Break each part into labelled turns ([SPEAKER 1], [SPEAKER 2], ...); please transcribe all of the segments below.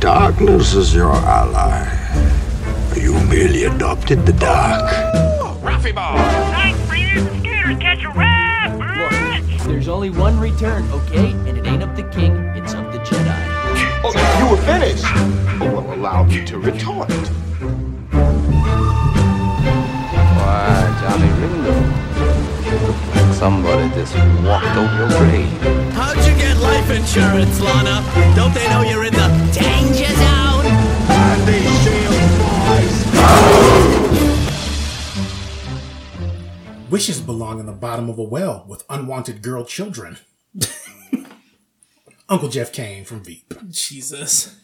[SPEAKER 1] darkness is your ally. You merely adopted the dark.
[SPEAKER 2] Raffy Ball!
[SPEAKER 3] Night breeders and scared to catch a rat, bitch!
[SPEAKER 4] There's only one return, okay? And it ain't of the king, it's of the Jedi.
[SPEAKER 2] Oh, you were finished! Oh, well, allow me to retort.
[SPEAKER 5] Why, Johnny Ringo. You look like somebody just walked over your grave.
[SPEAKER 6] How'd you get life insurance, Lana? Don't they know you're in the danger zone?
[SPEAKER 2] And they shield boys!
[SPEAKER 7] Wishes belong in the bottom of a well with unwanted girl children. Uncle Jeff Kane from Veep.
[SPEAKER 8] Jesus.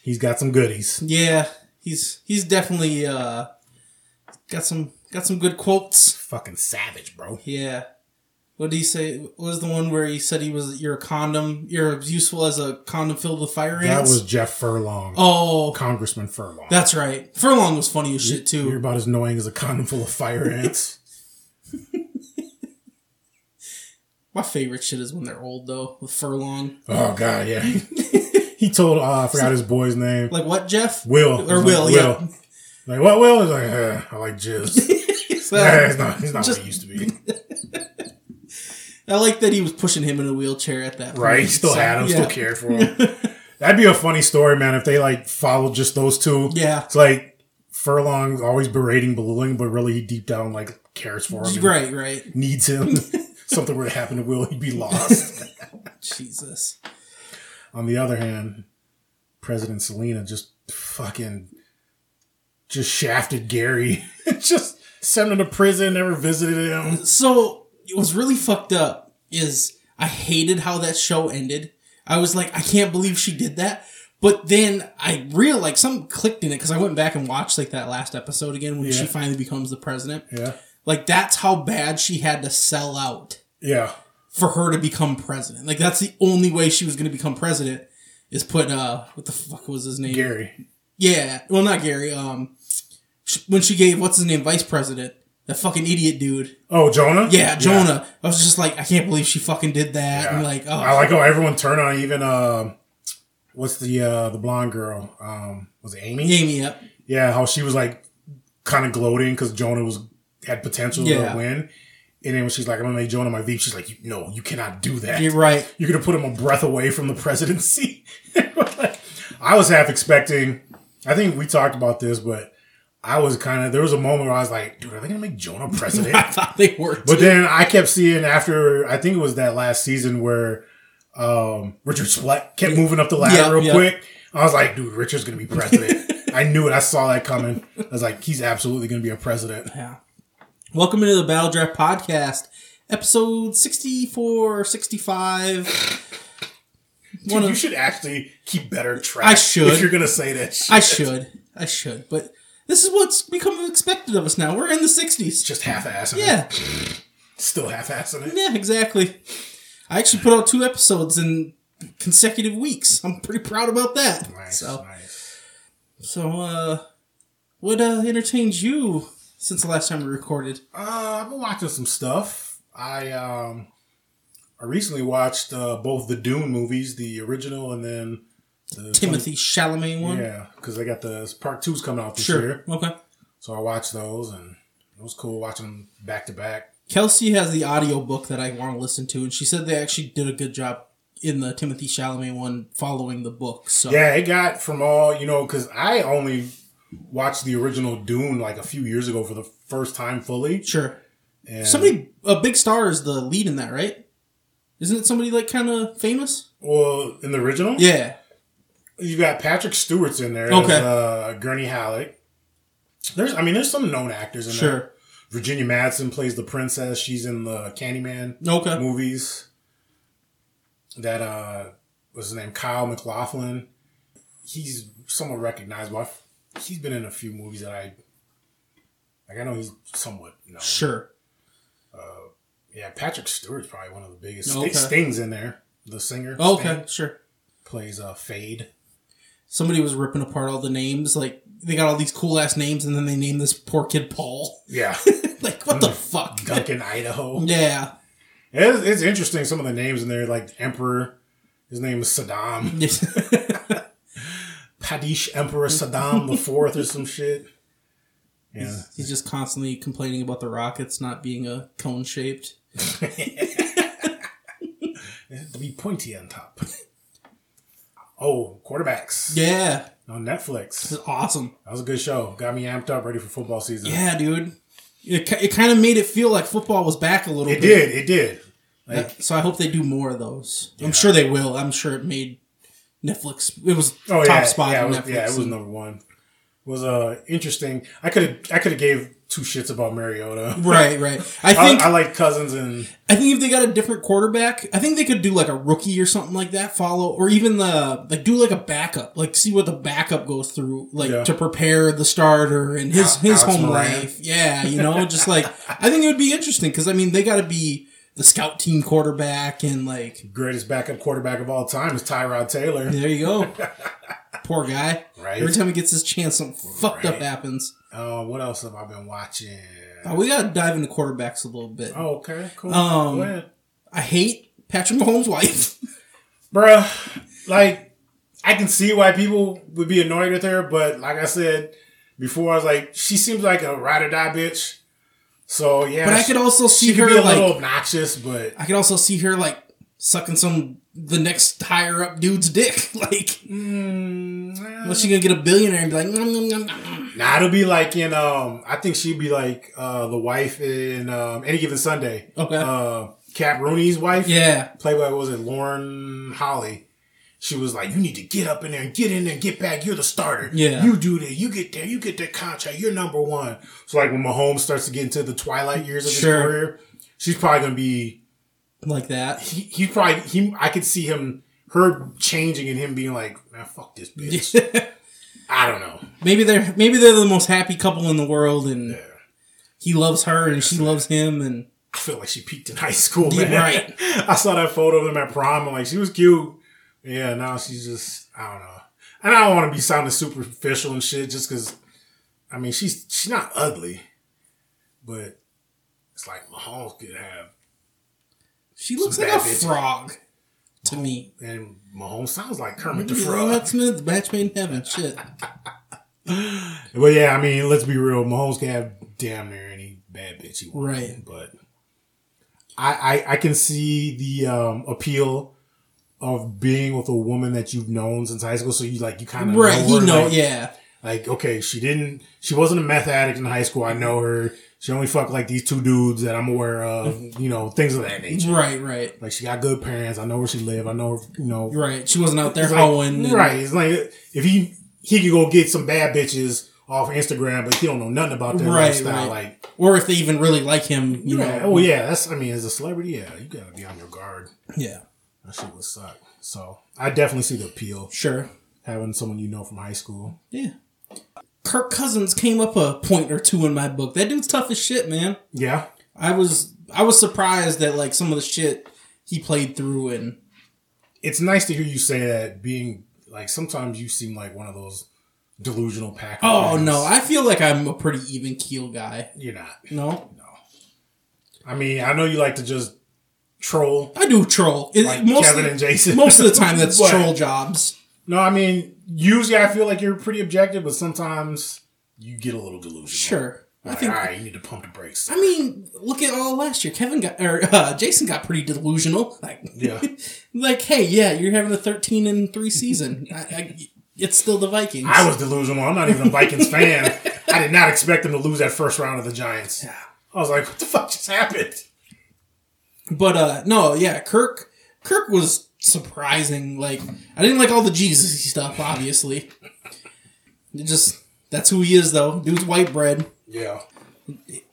[SPEAKER 7] He's got some goodies.
[SPEAKER 8] Yeah, he's he's definitely uh got some got some good quotes.
[SPEAKER 7] Fucking savage, bro.
[SPEAKER 8] Yeah. What did he say? What was the one where he said he was you're a condom, you're as useful as a condom filled with fire ants?
[SPEAKER 7] That was Jeff Furlong.
[SPEAKER 8] Oh,
[SPEAKER 7] Congressman Furlong.
[SPEAKER 8] that's right. Furlong was funny as shit
[SPEAKER 7] You're
[SPEAKER 8] too.
[SPEAKER 7] about as annoying as a condom full of fire ants.
[SPEAKER 8] My favorite shit is when they're old though, with Furlong.
[SPEAKER 7] oh god, yeah. he told uh, I forgot his boy's name.
[SPEAKER 8] Like what, Jeff?
[SPEAKER 7] Will
[SPEAKER 8] or
[SPEAKER 7] He's
[SPEAKER 8] Will,
[SPEAKER 7] like,
[SPEAKER 8] yeah.
[SPEAKER 7] Like what? Will is like eh, I like jizz.
[SPEAKER 8] So-
[SPEAKER 7] Eh, he's not. He's not
[SPEAKER 8] Just-
[SPEAKER 7] what he used to be.
[SPEAKER 8] I like that he was pushing him in a wheelchair at that point.
[SPEAKER 7] Right? He still
[SPEAKER 8] So,
[SPEAKER 7] had him.
[SPEAKER 8] yeah.
[SPEAKER 7] Still cared for him. That'd be a funny story, man. If they like followed just those two.
[SPEAKER 8] Yeah.
[SPEAKER 7] It's like Furlong's always berating Blueing, but really he deep down like cares for him. and
[SPEAKER 8] Right, right.
[SPEAKER 7] Needs him. Something were to happen to Will, he'd be lost.
[SPEAKER 8] Jesus.
[SPEAKER 7] On the other hand, President Selena just fucking just shafted Gary. just sent him to prison, never visited him.
[SPEAKER 8] So it was really fucked up. Is I hated how that show ended. I was like, I can't believe she did that. But then I realized like something clicked in it because I went back and watched like that last episode again when she
[SPEAKER 7] Yeah.
[SPEAKER 8] finally becomes the president.
[SPEAKER 7] Yeah.
[SPEAKER 8] Like that's how bad she had to sell out
[SPEAKER 7] Yeah.
[SPEAKER 8] for her to become president. Like that's the only way she was going to become president is put uh what the fuck was his name?
[SPEAKER 7] Gary.
[SPEAKER 8] Yeah, well not Gary. Um, sh- when she gave what's his name vice president, that fucking idiot dude.
[SPEAKER 7] Oh, Jonah?
[SPEAKER 8] Yeah, Jonah. I was just like, I can't believe she fucking did that. And like, oh,
[SPEAKER 7] I like how everyone turned on even um what's the uh the blonde girl? Um was it Amy?
[SPEAKER 8] Amy up.
[SPEAKER 7] Yeah, how she was like kind of gloating because Jonah was had potential
[SPEAKER 8] Yeah.
[SPEAKER 7] to win. And then when she's like, I'm gonna make Jonah my VP, she's like, "You- No, you cannot do that.
[SPEAKER 8] You're right.
[SPEAKER 7] You're gonna put him a breath away from the presidency. I was half expecting I think we talked about this, but I was kinda there was a moment where I was like, dude, are they gonna make Jonah president?
[SPEAKER 8] I thought they were.
[SPEAKER 7] But
[SPEAKER 8] too.
[SPEAKER 7] then I kept seeing after I think it was that last season where um, Richard Splatt kept moving up the ladder
[SPEAKER 8] Yeah,
[SPEAKER 7] real
[SPEAKER 8] yeah.
[SPEAKER 7] quick. I was like, dude, Richard's gonna be president. I knew it. I saw that coming. I was like, he's absolutely gonna be a president.
[SPEAKER 8] yeah. Welcome into the Battle Draft Podcast, episode 64, 65.
[SPEAKER 7] Dude,
[SPEAKER 8] One of-
[SPEAKER 7] you should actually keep better track.
[SPEAKER 8] I should.
[SPEAKER 7] If you're gonna say that, shit.
[SPEAKER 8] I should. I should. But this is what's become expected of us now. We're in the 60s.
[SPEAKER 7] Just half-assing it.
[SPEAKER 8] Yeah.
[SPEAKER 7] Still half-assing it.
[SPEAKER 8] Yeah, exactly. I actually put out two episodes in consecutive weeks. I'm pretty proud about that.
[SPEAKER 7] Nice,
[SPEAKER 8] so,
[SPEAKER 7] nice.
[SPEAKER 8] so uh, what uh, entertains you since the last time we recorded?
[SPEAKER 7] Uh, I've been watching some stuff. I um, I recently watched uh, both the Dune movies, the original, and then the
[SPEAKER 8] Timothy Chalamet one.
[SPEAKER 7] Yeah, because they got the part two's coming out this
[SPEAKER 8] sure.
[SPEAKER 7] year,
[SPEAKER 8] Okay.
[SPEAKER 7] so I watched those and it was cool watching them back to back.
[SPEAKER 8] Kelsey has the audiobook that I want to listen to, and she said they actually did a good job in the Timothy Chalamet one following the book. So
[SPEAKER 7] Yeah, it got from all you know because I only watched the original Dune like a few years ago for the first time fully.
[SPEAKER 8] sure.
[SPEAKER 7] And,
[SPEAKER 8] Somebody, a big star is the lead in that, right? Isn't it somebody like kind of famous?
[SPEAKER 7] well in the original,
[SPEAKER 8] Yeah.
[SPEAKER 7] you got Patrick Stewart's in there.
[SPEAKER 8] Okay.
[SPEAKER 7] as, uh, Gurney Halleck. There's, I mean, there's some known actors in there.
[SPEAKER 8] Sure.
[SPEAKER 7] Virginia Madsen plays the princess. She's in the Candyman.
[SPEAKER 8] Okay.
[SPEAKER 7] movies that uh was his name Kyle McLaughlin. He's somewhat recognizable. I've, he's been in a few movies that I like. I know he's somewhat you know.
[SPEAKER 8] Sure.
[SPEAKER 7] Yeah, Patrick Stewart's probably one of the biggest. St-
[SPEAKER 8] Okay. Oh,
[SPEAKER 7] Sting's in there, the singer.
[SPEAKER 8] Okay.
[SPEAKER 7] Sting
[SPEAKER 8] Sure.
[SPEAKER 7] plays uh, Fade.
[SPEAKER 8] Somebody was ripping apart all the names. Like they got all these cool ass names, and then they named this poor kid Paul.
[SPEAKER 7] Yeah,
[SPEAKER 8] like what the fuck?
[SPEAKER 7] Duncan Idaho.
[SPEAKER 8] Yeah.
[SPEAKER 7] It's, it's interesting. Some of the names in there, like Emperor. His name is Saddam. Padish Emperor Saddam the Fourth or some shit. Yeah.
[SPEAKER 8] He's just constantly complaining about the rockets not being a cone shaped.
[SPEAKER 7] It had to be pointy on top. Oh, quarterbacks
[SPEAKER 8] Yeah,
[SPEAKER 7] on Netflix.
[SPEAKER 8] this is awesome.
[SPEAKER 7] That was a good show. Got me amped up, ready for football season.
[SPEAKER 8] Yeah, dude. It, ki- it kind of made it feel like football was back a little
[SPEAKER 7] It
[SPEAKER 8] bit.
[SPEAKER 7] did. It did.
[SPEAKER 8] That- so I hope they do more of those. I'm sure they will. I'm sure it made Netflix. It was
[SPEAKER 7] Oh
[SPEAKER 8] top
[SPEAKER 7] yeah,
[SPEAKER 8] spot
[SPEAKER 7] yeah, it
[SPEAKER 8] on
[SPEAKER 7] was,
[SPEAKER 8] Netflix.
[SPEAKER 7] yeah, it was
[SPEAKER 8] and-
[SPEAKER 7] number one. It was uh interesting. I could have I could have gave two shits about Mariota.
[SPEAKER 8] right, right. I
[SPEAKER 7] I,
[SPEAKER 8] think
[SPEAKER 7] I
[SPEAKER 8] I,
[SPEAKER 7] like Cousins and
[SPEAKER 8] think if they got a different quarterback, I think they could do like a rookie or something like that. Follow or even the like do like a backup. Like see what the backup goes through, like
[SPEAKER 7] Yeah.
[SPEAKER 8] to prepare the starter and his his
[SPEAKER 7] Alex
[SPEAKER 8] home
[SPEAKER 7] Moran.
[SPEAKER 8] life. Yeah, you know, just like I think it would be interesting because I mean they got to be the scout team quarterback and like
[SPEAKER 7] greatest backup quarterback of all time is Tyrod Taylor.
[SPEAKER 8] There you go. Poor guy.
[SPEAKER 7] Right.
[SPEAKER 8] Every time he gets his chance, something fucked up
[SPEAKER 7] Right.
[SPEAKER 8] happens.
[SPEAKER 7] Uh, what else have I been watching?
[SPEAKER 8] Uh, we gotta dive into quarterbacks a little bit.
[SPEAKER 7] Oh, okay, cool.
[SPEAKER 8] Um,
[SPEAKER 7] Go ahead.
[SPEAKER 8] I hate Patrick Mahomes' wife.
[SPEAKER 7] Bruh, like I can see why people would be annoyed with her, but like I said before, I was like, she seems like a ride or die bitch. So yeah,
[SPEAKER 8] But I
[SPEAKER 7] she-
[SPEAKER 8] could also see
[SPEAKER 7] she could
[SPEAKER 8] her
[SPEAKER 7] be a
[SPEAKER 8] like
[SPEAKER 7] little obnoxious, but
[SPEAKER 8] I could also see her like sucking some the next higher up dude's dick. Like
[SPEAKER 7] Mm,
[SPEAKER 8] unless
[SPEAKER 7] uh,
[SPEAKER 8] she gonna get a billionaire and be like, nom, nom, nom, nom, nom.
[SPEAKER 7] Nah, it'll be like in um I think she'd be like uh the wife in um any given Sunday.
[SPEAKER 8] Okay.
[SPEAKER 7] Uh Cap Rooney's wife.
[SPEAKER 8] Yeah.
[SPEAKER 7] Played by what was it, Lauren Holly. She was like, You need to get up in there and get in there and get back. You're the starter.
[SPEAKER 8] Yeah.
[SPEAKER 7] You do that, you get there, you get that contract, you're number one. So like when Mahomes starts to get into the twilight years of
[SPEAKER 8] Sure.
[SPEAKER 7] his career, she's probably gonna be
[SPEAKER 8] like that.
[SPEAKER 7] he, he probably he I could see him her changing and him being like, Man, fuck this bitch. I don't know.
[SPEAKER 8] maybe they're maybe they're the most happy couple in the world, and
[SPEAKER 7] Yeah.
[SPEAKER 8] he loves her and she loves him, and
[SPEAKER 7] I feel like she peaked in high school.
[SPEAKER 8] Yeah,
[SPEAKER 7] man.
[SPEAKER 8] right.
[SPEAKER 7] I saw that photo of them at prom and like she was cute. Yeah, now she's just I don't know. And I don't want to be sounding superficial and shit just because I mean she's she's not ugly, but it's like Mahomes could have
[SPEAKER 8] she looks
[SPEAKER 7] Some
[SPEAKER 8] like a
[SPEAKER 7] bad bitch.
[SPEAKER 8] frog to me.
[SPEAKER 7] and Mahomes sounds like Kermit the
[SPEAKER 8] Yeah,
[SPEAKER 7] Frog.
[SPEAKER 8] That's me, the match made in heaven. Shit.
[SPEAKER 7] But yeah, I mean, let's be real, Mahomes can have damn near any bad bitch he wants.
[SPEAKER 8] Right.
[SPEAKER 7] But I, I I can see the um, appeal of being with a woman that you've known since high school. So you like you kind of
[SPEAKER 8] Right.
[SPEAKER 7] Know
[SPEAKER 8] He
[SPEAKER 7] her,
[SPEAKER 8] know.
[SPEAKER 7] like-
[SPEAKER 8] Yeah.
[SPEAKER 7] Like okay, she didn't. She wasn't a meth addict in high school. I know her. She only fucked like these two dudes that I'm aware of. You know things of that nature.
[SPEAKER 8] Right. Right.
[SPEAKER 7] Like she got good parents. I know where she live. I know her. You know
[SPEAKER 8] Right. She wasn't out there
[SPEAKER 7] it's like-
[SPEAKER 8] hoeing. and-
[SPEAKER 7] right. It's like if he he could go get some bad bitches off Instagram, but he don't know nothing about their
[SPEAKER 8] Right,
[SPEAKER 7] lifestyle.
[SPEAKER 8] right.
[SPEAKER 7] Like,
[SPEAKER 8] Or if they even really like him, you
[SPEAKER 7] yeah,
[SPEAKER 8] know.
[SPEAKER 7] oh yeah, that's. I mean, as a celebrity, yeah, you gotta be on your guard.
[SPEAKER 8] Yeah.
[SPEAKER 7] That shit would suck. So I definitely see the appeal
[SPEAKER 8] Sure.
[SPEAKER 7] having someone you know from high school.
[SPEAKER 8] Yeah. Kirk Cousins came up a point or two in my book. That dude's tough as shit, man.
[SPEAKER 7] Yeah,
[SPEAKER 8] I was I was surprised that like some of the shit he played through and
[SPEAKER 7] it's nice to hear you say that. Being like, sometimes you seem like one of those delusional pack.
[SPEAKER 8] oh no, I feel like I'm a pretty even keel guy.
[SPEAKER 7] you're not.
[SPEAKER 8] No,
[SPEAKER 7] I mean, I know you like to just troll
[SPEAKER 8] I do troll. It,
[SPEAKER 7] like
[SPEAKER 8] mostly,
[SPEAKER 7] Kevin and Jason.
[SPEAKER 8] most of the time, that's
[SPEAKER 7] But-
[SPEAKER 8] troll jobs.
[SPEAKER 7] No, I mean, usually I feel like you're pretty objective, but sometimes you get a little delusional.
[SPEAKER 8] Sure, I
[SPEAKER 7] Like,
[SPEAKER 8] think
[SPEAKER 7] all right, you need to pump the brakes.
[SPEAKER 8] I mean, look at all last year. Kevin got or uh, Jason got pretty delusional. Like,
[SPEAKER 7] Yeah.
[SPEAKER 8] like, hey, yeah, you're having a 13 and three season. I, I, it's still the Vikings.
[SPEAKER 7] I was delusional. I'm not even a Vikings fan. I did not expect them to lose that first round of the Giants. I was like, what the fuck just happened?
[SPEAKER 8] but uh, no, yeah, Kirk, Kirk was surprising. Like, I didn't like all the Jesus stuff, obviously. It just that's who he is, though. Dude's white bread.
[SPEAKER 7] Yeah.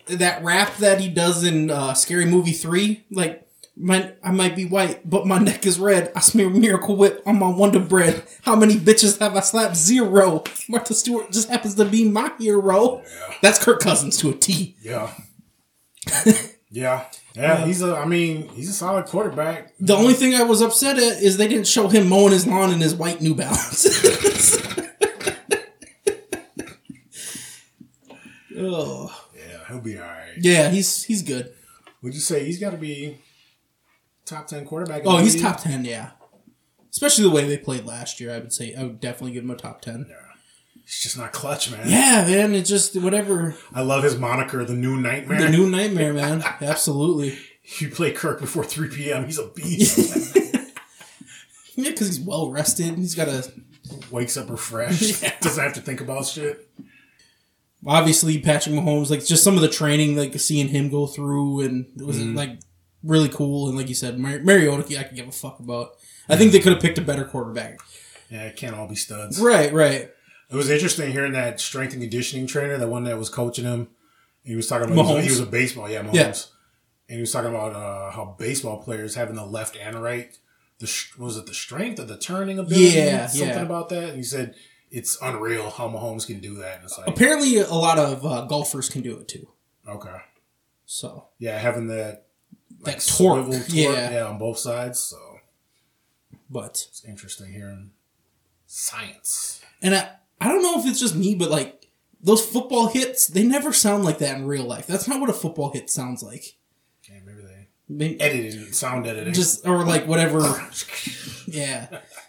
[SPEAKER 8] that rap that he does in uh, Scary Movie Three, like my I might be white, but my neck is red. I smear Miracle Whip on my Wonder Bread. How many bitches have I slapped? Zero. Martha Stewart just happens to be my hero. That's Kirk Cousins to a T.
[SPEAKER 7] Yeah. yeah. Yeah. He's a, I mean, he's a solid quarterback.
[SPEAKER 8] The only thing I was upset at is they didn't show him mowing his lawn in his white New Balance. Ugh.
[SPEAKER 7] Yeah, he'll be all right.
[SPEAKER 8] Yeah, he's he's good.
[SPEAKER 7] Would you say he's got to be top 10 quarterback? in
[SPEAKER 8] Oh,
[SPEAKER 7] the
[SPEAKER 8] he's
[SPEAKER 7] league?
[SPEAKER 8] top ten. Yeah, especially the way they played last year. I would say I would definitely give him a top ten. Yeah,
[SPEAKER 7] He's just not clutch, man.
[SPEAKER 8] man, it's just whatever.
[SPEAKER 7] I love his moniker, the new nightmare.
[SPEAKER 8] The new nightmare, man. Absolutely.
[SPEAKER 7] you play Kirk before 3 p.m. He's a beast.
[SPEAKER 8] Yeah, because he's well rested. He's got a
[SPEAKER 7] Wakes up refreshed. Doesn't have to think about shit.
[SPEAKER 8] obviously Patrick Mahomes. Like just some of the training, like seeing him go through, and it was like really cool. And like you said, Mar- Mariota, I could give a fuck about. I think they could have picked a better quarterback.
[SPEAKER 7] Yeah, it can't all be studs.
[SPEAKER 8] Right, right.
[SPEAKER 7] It was interesting hearing that strength and conditioning trainer, the one that was coaching him. He was talking about he was,
[SPEAKER 8] Mahomes?
[SPEAKER 7] he was a baseball, yeah, Mahomes.
[SPEAKER 8] Yeah.
[SPEAKER 7] And he was talking about uh, how baseball players having the left and right, the sh- was it the strength or the turning ability?
[SPEAKER 8] Yeah,
[SPEAKER 7] something
[SPEAKER 8] yeah.
[SPEAKER 7] about that. And he said it's unreal how Mahomes can do that. And it's like
[SPEAKER 8] Apparently, a lot of uh, golfers can do it too.
[SPEAKER 7] okay,
[SPEAKER 8] So
[SPEAKER 7] yeah, having that
[SPEAKER 8] that torque,
[SPEAKER 7] swivel torque,
[SPEAKER 8] yeah.
[SPEAKER 7] yeah, on both sides. So
[SPEAKER 8] But
[SPEAKER 7] it's interesting hearing science.
[SPEAKER 8] and I, I don't know if it's just me, but like those football hits, they never sound like that in real life. That's not what a football hit sounds like.
[SPEAKER 7] Yeah, maybe they
[SPEAKER 8] Maybe-
[SPEAKER 7] edited it, sound editing.
[SPEAKER 8] just or like whatever. yeah,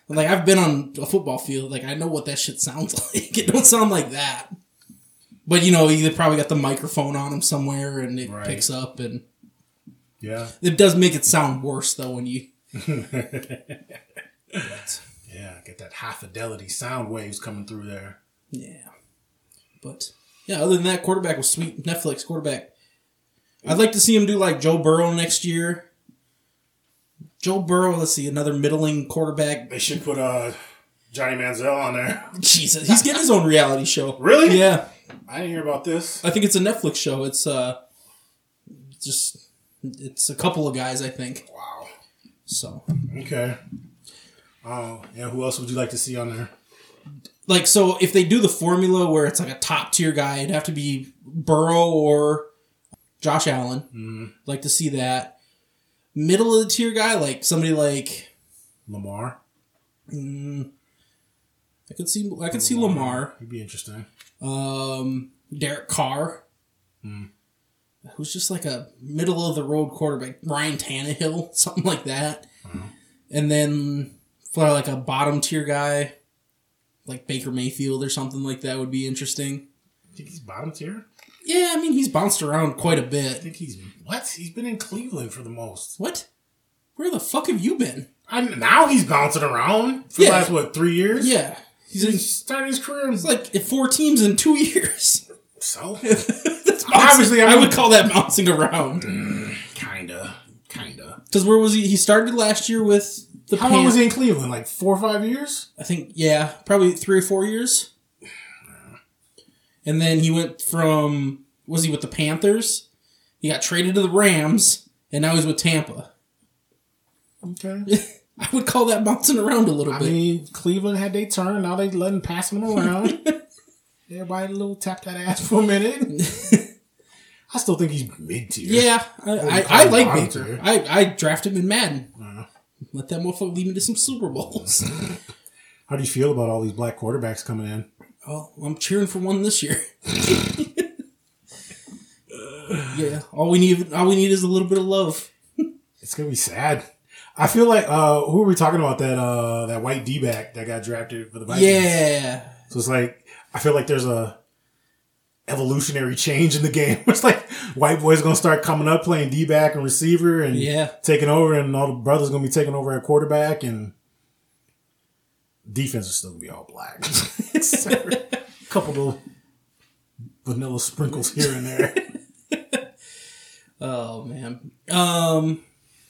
[SPEAKER 8] like I've been on a football field, like I know what that shit sounds like. It don't sound like that. But you know, they probably got the microphone on them somewhere, and it
[SPEAKER 7] Right.
[SPEAKER 8] picks up, and
[SPEAKER 7] yeah,
[SPEAKER 8] it does make it sound worse though when you. But,
[SPEAKER 7] yeah, get that high fidelity sound waves coming through there.
[SPEAKER 8] Yeah. But yeah, other than that, quarterback was sweet. Netflix quarterback. I'd like to see him do like Joe Burrow next year. Joe Burrow, let's see, another middling quarterback.
[SPEAKER 7] They should put uh Johnny Manziel on there.
[SPEAKER 8] Jesus, he's getting his own reality show.
[SPEAKER 7] Really?
[SPEAKER 8] Yeah.
[SPEAKER 7] I didn't hear about this.
[SPEAKER 8] I think it's a Netflix show. It's uh just it's a couple of guys, I think.
[SPEAKER 7] Wow.
[SPEAKER 8] So
[SPEAKER 7] Okay. Oh yeah. Who else would you like to see on there?
[SPEAKER 8] like so if they do the formula where it's like a top tier guy, it'd have to be Burrow or Josh Allen. Like to see that middle of the tier guy, like somebody like
[SPEAKER 7] Lamar.
[SPEAKER 8] I could see I could see Lamar,
[SPEAKER 7] He'd be interesting.
[SPEAKER 8] um, Derek Carr,
[SPEAKER 7] Hmm.
[SPEAKER 8] who's just like a middle of the road quarterback, Ryan Tannehill, something like that,
[SPEAKER 7] Uh-huh.
[SPEAKER 8] and then for like a bottom tier guy, like Baker Mayfield or something like that would be interesting.
[SPEAKER 7] think he's bottom tier.
[SPEAKER 8] Yeah, I mean he's bounced around quite a
[SPEAKER 7] I
[SPEAKER 8] bit.
[SPEAKER 7] think he's what? He's been in Cleveland for the most.
[SPEAKER 8] What? Where the fuck have you been?
[SPEAKER 7] I, now he's bouncing around for
[SPEAKER 8] Yeah.
[SPEAKER 7] the last what three years?
[SPEAKER 8] Yeah, he's in
[SPEAKER 7] He started his career in
[SPEAKER 8] like four teams in two years.
[SPEAKER 7] so
[SPEAKER 8] That's
[SPEAKER 7] Obviously, I
[SPEAKER 8] I
[SPEAKER 7] mean- Mm.
[SPEAKER 8] would call that bouncing around.
[SPEAKER 7] kinda, kinda.
[SPEAKER 8] Because where was he? He started last year with the.
[SPEAKER 7] How long was he in Cleveland? Like four or five years?
[SPEAKER 8] I think yeah, probably three or four years. And then he went from was he with the Panthers? He got traded to the Rams, and now he's with Tampa.
[SPEAKER 7] Okay.
[SPEAKER 8] I would call that bouncing around a little
[SPEAKER 7] I
[SPEAKER 8] bit.
[SPEAKER 7] mean, Cleveland had their turn. Now they letting pass them around. Everybody a little tap that ass for a minute. I still think he's mid tier.
[SPEAKER 8] yeah, I, I,
[SPEAKER 7] call
[SPEAKER 8] I
[SPEAKER 7] him
[SPEAKER 8] like
[SPEAKER 7] bottom
[SPEAKER 8] Baker.
[SPEAKER 7] tier.
[SPEAKER 8] I I drafted him in Madden. Let that motherfucker lead me to some Super Bowls.
[SPEAKER 7] How do you feel about all these black quarterbacks coming in?
[SPEAKER 8] Oh, I'm cheering for one this year. yeah, all we need all we need is a little bit of love.
[SPEAKER 7] It's gonna be sad. I feel like uh who were we talking about that uh that white D back that got drafted for the Vikings?
[SPEAKER 8] Yeah,
[SPEAKER 7] So it's like I feel like there's a evolutionary change in the game. It's like white boys gonna start coming up playing D back and receiver and
[SPEAKER 8] Yeah.
[SPEAKER 7] taking over, and all the brothers gonna be taking over at quarterback, and defense is still gonna be all black. couple little vanilla sprinkles here and there.
[SPEAKER 8] Oh man. Um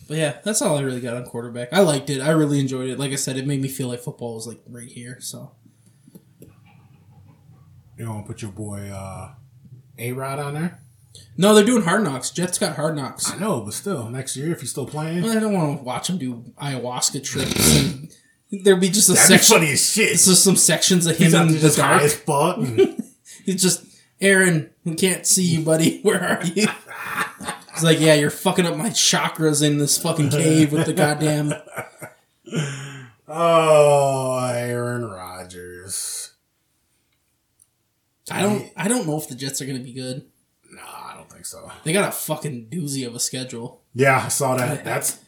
[SPEAKER 8] but yeah, that's all I really got on quarterback. I liked it. I really enjoyed it. Like I said, it made me feel like football was like right here. So
[SPEAKER 7] You're gonna put your boy uh, A Rod on there.
[SPEAKER 8] no, they're doing hard knocks. Jets got hard knocks.
[SPEAKER 7] I know, but still, next year if he's still playing,
[SPEAKER 8] I don't want to watch them do ayahuasca trips. and There'd be just a
[SPEAKER 7] that'd be
[SPEAKER 8] section.
[SPEAKER 7] funny as shit.
[SPEAKER 8] It's just some sections of him
[SPEAKER 7] He's out
[SPEAKER 8] in
[SPEAKER 7] there
[SPEAKER 8] the
[SPEAKER 7] just high as
[SPEAKER 8] dark.
[SPEAKER 7] fuck. and-
[SPEAKER 8] It's just Aaron. We can't see you, buddy. Where are you? It's like, yeah, you're fucking up my chakras in this fucking cave with the goddamn.
[SPEAKER 7] oh, Aaron Rodgers.
[SPEAKER 8] I don't. I don't know if the Jets are gonna be good.
[SPEAKER 7] No, Ah, I don't think so.
[SPEAKER 8] They got a fucking doozy of a schedule.
[SPEAKER 7] Yeah, I saw that. That's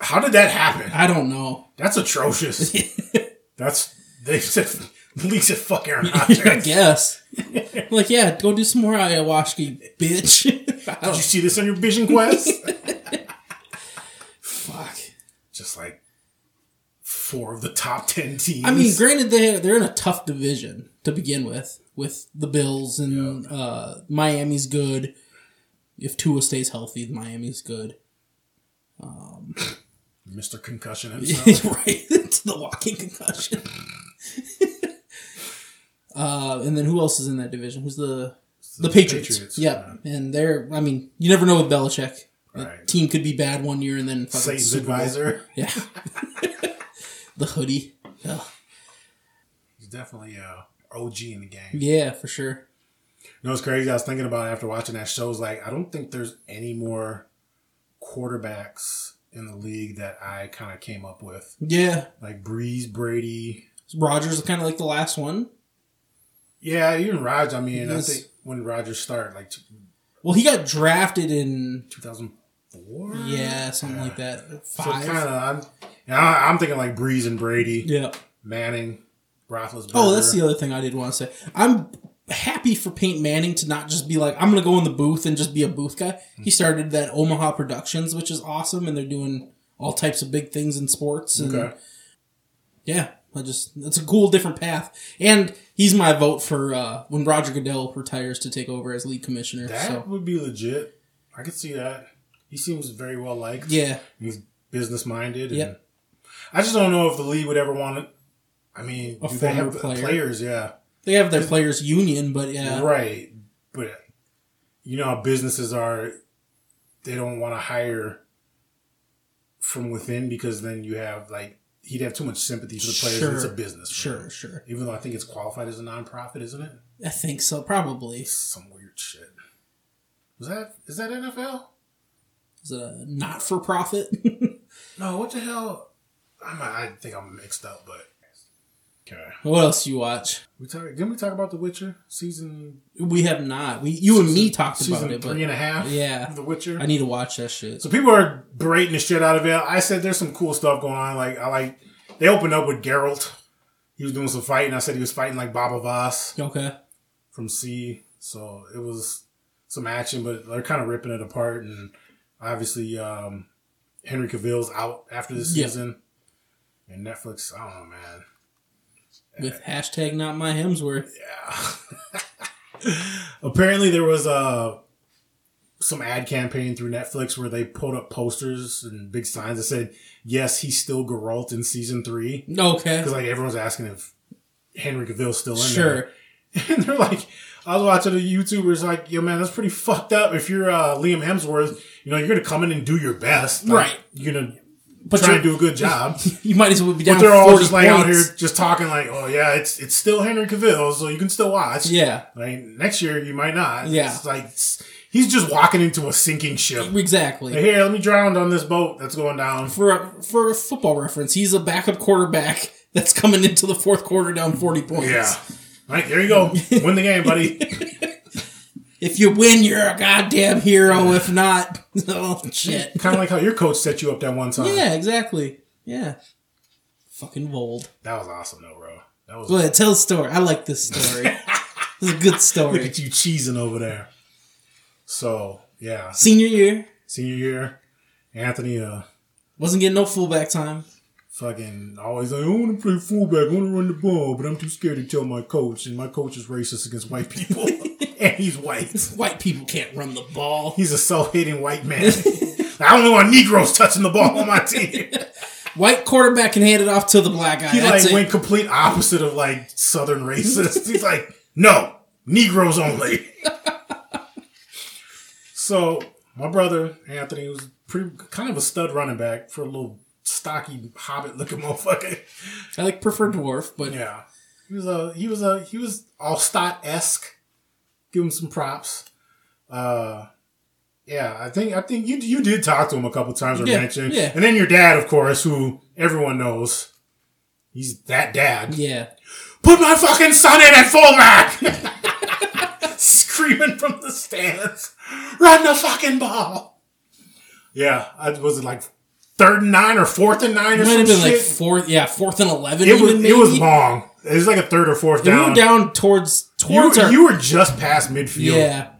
[SPEAKER 7] How did that happen?
[SPEAKER 8] I don't know.
[SPEAKER 7] That's atrocious. That's they said Lisa fuck Aaron
[SPEAKER 8] I
[SPEAKER 7] Rodgers.
[SPEAKER 8] guess. like, yeah, go do some more ayahuasca, bitch. I
[SPEAKER 7] Did you
[SPEAKER 8] don't-
[SPEAKER 7] see this on your Vision Quest?
[SPEAKER 8] fuck.
[SPEAKER 7] Just like four of the top ten teams.
[SPEAKER 8] I mean, granted, they they're in a tough division to begin with, with the Bills and uh, Miami's good. If Tua stays healthy, Miami's good.
[SPEAKER 7] Mr. Concussion himself.
[SPEAKER 8] right into the walking concussion. uh, and then who else is in that division? Who's the the, Patriots?
[SPEAKER 7] Patriots,
[SPEAKER 8] Yep. And they're. I mean, you never know with Belichick.
[SPEAKER 7] Right.
[SPEAKER 8] Team could be bad one year and then fucking
[SPEAKER 7] Satan's
[SPEAKER 8] Super Bowl.
[SPEAKER 7] advisor.
[SPEAKER 8] Yeah. the hoodie. Ugh.
[SPEAKER 7] He's definitely uh OG in the game.
[SPEAKER 8] Yeah, for sure.
[SPEAKER 7] You know what's crazy? I was thinking about it after watching that show. Is like, I don't think there's any more quarterbacks in the league that I kind of came up with.
[SPEAKER 8] Yeah.
[SPEAKER 7] Like Breeze, Brady.
[SPEAKER 8] Rogers is kind of like the last one.
[SPEAKER 7] Yeah, even Rogers. I mean,
[SPEAKER 8] Yes.
[SPEAKER 7] I think when Rogers started, like
[SPEAKER 8] Well, he got drafted in
[SPEAKER 7] 2004.
[SPEAKER 8] yeah, something like that.
[SPEAKER 7] So
[SPEAKER 8] Five.
[SPEAKER 7] kind of, I'm, yeah, I- I'm thinking like Breeze and Brady,
[SPEAKER 8] yeah.
[SPEAKER 7] Manning, Roethlisberger.
[SPEAKER 8] Oh, that's the other thing I did want to say. I'm happy for Peyton Manning to not just be like, I'm going to go in the booth and just be a booth guy.
[SPEAKER 7] Hmm.
[SPEAKER 8] He started that Omaha Productions, which is awesome, and they're doing all types of big things in sports. And
[SPEAKER 7] Okay.
[SPEAKER 8] yeah, I just it's a cool different path. And he's my vote for uh, when Roger Goodell retires to take over as lead commissioner.
[SPEAKER 7] That
[SPEAKER 8] so
[SPEAKER 7] would be legit. I could see that. He seems very well liked.
[SPEAKER 8] yeah,
[SPEAKER 7] He's business minded. and
[SPEAKER 8] Yep.
[SPEAKER 7] I just don't know if the league would ever want to. I mean,
[SPEAKER 8] A
[SPEAKER 7] do they have
[SPEAKER 8] former player.
[SPEAKER 7] players, yeah.
[SPEAKER 8] they have their players union, but yeah,
[SPEAKER 7] Right. But you know how businesses are, they don't want to hire from within because then you have, like, he'd have too much sympathy for the players. and It's a
[SPEAKER 8] Sure.
[SPEAKER 7] business. for
[SPEAKER 8] sure,
[SPEAKER 7] him.
[SPEAKER 8] sure.
[SPEAKER 7] Even though I think it's qualified as a nonprofit, isn't it?
[SPEAKER 8] I think so, probably. Is
[SPEAKER 7] Some weird shit. Was that is that NFL?
[SPEAKER 8] it a not for profit?
[SPEAKER 7] No, what the hell? I'm, I think I'm mixed up, but okay.
[SPEAKER 8] what else do you watch?
[SPEAKER 7] We talk, didn't we talk about The Witcher season
[SPEAKER 8] We have not. We you and me talked
[SPEAKER 7] season
[SPEAKER 8] about it, but
[SPEAKER 7] three and a half?
[SPEAKER 8] yeah.
[SPEAKER 7] of The Witcher.
[SPEAKER 8] I need to watch that shit.
[SPEAKER 7] So people are berating the shit out of it. I said there's some cool stuff going on. Like I like they opened up with Geralt. He was doing some fighting. I said he was fighting like Baba Voss
[SPEAKER 8] Okay.
[SPEAKER 7] from C. So it was some action, but they're kind of ripping it apart. And obviously, um, Henry Cavill's out after this
[SPEAKER 8] Yeah.
[SPEAKER 7] season. And Netflix, I don't know, man.
[SPEAKER 8] With hashtag not my Hemsworth.
[SPEAKER 7] Apparently, there was uh, some ad campaign through Netflix where they pulled up posters and big signs that said, "Yes, he's still Geralt in season three.
[SPEAKER 8] Okay.
[SPEAKER 7] because like everyone's asking if Henry Cavill's still in
[SPEAKER 8] Sure.
[SPEAKER 7] there. And they're like, I was watching the YouTubers like, yo man, that's pretty fucked up. If you're uh, Liam Hemsworth, you know you're gonna come in and do your best, Like,
[SPEAKER 8] Right.
[SPEAKER 7] You're gonna
[SPEAKER 8] But
[SPEAKER 7] try
[SPEAKER 8] you're-
[SPEAKER 7] and do a good job.
[SPEAKER 8] You might as well be down.
[SPEAKER 7] but they're all
[SPEAKER 8] 40
[SPEAKER 7] just like out here
[SPEAKER 8] points.
[SPEAKER 7] just talking like, oh yeah, it's it's still Henry Cavill, so you can still watch.
[SPEAKER 8] Yeah.
[SPEAKER 7] Like next year you might not.
[SPEAKER 8] Yeah.
[SPEAKER 7] It's like it's- he's just walking into a sinking ship. Like,
[SPEAKER 8] Exactly.
[SPEAKER 7] Here, let me drown on this boat that's going down.
[SPEAKER 8] For a, for a football reference, he's a backup quarterback that's coming into the fourth quarter down forty points.
[SPEAKER 7] Yeah. Like, there you go. Win the game, buddy.
[SPEAKER 8] If you win, you're a goddamn hero. If not, oh shit.
[SPEAKER 7] kind of like how your coach set you up that one time.
[SPEAKER 8] Yeah. Exactly. Yeah. Fucking bold.
[SPEAKER 7] That was awesome, though, bro. That was
[SPEAKER 8] Go ahead, tell the story. I like this story. this is a good
[SPEAKER 7] look
[SPEAKER 8] story.
[SPEAKER 7] at you cheesing over there. So yeah,
[SPEAKER 8] Senior year,
[SPEAKER 7] senior year, Anthony, uh,
[SPEAKER 8] wasn't getting no fullback time.
[SPEAKER 7] fucking always like I want to play fullback, I want to run the ball, but I'm too scared to tell my coach, and my coach is racist against white people, and he's white.
[SPEAKER 8] White people can't run the ball.
[SPEAKER 7] He's a self-hating white man. I only want Negroes touching the ball on my team.
[SPEAKER 8] White quarterback can hand it off to the black guy.
[SPEAKER 7] He
[SPEAKER 8] That's
[SPEAKER 7] like
[SPEAKER 8] it.
[SPEAKER 7] went complete opposite of like Southern racist. He's like, no, Negroes only. so my brother Anthony was pretty kind of a stud running back for a little stocky hobbit looking motherfucker.
[SPEAKER 8] I like prefer dwarf, but
[SPEAKER 7] Yeah, he was a he was a he was all stot esque. Give him some props. Uh, yeah, I think I think you you did talk to him a couple times or
[SPEAKER 8] Yeah,
[SPEAKER 7] mentioned,
[SPEAKER 8] yeah.
[SPEAKER 7] and then your dad, of course, who everyone knows. He's that dad
[SPEAKER 8] yeah,
[SPEAKER 7] put my fucking son in at fullback! Screaming from the stands, run the fucking ball! Yeah, I was like third and nine or fourth and nine or
[SPEAKER 8] It might have
[SPEAKER 7] some
[SPEAKER 8] been
[SPEAKER 7] shit.
[SPEAKER 8] like fourth, yeah, fourth and eleven.
[SPEAKER 7] it was
[SPEAKER 8] even,
[SPEAKER 7] it was
[SPEAKER 8] maybe.
[SPEAKER 7] long. It was like a third or fourth
[SPEAKER 8] We
[SPEAKER 7] down.
[SPEAKER 8] were down towards
[SPEAKER 7] You
[SPEAKER 8] towards
[SPEAKER 7] were-
[SPEAKER 8] our
[SPEAKER 7] you were just past midfield.
[SPEAKER 8] yeah,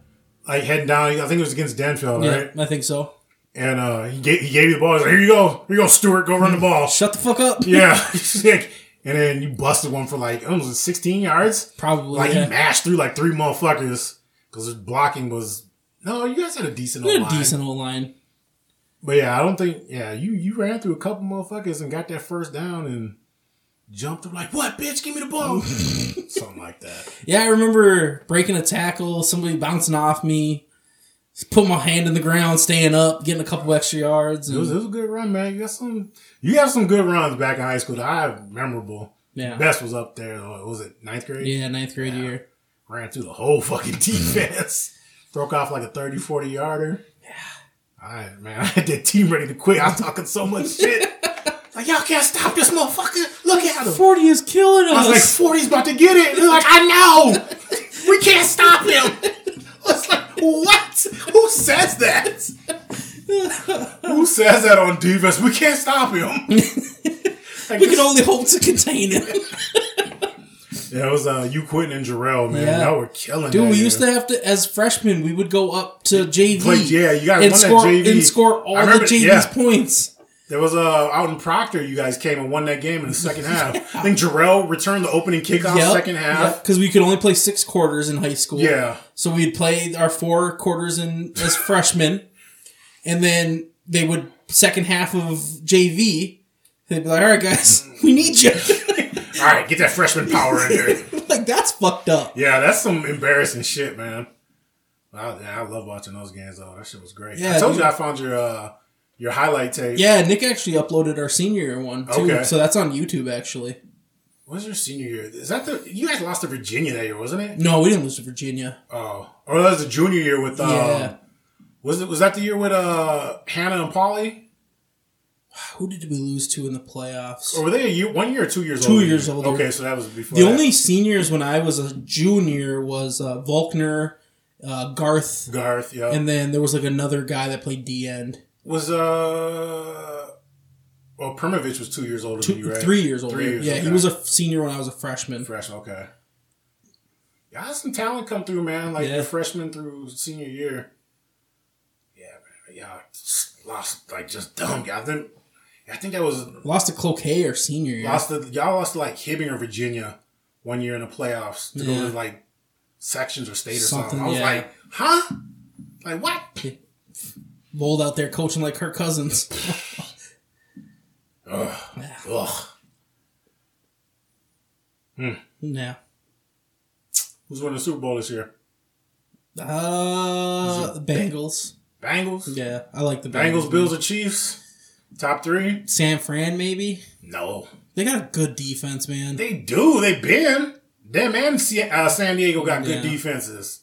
[SPEAKER 7] Like heading down. I think it was against Denfield,
[SPEAKER 8] yeah.
[SPEAKER 7] right?
[SPEAKER 8] I think so.
[SPEAKER 7] And uh, he gave he gave you the ball. He's like, here you go, here you go, Stewart, go run the ball.
[SPEAKER 8] Mm. Shut the fuck up.
[SPEAKER 7] yeah, sick. And then you busted one for like almost sixteen yards.
[SPEAKER 8] Probably.
[SPEAKER 7] Like
[SPEAKER 8] yeah.
[SPEAKER 7] he mashed through like three motherfuckers because his blocking was. No, you guys had a decent.
[SPEAKER 8] We had a
[SPEAKER 7] O-line.
[SPEAKER 8] decent old line.
[SPEAKER 7] But yeah, I don't think. Yeah, you you ran through a couple motherfuckers and got that first down and jumped up like, "What, bitch? Give me the ball." Something like that.
[SPEAKER 8] Yeah, I remember breaking a tackle, somebody bouncing off me, put my hand in the ground, staying up, getting a couple extra yards.
[SPEAKER 7] It was, it
[SPEAKER 8] And,
[SPEAKER 7] was a good run, man. You got some. You got some good runs back in high school that I have memorable.
[SPEAKER 8] yeah,
[SPEAKER 7] Best was up there. though. What was it ninth grade?
[SPEAKER 8] yeah, ninth grade year.
[SPEAKER 7] Ran through the whole fucking defense. Broke off like a 30, 40 yarder. Yeah. I man, I had that team ready to quit. I was talking so much shit. like y'all can't stop this motherfucker. Look at him.
[SPEAKER 8] Forty is killing
[SPEAKER 7] I was like,
[SPEAKER 8] us.
[SPEAKER 7] 40's about to get it. They're like, I know. We can't stop him. I was like, what? Who says that? Who says that on defense? We can't stop him. Like,
[SPEAKER 8] we can only hope to contain him.
[SPEAKER 7] yeah, it was uh, you, Quentin, and Jarrell, man.
[SPEAKER 8] Yeah.
[SPEAKER 7] Y'all were killing
[SPEAKER 8] Dude,
[SPEAKER 7] that
[SPEAKER 8] we
[SPEAKER 7] year.
[SPEAKER 8] used to have to, as freshmen, we would go up to JV.
[SPEAKER 7] Play- yeah, you gotta win
[SPEAKER 8] and
[SPEAKER 7] that
[SPEAKER 8] score
[SPEAKER 7] JV.
[SPEAKER 8] and score all
[SPEAKER 7] I remember-
[SPEAKER 8] the JV's
[SPEAKER 7] yeah.
[SPEAKER 8] points.
[SPEAKER 7] There was uh, out in Proctor, you guys came and won that game in the second half. I think Jarrell returned the opening kickoff second half.
[SPEAKER 8] because we could only play six quarters in high school.
[SPEAKER 7] Yeah.
[SPEAKER 8] so we'd play our four quarters in as freshmen, and then they would second half of JV. They'd be like, "All right, guys, we need you."
[SPEAKER 7] All right, get that freshman power in there.
[SPEAKER 8] like that's fucked up.
[SPEAKER 7] Yeah, that's some embarrassing shit, man. I, yeah, I love watching those games though. That shit was great. I
[SPEAKER 8] Yeah,
[SPEAKER 7] told
[SPEAKER 8] dude.
[SPEAKER 7] you I found your uh, your highlight tape.
[SPEAKER 8] Yeah, Nick actually uploaded our senior year one too,
[SPEAKER 7] Okay.
[SPEAKER 8] so that's on YouTube actually.
[SPEAKER 7] When's your senior year? Is that the you guys lost to Virginia that year, wasn't it?
[SPEAKER 8] No, we didn't lose to Virginia.
[SPEAKER 7] Oh, or that was the junior year with. Uh,
[SPEAKER 8] yeah,
[SPEAKER 7] Was it was that the year with uh Hannah and Polly?
[SPEAKER 8] who did we lose to in the playoffs?
[SPEAKER 7] Or were they a year, one year or two years
[SPEAKER 8] Two
[SPEAKER 7] older?
[SPEAKER 8] years older.
[SPEAKER 7] Okay, so that was before.
[SPEAKER 8] The
[SPEAKER 7] that.
[SPEAKER 8] only seniors when I was a junior was uh, Volkner, uh, Garth,
[SPEAKER 7] Garth, yeah,
[SPEAKER 8] and then there was like another guy that played D end.
[SPEAKER 7] was uh. Well, Primovich was two years older
[SPEAKER 8] Two,
[SPEAKER 7] than you, right?
[SPEAKER 8] Three years older. yeah, he
[SPEAKER 7] okay.
[SPEAKER 8] was a f- senior when I was a freshman.
[SPEAKER 7] Freshman, okay. Y'all some talent come through, man. Like
[SPEAKER 8] Yeah.
[SPEAKER 7] your freshman through senior year. Yeah, man. Y'all just lost like just dumb. Y'all didn't. I think that was
[SPEAKER 8] Lost to Cloquet our senior year.
[SPEAKER 7] lost. To, y'all lost to like Hibbing or Virginia one year in the playoffs to go
[SPEAKER 8] Yeah.
[SPEAKER 7] to like sections or state or something.
[SPEAKER 8] Something,
[SPEAKER 7] I was
[SPEAKER 8] yeah.
[SPEAKER 7] like, huh? Like what?
[SPEAKER 8] Bold out there coaching like Kirk Cousins.
[SPEAKER 7] Ugh.
[SPEAKER 8] yeah.
[SPEAKER 7] Who's winning the Super Bowl this year?
[SPEAKER 8] Uh, the Bengals.
[SPEAKER 7] Bengals.
[SPEAKER 8] Yeah, I like the Bengals.
[SPEAKER 7] Bengals, Bills, or Chiefs? Top three?
[SPEAKER 8] San Fran, maybe.
[SPEAKER 7] No.
[SPEAKER 8] They got a good defense, man.
[SPEAKER 7] They do. They been them and Se- uh, San Diego got good
[SPEAKER 8] Yeah.
[SPEAKER 7] defenses.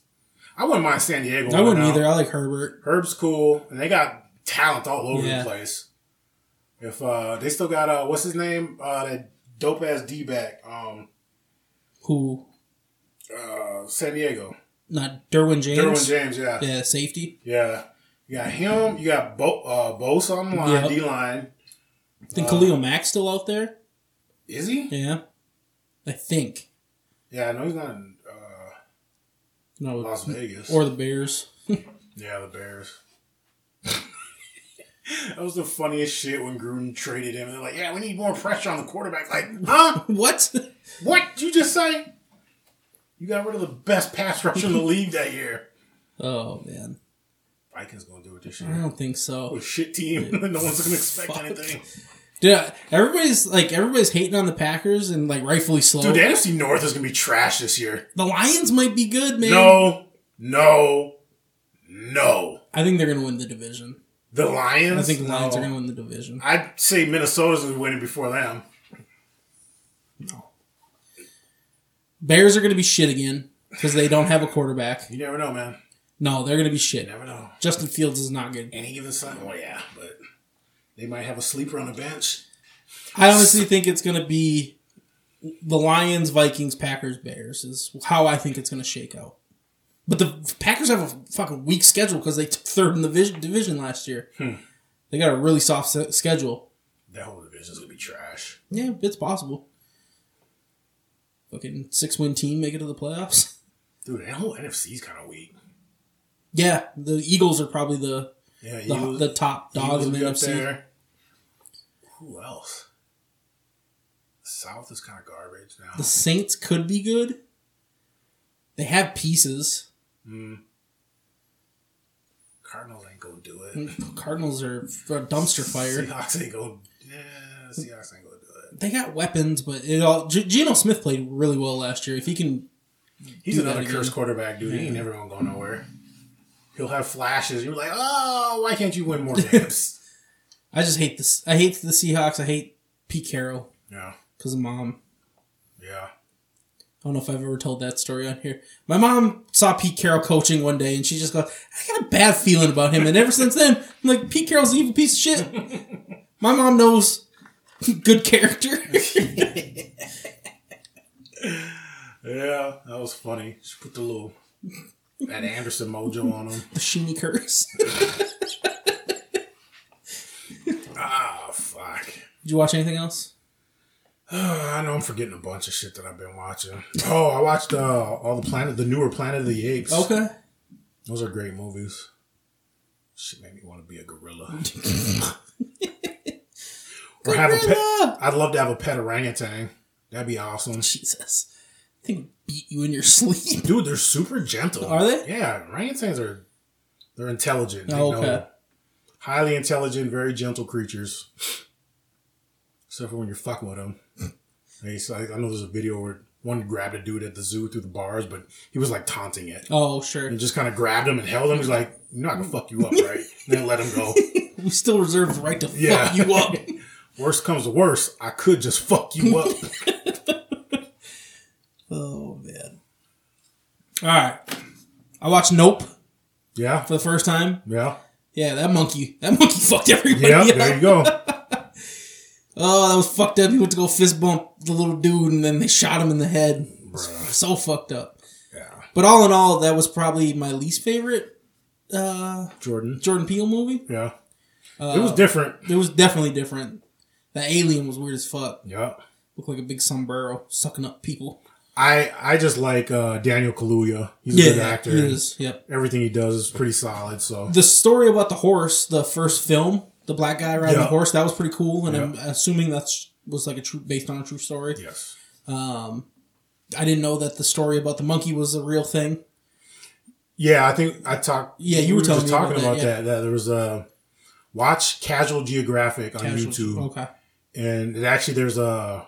[SPEAKER 7] I wouldn't mind San Diego.
[SPEAKER 8] I wouldn't
[SPEAKER 7] right now.
[SPEAKER 8] either. I like Herbert.
[SPEAKER 7] Herb's cool, and they got talent all over
[SPEAKER 8] Yeah.
[SPEAKER 7] the place. If uh, they still got uh, what's his name, uh, that dope ass D back, um,
[SPEAKER 8] Who?
[SPEAKER 7] uh, San Diego,
[SPEAKER 8] Not Derwin James.
[SPEAKER 7] Derwin James, yeah, yeah.
[SPEAKER 8] Yeah, safety.
[SPEAKER 7] You got him. You got Bo, uh, Bose on the line,
[SPEAKER 8] Yep.
[SPEAKER 7] D line.
[SPEAKER 8] Think Khalil Mack still out there?
[SPEAKER 7] Is he? Yeah.
[SPEAKER 8] Yeah, I think.
[SPEAKER 7] I know he's not in uh,
[SPEAKER 8] No,
[SPEAKER 7] Las Vegas
[SPEAKER 8] or the Bears.
[SPEAKER 7] Yeah, the Bears. that was the funniest shit when Gruden traded him. They're like, yeah, we need more pressure on the quarterback. Like, huh?
[SPEAKER 8] What?
[SPEAKER 7] what? Did you just say? You got rid of the best pass rusher in the league that year.
[SPEAKER 8] Oh man,
[SPEAKER 7] Vikings gonna do it this
[SPEAKER 8] I
[SPEAKER 7] year.
[SPEAKER 8] don't think
[SPEAKER 7] Oh,
[SPEAKER 8] so.
[SPEAKER 7] shit team. no one's gonna expect
[SPEAKER 8] Mm. Fuck.
[SPEAKER 7] anything.
[SPEAKER 8] Dude, I- everybody's like everybody's hating on the Packers and like rightfully so.
[SPEAKER 7] Dude, the NFC North is gonna be trash this year.
[SPEAKER 8] the Lions might be good, man.
[SPEAKER 7] No, no, no.
[SPEAKER 8] I think they're gonna win the division.
[SPEAKER 7] The Lions.
[SPEAKER 8] I think the Lions
[SPEAKER 7] No.
[SPEAKER 8] are gonna win the division.
[SPEAKER 7] I'd say Minnesota's gonna win it before them.
[SPEAKER 8] Bears are gonna be shit again because they don't have a quarterback.
[SPEAKER 7] You never know, man.
[SPEAKER 8] No, they're gonna be shit.
[SPEAKER 7] Never know.
[SPEAKER 8] Justin Fields is not good.
[SPEAKER 7] any given Sunday. Well, yeah, but they might have a sleeper on the bench.
[SPEAKER 8] I honestly think it's gonna be the Lions, Vikings, Packers, Bears is how I think it's gonna shake out.
[SPEAKER 7] Hmm.
[SPEAKER 8] But the Packers have a fucking weak schedule because they took third in the vis- division last year. They got a really soft se- schedule.
[SPEAKER 7] That whole division's gonna be trash.
[SPEAKER 8] Yeah, it's possible. Fucking six win team make it to the playoffs.
[SPEAKER 7] Dude, that whole NFC's kind of weak.
[SPEAKER 8] Yeah, the Eagles are probably the
[SPEAKER 7] Yeah,
[SPEAKER 8] the,
[SPEAKER 7] Eagles-
[SPEAKER 8] the top dog
[SPEAKER 7] Eagles
[SPEAKER 8] in the
[SPEAKER 7] will be up
[SPEAKER 8] NFC.
[SPEAKER 7] there. Who else? The South is kind of garbage now.
[SPEAKER 8] The Saints could be good. They have pieces.
[SPEAKER 7] Cardinals ain't gonna do
[SPEAKER 8] Mm.
[SPEAKER 7] it.
[SPEAKER 8] Cardinals are a dumpster fire.
[SPEAKER 7] Seahawks ain't gonna. Yeah, Seahawks ain't gonna do
[SPEAKER 8] They got weapons, but it all. G- Geno Smith played really well last year. If he can,
[SPEAKER 7] it. He's
[SPEAKER 8] Do that
[SPEAKER 7] another
[SPEAKER 8] again.
[SPEAKER 7] cursed quarterback, dude. He ain't never gonna go nowhere. He'll have flashes. You're like, oh, why can't you win more games?
[SPEAKER 8] I just hate this. I hate the Seahawks. I hate Pete Carroll
[SPEAKER 7] yeah,
[SPEAKER 8] because of mom.
[SPEAKER 7] yeah.
[SPEAKER 8] I don't know if I've ever told that story on here. My mom saw Pete Carroll coaching one day, and she just goes, "I got a bad feeling about him." And ever since then, I'm like, Pete Carroll's an evil piece of shit. My mom knows good character.
[SPEAKER 7] Yeah, that was funny. She put the little that Anderson mojo on him.
[SPEAKER 8] the Sheeny curse.
[SPEAKER 7] Ah, fuck.
[SPEAKER 8] Did you watch anything else?
[SPEAKER 7] I know I'm forgetting a bunch of shit that I've been watching. Oh, I watched uh, all the planet, the newer Planet of the Apes.
[SPEAKER 8] Okay.
[SPEAKER 7] those are great movies. Shit made me want to be a gorilla. or have a pet.
[SPEAKER 8] Gorilla!
[SPEAKER 7] I'd love to have a pet orangutan. That'd be awesome.
[SPEAKER 8] Jesus, I think beat you in your sleep.
[SPEAKER 7] Dude, they're super gentle.
[SPEAKER 8] Are they?
[SPEAKER 7] Yeah, orangutans are. They're intelligent. They
[SPEAKER 8] Oh,
[SPEAKER 7] know-
[SPEAKER 8] okay.
[SPEAKER 7] highly intelligent, very gentle creatures. Except for when you're fucking with them.
[SPEAKER 8] Hmm.
[SPEAKER 7] They- so I, I know there's a video where one grabbed a dude at the zoo through the bars, but he was like taunting it.
[SPEAKER 8] Oh sure.
[SPEAKER 7] And just kind of grabbed him and held him. He's like, "You're not gonna fuck you up, right?" and then let him go.
[SPEAKER 8] We still reserve the right to
[SPEAKER 7] Yeah.
[SPEAKER 8] fuck you up.
[SPEAKER 7] Worst comes to worst, I could just fuck you up.
[SPEAKER 8] oh man. All right. I watched Nope
[SPEAKER 7] yeah,
[SPEAKER 8] for the first time.
[SPEAKER 7] yeah,
[SPEAKER 8] Yeah, that monkey. That monkey fucked everybody
[SPEAKER 7] yeah.
[SPEAKER 8] up.
[SPEAKER 7] There you go.
[SPEAKER 8] Oh, that was fucked up. He went to go fist bump the little dude, and then they shot him in the head.
[SPEAKER 7] Bruh.
[SPEAKER 8] So fucked up.
[SPEAKER 7] Yeah,
[SPEAKER 8] But all in all, that was probably my least favorite uh,
[SPEAKER 7] Jordan.
[SPEAKER 8] Jordan Peele movie.
[SPEAKER 7] Yeah, it
[SPEAKER 8] Uh,
[SPEAKER 7] was different.
[SPEAKER 8] It was definitely different. That alien was weird as fuck.
[SPEAKER 7] Yeah,
[SPEAKER 8] Looked like a big sombrero sucking up people.
[SPEAKER 7] I I just like uh, Daniel Kaluuya. He's a good actor.
[SPEAKER 8] he is. Yep.
[SPEAKER 7] Everything he does is pretty solid. So
[SPEAKER 8] The story about the horse, the first film, the black guy riding
[SPEAKER 7] Yeah.
[SPEAKER 8] the horse, that was pretty cool, and I'm
[SPEAKER 7] Yeah.
[SPEAKER 8] assuming that's was like a true based on a true story.
[SPEAKER 7] yes,
[SPEAKER 8] I didn't know that the story about the monkey was a real thing.
[SPEAKER 7] yeah. I think I talked.
[SPEAKER 8] Yeah, you were
[SPEAKER 7] just
[SPEAKER 8] telling me
[SPEAKER 7] talking
[SPEAKER 8] about that,
[SPEAKER 7] about that, that. there was a watch Casual Geographic on YouTube.
[SPEAKER 8] Okay.
[SPEAKER 7] and it actually there's a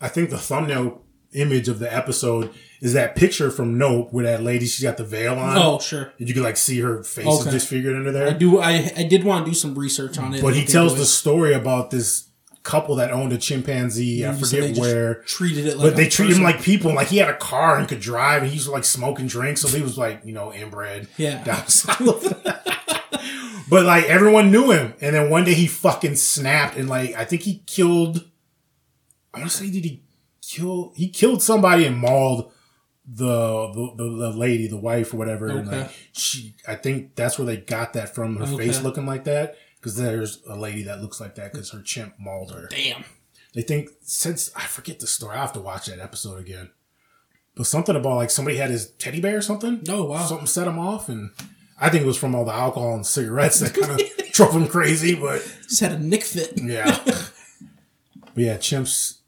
[SPEAKER 7] i think the thumbnail image of the episode is that picture from nope where that lady she's got the veil on
[SPEAKER 8] Oh, sure.
[SPEAKER 7] and you can like see her face is
[SPEAKER 8] Okay.
[SPEAKER 7] disfigured under
[SPEAKER 8] I
[SPEAKER 7] there
[SPEAKER 8] do. I I did want to do some research on it.
[SPEAKER 7] but he
[SPEAKER 8] Look
[SPEAKER 7] tells
[SPEAKER 8] into
[SPEAKER 7] the
[SPEAKER 8] it.
[SPEAKER 7] story about this couple that owned a chimpanzee i
[SPEAKER 8] So they
[SPEAKER 7] forget
[SPEAKER 8] just
[SPEAKER 7] where
[SPEAKER 8] treated it. like
[SPEAKER 7] but
[SPEAKER 8] a
[SPEAKER 7] they treat him
[SPEAKER 8] person.
[SPEAKER 7] like people like he had a car and could drive and he used to like smoke and drink so he was like you know inbred
[SPEAKER 8] Yeah.
[SPEAKER 7] down south but like everyone knew him and then one day he fucking snapped and like i think he killed i want to say did he kill he killed somebody and mauled the the, the, the lady the wife or whatever and
[SPEAKER 8] Okay.
[SPEAKER 7] like she i think that's where they got that from her
[SPEAKER 8] Okay.
[SPEAKER 7] face looking like that because there's a lady that looks like that because her chimp mauled her
[SPEAKER 8] damn.
[SPEAKER 7] they think since I forget the story, I have to watch that episode again. But something about like somebody had his teddy bear or something.
[SPEAKER 8] Oh, wow.
[SPEAKER 7] something set him off, and I think it was from all the alcohol and cigarettes that kind of drove him crazy. But
[SPEAKER 8] Just had a nick fit.
[SPEAKER 7] yeah, but yeah, chimps.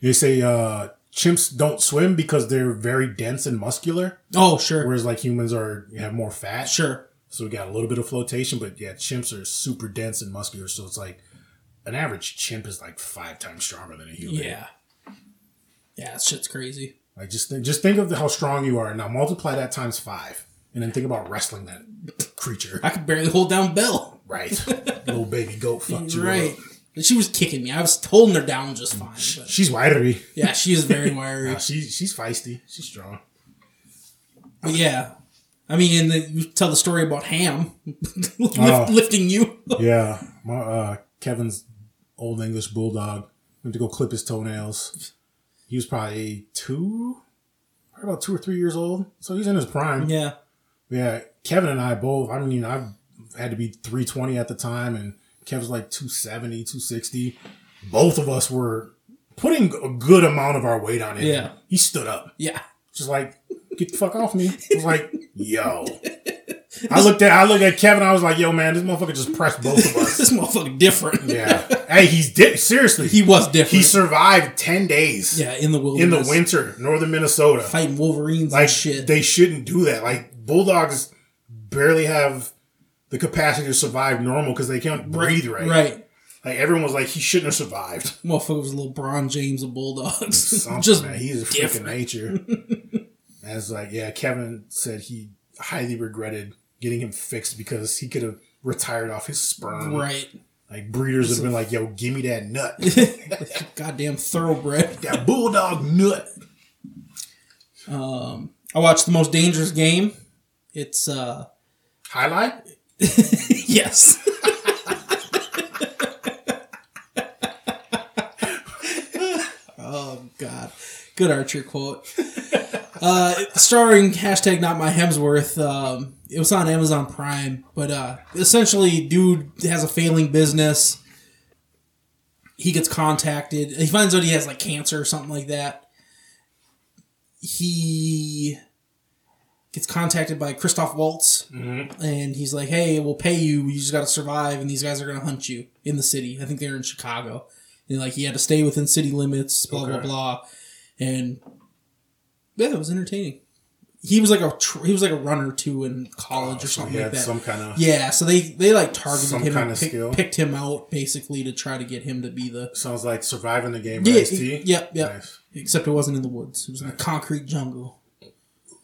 [SPEAKER 7] They say uh, chimps don't swim because they're very dense and muscular,
[SPEAKER 8] Oh, sure,
[SPEAKER 7] whereas like humans are have more fat.
[SPEAKER 8] sure.
[SPEAKER 7] So we got a little bit of flotation, but yeah, chimps are super dense and muscular. So it's like an average chimp is like five times stronger than a human.
[SPEAKER 8] Yeah, yeah. That shit's crazy.
[SPEAKER 7] Like just think, just think of how strong you are, and now multiply that times five, and then think about wrestling that creature.
[SPEAKER 8] I could barely hold down Bell.
[SPEAKER 7] Right, little baby goat fucked you
[SPEAKER 8] Right.
[SPEAKER 7] up.
[SPEAKER 8] And she was kicking me. I was holding her down just fine. but-
[SPEAKER 7] She's wiry.
[SPEAKER 8] yeah, she is very wiry.
[SPEAKER 7] Uh, she she's feisty. She's strong.
[SPEAKER 8] But yeah, I mean, and the, you tell the story about Ham lift,
[SPEAKER 7] Oh.
[SPEAKER 8] lifting you.
[SPEAKER 7] Yeah, my uh, Kevin's old English bulldog went to go clip his toenails. He was probably two, probably about two or three years old, so he's in his prime.
[SPEAKER 8] yeah,
[SPEAKER 7] Yeah, Kevin and I both. I mean, I had to be 320 at the time, and Kev's like 270, 260. Both of us were putting a good amount of our weight on him.
[SPEAKER 8] Yeah.
[SPEAKER 7] He stood up.
[SPEAKER 8] Yeah.
[SPEAKER 7] Just like, get the fuck off me. I was like, yo. I looked at I looked at Kevin, I was like, yo man, this motherfucker just pressed both of us.
[SPEAKER 8] This motherfucker different.
[SPEAKER 7] Yeah. Hey, he's di- seriously.
[SPEAKER 8] He was different.
[SPEAKER 7] he survived ten days.
[SPEAKER 8] yeah, in the
[SPEAKER 7] In
[SPEAKER 8] wilderness.
[SPEAKER 7] the winter, northern Minnesota.
[SPEAKER 8] Fighting Wolverines
[SPEAKER 7] like
[SPEAKER 8] and shit.
[SPEAKER 7] they shouldn't do that. Like bulldogs barely have the capacity to survive normal because they can't breathe right.
[SPEAKER 8] Right.
[SPEAKER 7] Like everyone was like, he shouldn't have survived.
[SPEAKER 8] Motherfucker was a little Bron James of Bulldogs.
[SPEAKER 7] Something,
[SPEAKER 8] Just
[SPEAKER 7] man. he's a freak of
[SPEAKER 8] different.
[SPEAKER 7] nature. As like, yeah, Kevin said he highly regretted getting him fixed because he could have retired off his sperm.
[SPEAKER 8] Right.
[SPEAKER 7] Like breeders have been like, yo, give me that nut.
[SPEAKER 8] Goddamn thoroughbred.
[SPEAKER 7] that bulldog nut.
[SPEAKER 8] I watched the most dangerous game. It's uh
[SPEAKER 7] Highlight?
[SPEAKER 8] yes. oh God, good Archer quote. Uh, starring hashtag not my Hemsworth. Um, it was on Amazon Prime, but uh, essentially, dude has a failing business. He gets contacted. He finds out he has like cancer or something like that. He gets contacted by Christoph Waltz,
[SPEAKER 7] Mm-hmm.
[SPEAKER 8] and he's like, "Hey, we'll pay you. You just got to survive, and these guys are going to hunt you in the city. I think they're in Chicago." And like, he had to stay within city limits. Blah blah
[SPEAKER 7] Okay.
[SPEAKER 8] blah, and yeah, it was entertaining. He was like a tr- he was like a runner too in
[SPEAKER 7] Oh,
[SPEAKER 8] college or
[SPEAKER 7] So
[SPEAKER 8] something
[SPEAKER 7] he
[SPEAKER 8] like
[SPEAKER 7] had
[SPEAKER 8] that.
[SPEAKER 7] some kind of
[SPEAKER 8] yeah, so they they like targeted
[SPEAKER 7] Some
[SPEAKER 8] him,
[SPEAKER 7] kind
[SPEAKER 8] and
[SPEAKER 7] of
[SPEAKER 8] pick-
[SPEAKER 7] skill.
[SPEAKER 8] picked him out basically to try to get him to be the
[SPEAKER 7] sounds like surviving the game.
[SPEAKER 8] yeah,
[SPEAKER 7] Yeah,
[SPEAKER 8] e- yep, yep. Except it wasn't in the woods; it was in the concrete jungle.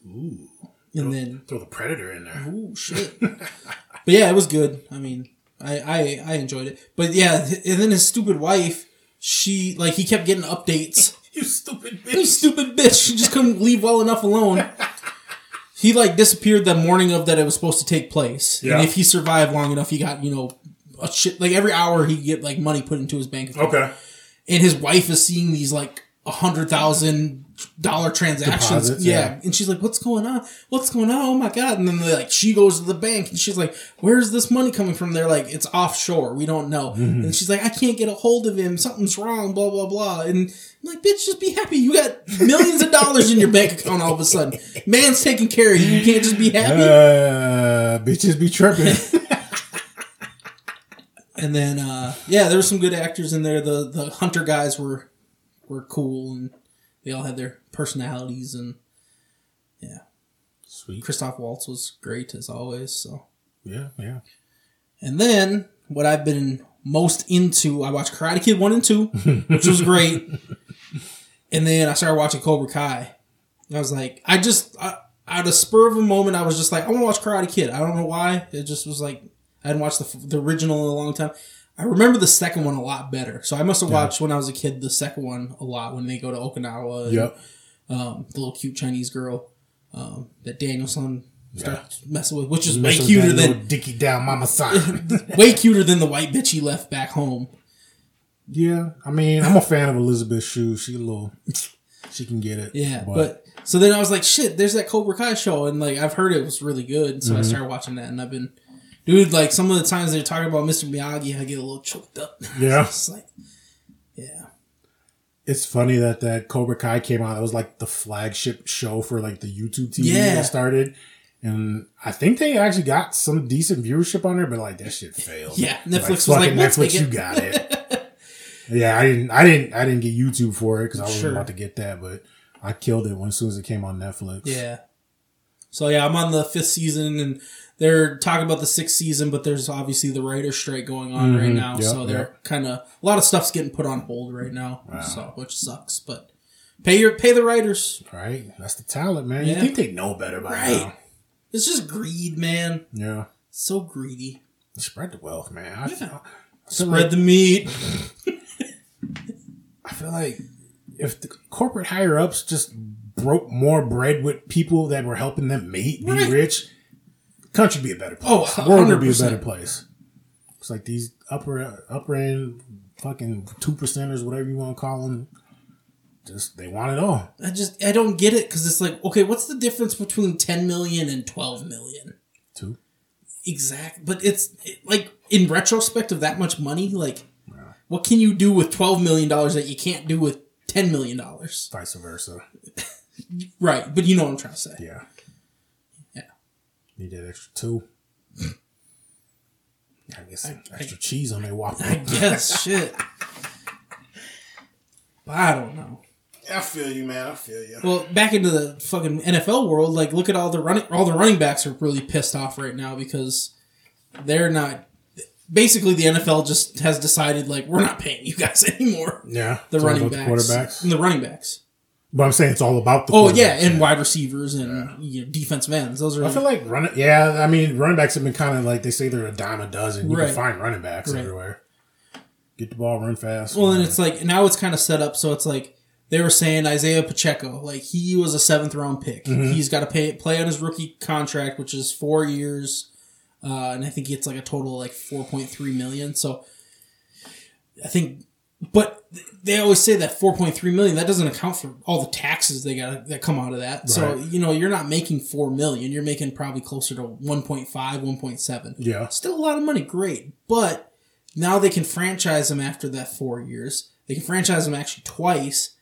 [SPEAKER 8] Ooh, and then
[SPEAKER 7] Throw the predator in there.
[SPEAKER 8] Ooh, shit. but yeah, it was good. I mean, I, I I enjoyed it. But yeah, th- and then his stupid wife, she like he kept getting updates.
[SPEAKER 7] You stupid
[SPEAKER 8] You
[SPEAKER 7] bitch.
[SPEAKER 8] stupid bitch, she just couldn't leave well enough alone. He like disappeared the morning of that it was supposed to take place.
[SPEAKER 7] Yeah.
[SPEAKER 8] And if he survived long enough, he got, you know, a shit like every hour he get like money put into his bank account.
[SPEAKER 7] Okay.
[SPEAKER 8] And his wife is seeing these like a hundred thousand dollar transactions.
[SPEAKER 7] Deposits,
[SPEAKER 8] yeah.
[SPEAKER 7] yeah.
[SPEAKER 8] And she's like, What's going on? What's going on? Oh my god. And then they like she goes to the bank and she's like, Where's this money coming from? They're like, It's offshore. We don't know.
[SPEAKER 7] Mm-hmm.
[SPEAKER 8] And she's like, I can't get a hold of him. Something's wrong, blah, blah, blah. And I'm like, bitch, just be happy. You got millions of dollars in your bank account all of a sudden. Man's taking care of you. You can't just be happy.
[SPEAKER 7] Uh, bitches be tripping.
[SPEAKER 8] and then uh yeah there were some good actors in there the the hunter guys were were cool and they all had their personalities and yeah
[SPEAKER 7] Sweet.
[SPEAKER 8] christoph waltz was great as always so
[SPEAKER 7] yeah, yeah.
[SPEAKER 8] and then what i've been most into i watched karate kid 1 and 2 which was great and then i started watching cobra kai And i was like i just I, out of spur of a moment i was just like i want to watch karate kid i don't know why it just was like I hadn't watched the, f- the original in a long time. I remember the second one a lot better. So I must have watched when I was a kid the second one a lot when they go to Okinawa. and,
[SPEAKER 7] Yep.
[SPEAKER 8] Um, the little cute Chinese girl um, that Danielson starts messing with, which is way
[SPEAKER 7] Mess with
[SPEAKER 8] cuter
[SPEAKER 7] that little
[SPEAKER 8] than
[SPEAKER 7] Dickie down mama side.
[SPEAKER 8] way cuter than the white bitch he left back home.
[SPEAKER 7] yeah, I mean, I'm a fan of Elizabeth Shue. She a little, she can get it.
[SPEAKER 8] Yeah, but, so then I was like, shit, there's that Cobra Kai show, and like I've heard it was really good,
[SPEAKER 7] Mm-hmm.
[SPEAKER 8] so I started watching that, and I've been, dude, like some of the times they're talking about Mr. Miyagi, I get a little choked up.
[SPEAKER 7] yeah,
[SPEAKER 8] it's like, yeah,
[SPEAKER 7] it's funny that that Cobra Kai came out. That was like the flagship show for like the YouTube TV
[SPEAKER 8] Yeah.
[SPEAKER 7] when it started. And I think they actually got some decent viewership on there, but like that shit failed.
[SPEAKER 8] Yeah, Netflix was like,
[SPEAKER 7] fucking
[SPEAKER 8] "Let's
[SPEAKER 7] Netflix,
[SPEAKER 8] make it."
[SPEAKER 7] you got it. yeah, I didn't, I didn't, I didn't get YouTube for it because I wasn't
[SPEAKER 8] Sure.
[SPEAKER 7] about to get that, but I killed it when, as soon as it came on Netflix.
[SPEAKER 8] Yeah. So yeah, I'm on the fifth season, and they're talking about the sixth season, but there's obviously the writer's strike going on right now,
[SPEAKER 7] Mm-hmm. Yep,
[SPEAKER 8] so they're
[SPEAKER 7] yep.
[SPEAKER 8] kind of a lot of stuff's getting put on hold right now, so which sucks. But pay your pay the writers.
[SPEAKER 7] right. That's the talent, man.
[SPEAKER 8] Yeah.
[SPEAKER 7] You think they know better by
[SPEAKER 8] Right. It's just greed, man.
[SPEAKER 7] now? Yeah,
[SPEAKER 8] So greedy.
[SPEAKER 7] spread the wealth, man. I,
[SPEAKER 8] Yeah.
[SPEAKER 7] I feel
[SPEAKER 8] Spread
[SPEAKER 7] like,
[SPEAKER 8] the meat.
[SPEAKER 7] I feel like if the corporate higher ups just broke more bread with people that were helping them mate,
[SPEAKER 8] Right.
[SPEAKER 7] be rich, country be a better
[SPEAKER 8] Oh,
[SPEAKER 7] place. the world would be a
[SPEAKER 8] 100%.
[SPEAKER 7] better place. It's like these upper upper end fucking two percenters, whatever you want to call them. Just they want it all.
[SPEAKER 8] I just I don't get it because it's like okay, what's the difference between 10 million and 12 million?
[SPEAKER 7] Two.
[SPEAKER 8] Exact, but it's it- like in retrospect of that much money, like what can you do with twelve million dollars that you can't do with ten million dollars?
[SPEAKER 7] vice versa.
[SPEAKER 8] Right, but you know what I'm trying to say.
[SPEAKER 7] Yeah.
[SPEAKER 8] Yeah.
[SPEAKER 7] Need that extra two. I guess some extra cheese on that waffle.
[SPEAKER 8] I guess shit. But I don't know.
[SPEAKER 7] I feel you, man. I feel you.
[SPEAKER 8] Well, back into the fucking NFL world, like look at all the running all the running backs are really pissed off right now because they're not basically the NFL just has decided like we're not paying you guys anymore.
[SPEAKER 7] Yeah.
[SPEAKER 8] The
[SPEAKER 7] it's all
[SPEAKER 8] running
[SPEAKER 7] about
[SPEAKER 8] backs.
[SPEAKER 7] the quarterbacks.
[SPEAKER 8] The running backs.
[SPEAKER 7] But I'm saying it's all about the.
[SPEAKER 8] Oh yeah,
[SPEAKER 7] quarterbacks.
[SPEAKER 8] and wide receivers and you know, defensive ends. Those are
[SPEAKER 7] I feel like running. Yeah, I mean running backs have been kind of like they say they're a dime a dozen. You
[SPEAKER 8] Right.
[SPEAKER 7] can find running backs
[SPEAKER 8] Right.
[SPEAKER 7] everywhere. Get the ball, run fast.
[SPEAKER 8] well, and it's like now it's kind of set up so it's like they were saying Isaiah Pacheco, like he was a seventh round pick. He's got to pay play on his rookie contract, which is four years, uh, and I think it's like a total of like four point three million. So I think, but th- they always say that four point three million that doesn't account for all the taxes they got that come out of that. So
[SPEAKER 7] Right.
[SPEAKER 8] you know you're not making four million. You're making probably closer to 1.5, 1.7.
[SPEAKER 7] yeah,
[SPEAKER 8] still a lot of money, great. But now they can franchise him after that four years. They can franchise him actually twice.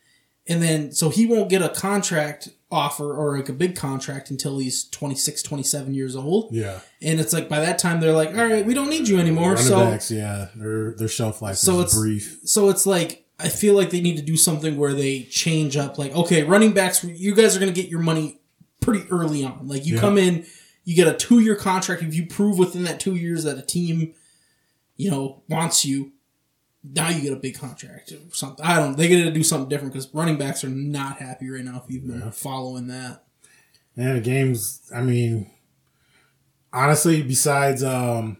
[SPEAKER 8] And then, so he won't get a contract offer or like a big contract until he's 26, 27 years old.
[SPEAKER 7] yeah.
[SPEAKER 8] And it's like by that time they're like, all right, we don't need you anymore.
[SPEAKER 7] running
[SPEAKER 8] so,
[SPEAKER 7] backs, yeah, their their shelf life
[SPEAKER 8] So
[SPEAKER 7] is
[SPEAKER 8] it's-
[SPEAKER 7] brief.
[SPEAKER 8] so it's like, I feel like they need to do something where they change up, like, okay, running backs, you guys are going to get your money pretty early on. Like, you
[SPEAKER 7] Yeah.
[SPEAKER 8] come in, you get a two year contract. If you prove within that two years that a team, you know, wants you, now you get a big contract or something. I don't. They got to do something different because running backs are not happy right now. If you've been following that,
[SPEAKER 7] And the games, I mean, honestly, besides um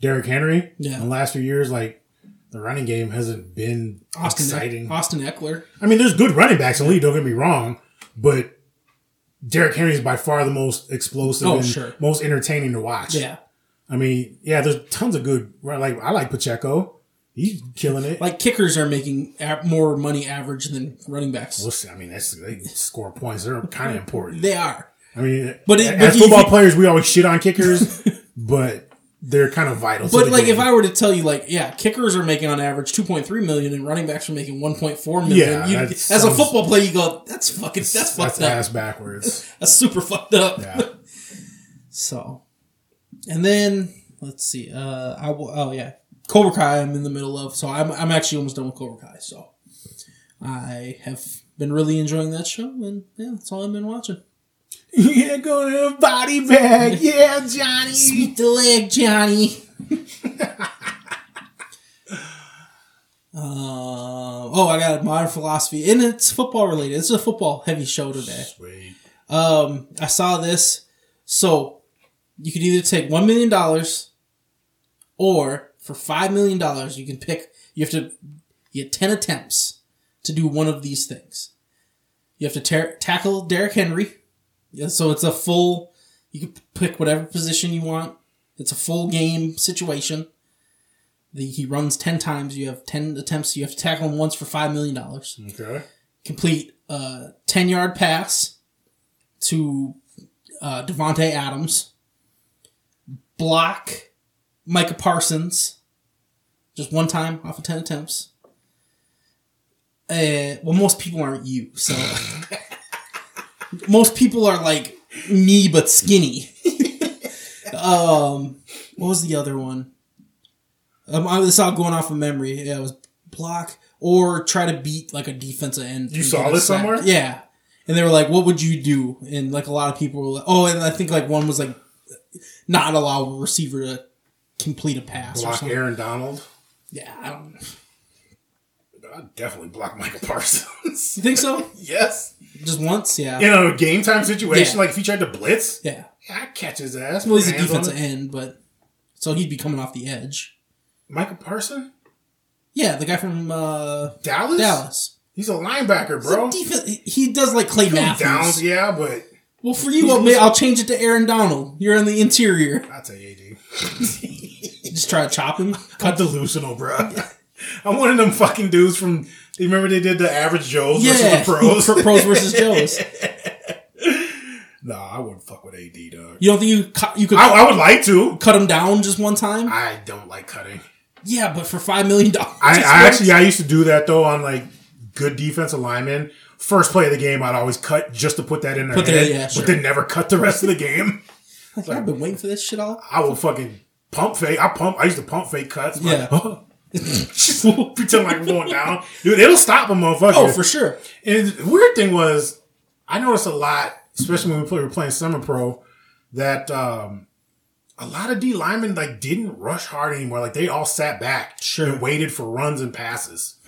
[SPEAKER 7] Derrick Henry,
[SPEAKER 8] Yeah.
[SPEAKER 7] in the last few years, like the running game hasn't been
[SPEAKER 8] Austin E-,
[SPEAKER 7] exciting.
[SPEAKER 8] Austin Eckler,
[SPEAKER 7] I mean, there's good running backs in the league. Don't get me wrong, but Derrick Henry is by far the most explosive
[SPEAKER 8] Oh,
[SPEAKER 7] and
[SPEAKER 8] sure.
[SPEAKER 7] most entertaining to watch.
[SPEAKER 8] yeah,
[SPEAKER 7] I mean, yeah, there's tons of good. Like I like Pacheco, he's killing it.
[SPEAKER 8] like kickers are making a- more money average than running backs.
[SPEAKER 7] Listen, I mean, that's they score points. They're kind of important.
[SPEAKER 8] They are.
[SPEAKER 7] I mean,
[SPEAKER 8] But
[SPEAKER 7] but
[SPEAKER 8] it- but
[SPEAKER 7] as
[SPEAKER 8] you
[SPEAKER 7] football
[SPEAKER 8] think-
[SPEAKER 7] players, we always shit on kickers, but they're kind of vital. to
[SPEAKER 8] But
[SPEAKER 7] the
[SPEAKER 8] like, if
[SPEAKER 7] game.
[SPEAKER 8] I were to tell you, like, yeah, kickers are making on average two point three million, and running backs are making one point four million.
[SPEAKER 7] Yeah,
[SPEAKER 8] you,
[SPEAKER 7] that
[SPEAKER 8] as a
[SPEAKER 7] sounds-
[SPEAKER 8] football player, you go, that's fucking, that's,
[SPEAKER 7] that's,
[SPEAKER 8] fucked up.
[SPEAKER 7] ass backwards.
[SPEAKER 8] That's super fucked up.
[SPEAKER 7] Yeah.
[SPEAKER 8] So, and then let's see. Uh, I will. Oh yeah, Cobra Kai. I'm in the middle of. So I'm I'm actually almost done with Cobra Kai. So I have been really enjoying that show, and yeah, that's all I've been watching.
[SPEAKER 7] yeah, go to the body bag. Yeah, Johnny.
[SPEAKER 8] Sweep the leg, Johnny. Uh, oh, I got modern philosophy, and it's football related. It's a football heavy show today.
[SPEAKER 7] Sweet.
[SPEAKER 8] Um, I saw this. So you could either take one million dollars, or for five million dollars, you can pick. You have to you have ten attempts to do one of these things. You have to tar- tackle Derrick Henry. Yeah, so it's a full. You can pick whatever position you want. It's a full game situation. The, he runs ten times. You have ten attempts. You have to tackle him once for five million dollars
[SPEAKER 7] Okay.
[SPEAKER 8] complete a 10 yard pass to uh, Devonte Adams, block Micah Parsons just one time off of 10 attempts. Uh, well, most people aren't you, so most people are like me but skinny. um, what was the other one? Um, I was all going off of memory. Yeah, it was block or try to beat like a defensive end.
[SPEAKER 7] You
[SPEAKER 8] and
[SPEAKER 7] saw
[SPEAKER 8] get a
[SPEAKER 7] this
[SPEAKER 8] sack.
[SPEAKER 7] somewhere?
[SPEAKER 8] Yeah, and they were like, "What would you do?" And like a lot of people were like, "Oh," and I think like one was like, "Not allow a receiver to complete a pass." or
[SPEAKER 7] Block
[SPEAKER 8] something.
[SPEAKER 7] Aaron Donald.
[SPEAKER 8] Yeah, I don't.
[SPEAKER 7] I definitely block Michael Parsons.
[SPEAKER 8] You think so?
[SPEAKER 7] yes.
[SPEAKER 8] Just once? Yeah.
[SPEAKER 7] In a game time situation,
[SPEAKER 8] Yeah.
[SPEAKER 7] like if he tried to blitz,
[SPEAKER 8] Yeah.
[SPEAKER 7] I catch his ass.
[SPEAKER 8] Well, he's a
[SPEAKER 7] Hands on
[SPEAKER 8] defensive
[SPEAKER 7] him.
[SPEAKER 8] end, but so he'd be coming off the edge.
[SPEAKER 7] Michael Parsons,
[SPEAKER 8] Yeah, the guy from uh,
[SPEAKER 7] Dallas.
[SPEAKER 8] Dallas.
[SPEAKER 7] He's a linebacker,
[SPEAKER 8] He's a
[SPEAKER 7] bro.
[SPEAKER 8] defen- he- he does like Clay Matthews.
[SPEAKER 7] Downs, yeah, but
[SPEAKER 8] Well, for you, I'll, I'll change it to Aaron Donald. You're in the interior.
[SPEAKER 7] I'll tell you, dude.
[SPEAKER 8] Just try to chop him.
[SPEAKER 7] I'm delusional, bro. I'm one of them fucking dudes from. You remember they did the average Joes
[SPEAKER 8] Yeah,
[SPEAKER 7] versus the pros?
[SPEAKER 8] Pro- pros versus Joes.
[SPEAKER 7] No, I wouldn't fuck with AD, dog.
[SPEAKER 8] You don't think you cut, you could
[SPEAKER 7] I, I would like to.
[SPEAKER 8] cut him down just one time?
[SPEAKER 7] I don't like cutting.
[SPEAKER 8] Yeah, but for five million dollars,
[SPEAKER 7] I, I actually I used to do that though on like good defensive linemen. First play of the game, I'd always cut just to put that in their
[SPEAKER 8] Put the-
[SPEAKER 7] head,
[SPEAKER 8] yeah, sure.
[SPEAKER 7] but then never cut the rest of the game.
[SPEAKER 8] have been waiting for this shit all.
[SPEAKER 7] I will fucking pump fake. I pump. I used to pump fake cuts.
[SPEAKER 8] Yeah.
[SPEAKER 7] Like, just pretend like we're going down, dude. It'll stop a motherfucker.
[SPEAKER 8] Oh, for sure.
[SPEAKER 7] And the weird thing was, I noticed a lot, especially when we play, were playing summer pro, that um, a lot of D linemen like didn't rush hard anymore. Like they all sat back
[SPEAKER 8] Sure. Hmm.
[SPEAKER 7] and waited for runs and passes.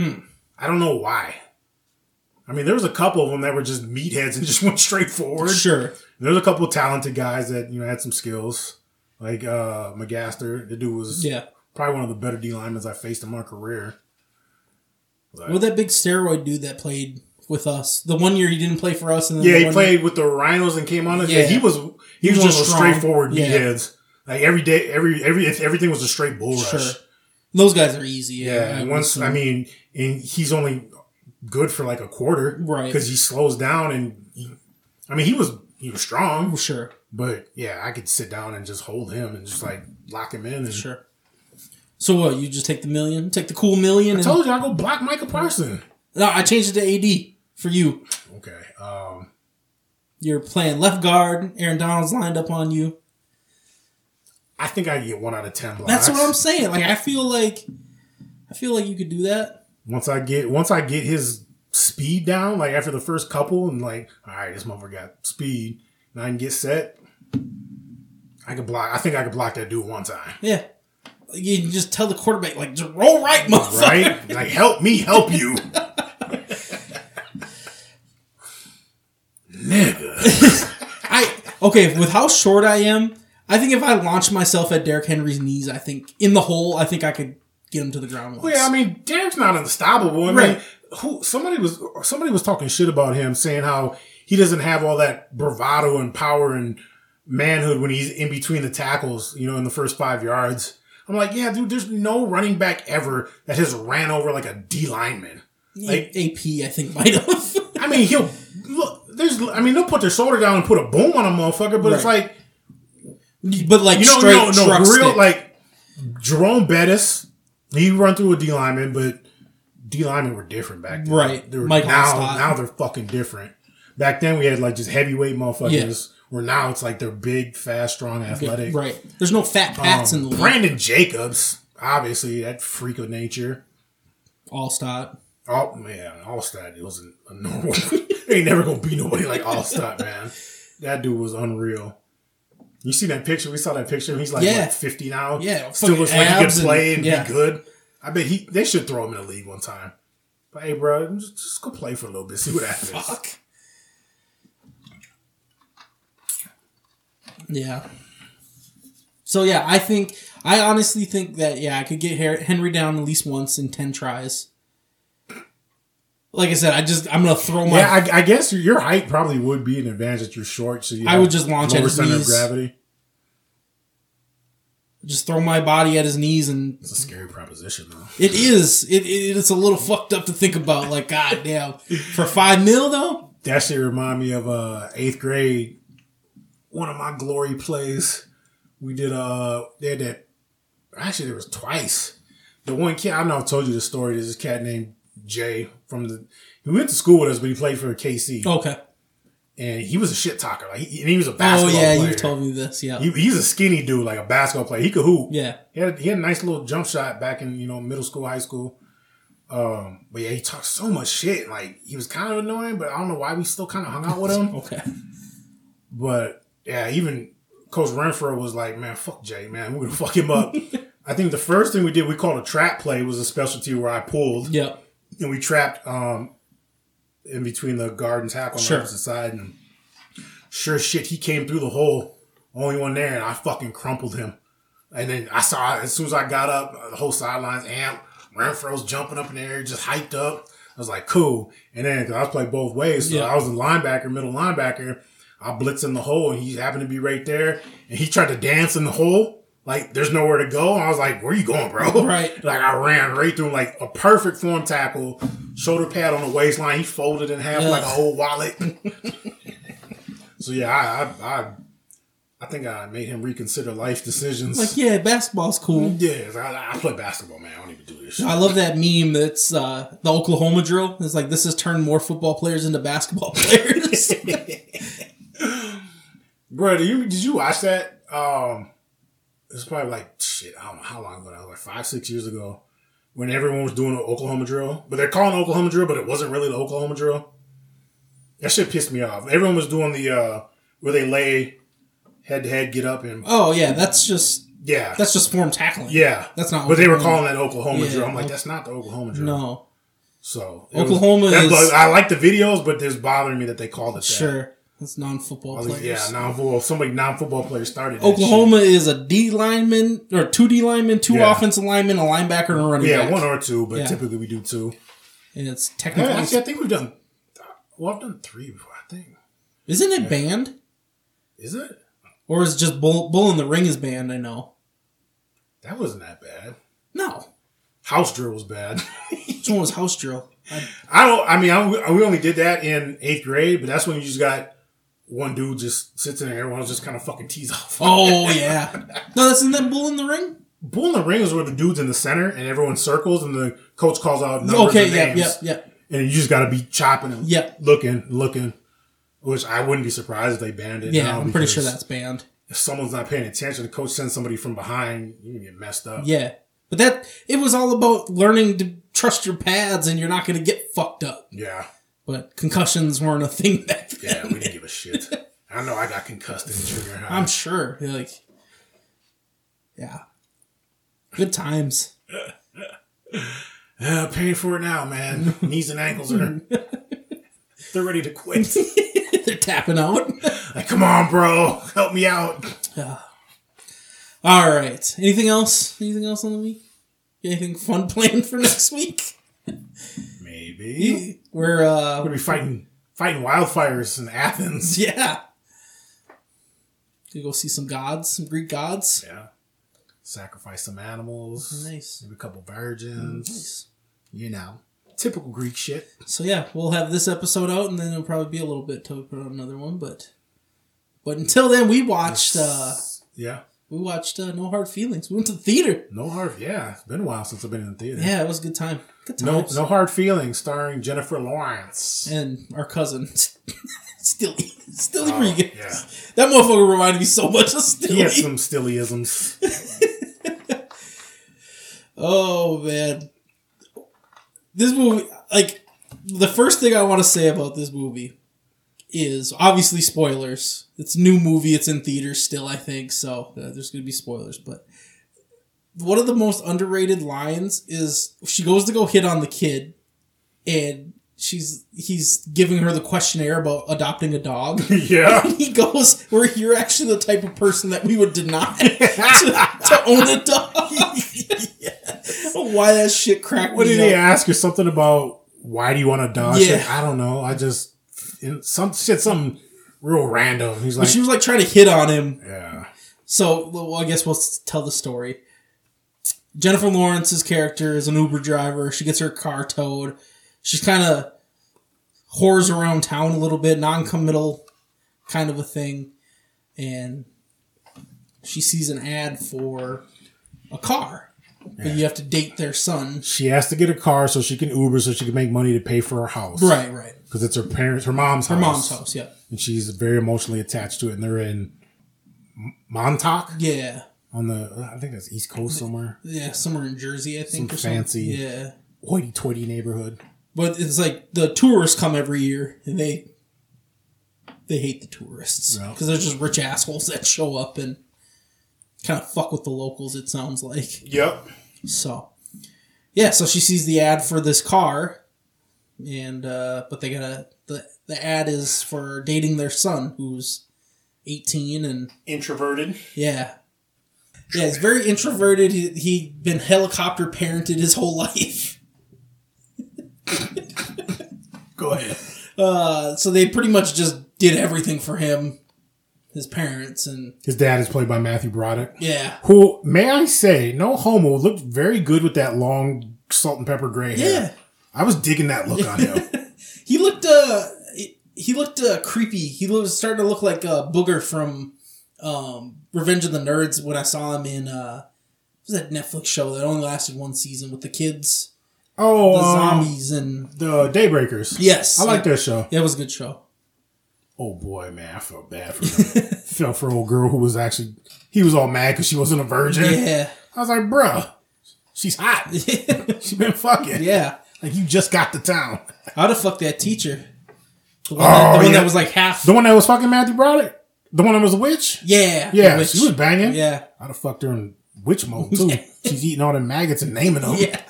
[SPEAKER 7] I don't know why. I mean, there was a couple of them that were just meatheads and just went straight forward.
[SPEAKER 8] Sure.
[SPEAKER 7] There's a couple of talented guys that you know had some skills, like uh, McGaster. The dude was
[SPEAKER 8] Yeah.
[SPEAKER 7] probably one of the better D linemen I faced in my career.
[SPEAKER 8] Well, that big steroid dude that played with us, the one year he didn't play for us, and then
[SPEAKER 7] Yeah,
[SPEAKER 8] the
[SPEAKER 7] he
[SPEAKER 8] one-
[SPEAKER 7] played with the Rhinos and came on. us. Yeah,
[SPEAKER 8] Yeah.
[SPEAKER 7] he was he, was, one
[SPEAKER 8] was
[SPEAKER 7] of
[SPEAKER 8] just
[SPEAKER 7] those
[SPEAKER 8] strong.
[SPEAKER 7] straightforward
[SPEAKER 8] Yeah.
[SPEAKER 7] meatheads. Like every day, every every if everything was a straight bull rush.
[SPEAKER 8] Sure. Those guys are easy. Yeah.
[SPEAKER 7] Yeah,
[SPEAKER 8] I
[SPEAKER 7] and
[SPEAKER 8] would
[SPEAKER 7] once
[SPEAKER 8] assume.
[SPEAKER 7] I mean, and he's only good for like a quarter,
[SPEAKER 8] Right.
[SPEAKER 7] Because he slows down and he- I mean he was he was strong,
[SPEAKER 8] sure,
[SPEAKER 7] but yeah, I could sit down and just hold him and just like lock him in. And
[SPEAKER 8] sure. So what? You just take the million, take the cool million,
[SPEAKER 7] I
[SPEAKER 8] and
[SPEAKER 7] told you I go block Michael Parson.
[SPEAKER 8] no, I changed it to AD for you.
[SPEAKER 7] Okay, um,
[SPEAKER 8] You're playing left guard. Aaron Donald's lined up on you.
[SPEAKER 7] I think I get one out of ten blocks.
[SPEAKER 8] That's what I'm saying. Like I feel like, I feel like you could do that.
[SPEAKER 7] once I get once I get his speed down, like after the first couple, and like, all right, this motherfucker got speed, and I can get set. I could block. I think I could block that dude one time,
[SPEAKER 8] Yeah. Like, You can just tell the quarterback like just roll right, motherfucker.
[SPEAKER 7] right? like, help me, help you, nigga.
[SPEAKER 8] I okay with how short I am. I think if I launch myself at Derrick Henry's knees, I think in the hole, I think I could get him to the ground. Once.
[SPEAKER 7] Well, yeah, I mean, Derek's not unstoppable. I mean,
[SPEAKER 8] Right.
[SPEAKER 7] who? Somebody was somebody was talking shit about him, saying how he doesn't have all that bravado and power and manhood when he's in between the tackles. You know, in the first five yards. I'm like, yeah, dude. There's no running back ever that has ran over like a D lineman.
[SPEAKER 8] like AP, I think might have.
[SPEAKER 7] I mean, he'll look. There's, I mean, they'll put their shoulder down and put a boom on a motherfucker, but it's
[SPEAKER 8] Right.
[SPEAKER 7] like
[SPEAKER 8] but like
[SPEAKER 7] you know,
[SPEAKER 8] straight
[SPEAKER 7] no, no,
[SPEAKER 8] truck
[SPEAKER 7] real
[SPEAKER 8] stick.
[SPEAKER 7] like Jerome Bettis. He run through a D lineman, but D linemen were different back then.
[SPEAKER 8] Right.
[SPEAKER 7] They were,
[SPEAKER 8] Mike
[SPEAKER 7] now,
[SPEAKER 8] Allstott.
[SPEAKER 7] now they're fucking different. Back then we had like just heavyweight motherfuckers.
[SPEAKER 8] Yeah.
[SPEAKER 7] Where now it's like they're big, fast, strong, athletic.
[SPEAKER 8] right. There's no fat pats in the
[SPEAKER 7] Um,
[SPEAKER 8] league.
[SPEAKER 7] Brandon Jacobs, obviously that freak of nature.
[SPEAKER 8] All stop.
[SPEAKER 7] Oh man, Allstott it wasn't a normal. ain't never gonna be nobody like Allstott, man. That dude was unreal. You see that picture? We saw that picture. He's like
[SPEAKER 8] Yeah.
[SPEAKER 7] what, fifty now.
[SPEAKER 8] Yeah,
[SPEAKER 7] still looks
[SPEAKER 8] fucking
[SPEAKER 7] like he could
[SPEAKER 8] abs and-
[SPEAKER 7] play and,
[SPEAKER 8] yeah.
[SPEAKER 7] be good. I bet he. They should throw him in the league one time. But hey, bro, just, just go play for a little bit, see what happens.
[SPEAKER 8] Fuck. Yeah. So yeah, I think I honestly think that yeah, I could get Her- Henry down at least once in ten tries. Like I said, I just I'm gonna throw my
[SPEAKER 7] Yeah, I, I guess your, your height probably would be an advantage that you're short. So you
[SPEAKER 8] I
[SPEAKER 7] have
[SPEAKER 8] would just launch at
[SPEAKER 7] lower
[SPEAKER 8] his
[SPEAKER 7] center of
[SPEAKER 8] knees.
[SPEAKER 7] gravity.
[SPEAKER 8] just throw my body at his knees and
[SPEAKER 7] It's a scary proposition, though.
[SPEAKER 8] It is. It, it it's a little fucked up to think about. Like, goddamn, for five mil though.
[SPEAKER 7] That shit remind me of uh eighth grade. One of my glory plays. We did uh they had that actually there was twice. The one kid I know I told you the story, there's this cat named Jay from the he went to school with us, but he played for KC.
[SPEAKER 8] Okay.
[SPEAKER 7] And he was a shit talker. Like he, and he was a
[SPEAKER 8] Oh
[SPEAKER 7] basketball
[SPEAKER 8] yeah,
[SPEAKER 7] player.
[SPEAKER 8] you told me this. Yeah.
[SPEAKER 7] He, he's a skinny dude, like a basketball player. He could hoop.
[SPEAKER 8] yeah.
[SPEAKER 7] He had, he had a nice little jump shot back in you know middle school, high school. Um, but yeah, he talked so much shit. Like he was kind of annoying, but I don't know why we still kind of hung out with him.
[SPEAKER 8] Okay.
[SPEAKER 7] But yeah, even Coach Renfro was like, "Man, fuck Jay, man, we're gonna fuck him up." I think the first thing we did, we called a trap play, was a specialty where I pulled
[SPEAKER 8] Yeah.
[SPEAKER 7] and we trapped um in between the guard and tackle on
[SPEAKER 8] Sure.
[SPEAKER 7] the opposite side, and sure shit, he came through the hole, only one there, and I fucking crumpled him. And then I saw as soon as I got up, uh, the whole sidelines amp. Renfro's jumping up in the air, just hyped up. I was like, cool. And then 'cause I was playing both ways, so
[SPEAKER 8] Yeah.
[SPEAKER 7] I was a linebacker, middle linebacker. I blitzed in the hole, and he happened to be right there. And he tried to dance in the hole, like there's nowhere to go. And I was like, where you going, bro?
[SPEAKER 8] Right.
[SPEAKER 7] Like I ran right through him, like a perfect form tackle, shoulder pad on the waistline. He folded in half
[SPEAKER 8] Yeah.
[SPEAKER 7] like a whole wallet. So yeah, I I, I, I think I made him reconsider life decisions.
[SPEAKER 8] Like, yeah, basketball's cool.
[SPEAKER 7] yeah, I, I play basketball, man. I don't even do this. Shit.
[SPEAKER 8] I love that meme that's uh, the Oklahoma drill. It's like this has turned more football players into basketball players.
[SPEAKER 7] Bro, did you did you watch that? Um, it was probably like shit. I don't know how long ago that was, like five six years ago, when everyone was doing the Oklahoma drill, but they're calling it Oklahoma drill, but it wasn't really the Oklahoma drill. That shit pissed me off. Everyone was doing the uh where they lay head to head, get up, and
[SPEAKER 8] oh yeah, that's just
[SPEAKER 7] yeah,
[SPEAKER 8] that's just form tackling.
[SPEAKER 7] yeah,
[SPEAKER 8] that's not
[SPEAKER 7] But they were
[SPEAKER 8] Oklahoma.
[SPEAKER 7] calling that Oklahoma
[SPEAKER 8] Yeah,
[SPEAKER 7] drill. I'm like,
[SPEAKER 8] Oklahoma-
[SPEAKER 7] that's not the Oklahoma drill.
[SPEAKER 8] No,
[SPEAKER 7] so it was-
[SPEAKER 8] Oklahoma
[SPEAKER 7] that's
[SPEAKER 8] is-
[SPEAKER 7] like- I like the videos, but it's bothering me that they called it that.
[SPEAKER 8] sure, that's non-football
[SPEAKER 7] I was like,
[SPEAKER 8] players.
[SPEAKER 7] yeah, non-football. Somebody non-football player started that
[SPEAKER 8] Oklahoma is a D lineman or two D linemen, two
[SPEAKER 7] Yeah.
[SPEAKER 8] offensive linemen, a linebacker, and a running
[SPEAKER 7] shit. Yeah,
[SPEAKER 8] back.
[SPEAKER 7] one or two, but
[SPEAKER 8] Yeah.
[SPEAKER 7] typically we do two.
[SPEAKER 8] and it's
[SPEAKER 7] Yeah,
[SPEAKER 8] technically
[SPEAKER 7] actually, I think we've done. Well, I've done three before. I think
[SPEAKER 8] isn't it banned
[SPEAKER 7] is it?
[SPEAKER 8] or is just bull bull in the ring is banned? I know.
[SPEAKER 7] That wasn't that bad.
[SPEAKER 8] No,
[SPEAKER 7] House drill was bad.
[SPEAKER 8] which one was house drill?
[SPEAKER 7] I don't. I mean, I, we only did that in eighth grade, but that's when you just got one dude just sits in there. Everyone else just kind of fucking tees off.
[SPEAKER 8] Oh yeah, no, that's in that bull in the ring.
[SPEAKER 7] Bull in the ring is where the dude's in the center and everyone circles, and the coach calls out numbers
[SPEAKER 8] okay,
[SPEAKER 7] and
[SPEAKER 8] yep,
[SPEAKER 7] names,
[SPEAKER 8] yep, yep.
[SPEAKER 7] and you just got to be chopping and
[SPEAKER 8] Yep.
[SPEAKER 7] looking, looking. Which I wouldn't be surprised if they banned it.
[SPEAKER 8] Yeah,
[SPEAKER 7] now
[SPEAKER 8] I'm pretty sure
[SPEAKER 7] because
[SPEAKER 8] that's banned.
[SPEAKER 7] if someone's not paying attention, the coach sends somebody from behind, you can get messed up.
[SPEAKER 8] Yeah, but that it was all about learning to trust your pads, and you're not going to get fucked up.
[SPEAKER 7] yeah.
[SPEAKER 8] But concussions weren't a thing back then.
[SPEAKER 7] Yeah, we didn't give a shit. I know I got concussed in junior high.
[SPEAKER 8] I'm sure. Like, yeah, good times.
[SPEAKER 7] uh, paying for it now, man. Knees and ankles are they're ready to quit.
[SPEAKER 8] They're tapping out.
[SPEAKER 7] Like, come on, bro, help me out.
[SPEAKER 8] all right. Anything else? Anything else on the week? Anything fun planned for next week?
[SPEAKER 7] Maybe
[SPEAKER 8] We're
[SPEAKER 7] we're
[SPEAKER 8] uh,
[SPEAKER 7] gonna be fighting fighting wildfires in Athens.
[SPEAKER 8] yeah. Gonna go see some gods, some Greek gods.
[SPEAKER 7] Yeah, sacrifice some animals.
[SPEAKER 8] Nice.
[SPEAKER 7] Maybe a couple virgins.
[SPEAKER 8] Nice.
[SPEAKER 7] You know, typical Greek shit.
[SPEAKER 8] So yeah, we'll have this episode out, and then it'll probably be a little bit till we put out another one. But but until then, we watched uh,
[SPEAKER 7] Yeah,
[SPEAKER 8] we watched uh, No Hard Feelings. We went to the theater.
[SPEAKER 7] no hard. Yeah, it's been a while since I've been in the theater.
[SPEAKER 8] Yeah, it was a good time. Good time.
[SPEAKER 7] No, no hard feelings, starring Jennifer Lawrence.
[SPEAKER 8] And our cousin Stilly Stilly Regan.
[SPEAKER 7] Oh, Yeah,
[SPEAKER 8] That motherfucker reminded me so much of Stilly.
[SPEAKER 7] he has some stillyisms.
[SPEAKER 8] Oh man, this movie. Like the first thing I want to say about this movie is obviously spoilers. It's a new movie. It's in theaters still, I think. So uh, there's gonna be spoilers. But one of the most underrated lines is she goes to go hit on the kid, and she's he's giving her the questionnaire about adopting a dog.
[SPEAKER 7] Yeah.
[SPEAKER 8] he goes, "Where you're actually the type of person that we would deny to, to own a dog." Why that shit cracked
[SPEAKER 7] What
[SPEAKER 8] me
[SPEAKER 7] did he
[SPEAKER 8] up.
[SPEAKER 7] ask you something about why do you want a dog? She's
[SPEAKER 8] Yeah.
[SPEAKER 7] like, I don't know. I just in some shit, something real random. He's
[SPEAKER 8] But
[SPEAKER 7] like,
[SPEAKER 8] she was like trying to hit on him.
[SPEAKER 7] yeah,
[SPEAKER 8] So well, I guess we'll s- tell the story. Jennifer Lawrence's character is an Uber driver. She gets her car towed. She's kind of whores around town a little bit, non-committal kind of a thing, and she sees an ad for a car. But you have to date their son.
[SPEAKER 7] she has to get a car so she can Uber so she can make money to pay for her house,
[SPEAKER 8] Right, right.
[SPEAKER 7] Because it's her parents, her mom's,
[SPEAKER 8] Her
[SPEAKER 7] house,
[SPEAKER 8] mom's house, yeah.
[SPEAKER 7] and she's very emotionally attached to it. And they're in M- Montauk
[SPEAKER 8] Yeah.
[SPEAKER 7] on the, I think that's East Coast somewhere,
[SPEAKER 8] Yeah, somewhere in Jersey, I think.
[SPEAKER 7] Some
[SPEAKER 8] or something.
[SPEAKER 7] fancy-
[SPEAKER 8] Yeah.
[SPEAKER 7] hoity-toity neighborhood.
[SPEAKER 8] But it's like the tourists come every year and they they hate the tourists
[SPEAKER 7] Yeah.
[SPEAKER 8] because they're just rich assholes that show up and kind of fuck with the locals. It sounds like
[SPEAKER 7] Yep.
[SPEAKER 8] so. Yeah, so she sees the ad for this car, and uh, but they gotta the the ad is for dating their son who's eighteen and
[SPEAKER 7] Introverted.
[SPEAKER 8] Yeah. Yeah, he's very introverted. He, he'd been helicopter parented his whole life.
[SPEAKER 7] Go ahead.
[SPEAKER 8] Uh, so they pretty much just did everything for him, his parents, and
[SPEAKER 7] His dad is played by Matthew Broderick.
[SPEAKER 8] yeah.
[SPEAKER 7] who may I say, no homo, looked very good with that long salt and pepper gray hair.
[SPEAKER 8] Yeah.
[SPEAKER 7] I was digging that look on him.
[SPEAKER 8] He looked, uh, he looked uh, creepy. He was starting to look like uh, Booger from um, Revenge of the Nerds when I saw him in uh, what was that Netflix show that only lasted one season with the kids,
[SPEAKER 7] Oh,
[SPEAKER 8] the
[SPEAKER 7] um,
[SPEAKER 8] zombies, and
[SPEAKER 7] the Daybreakers.
[SPEAKER 8] yes,
[SPEAKER 7] I like that show.
[SPEAKER 8] That was a good show.
[SPEAKER 7] Oh boy, man, I felt bad for him. felt for old girl who was actually he was all mad because she wasn't a virgin.
[SPEAKER 8] Yeah,
[SPEAKER 7] I was like, bruh, she's hot. she been fucking.
[SPEAKER 8] yeah.
[SPEAKER 7] Like you just got to town.
[SPEAKER 8] I'd have fucked that teacher. The one, that, the
[SPEAKER 7] Oh,
[SPEAKER 8] one
[SPEAKER 7] yeah.
[SPEAKER 8] that was like half.
[SPEAKER 7] The one that was fucking Matthew Broderick. The one that was a witch.
[SPEAKER 8] yeah,
[SPEAKER 7] Yeah,
[SPEAKER 8] the witch.
[SPEAKER 7] she was banging.
[SPEAKER 8] Yeah,
[SPEAKER 7] I'd have fucked her in witch mode too.
[SPEAKER 8] Yeah.
[SPEAKER 7] She's eating all the maggots and naming them.
[SPEAKER 8] yeah.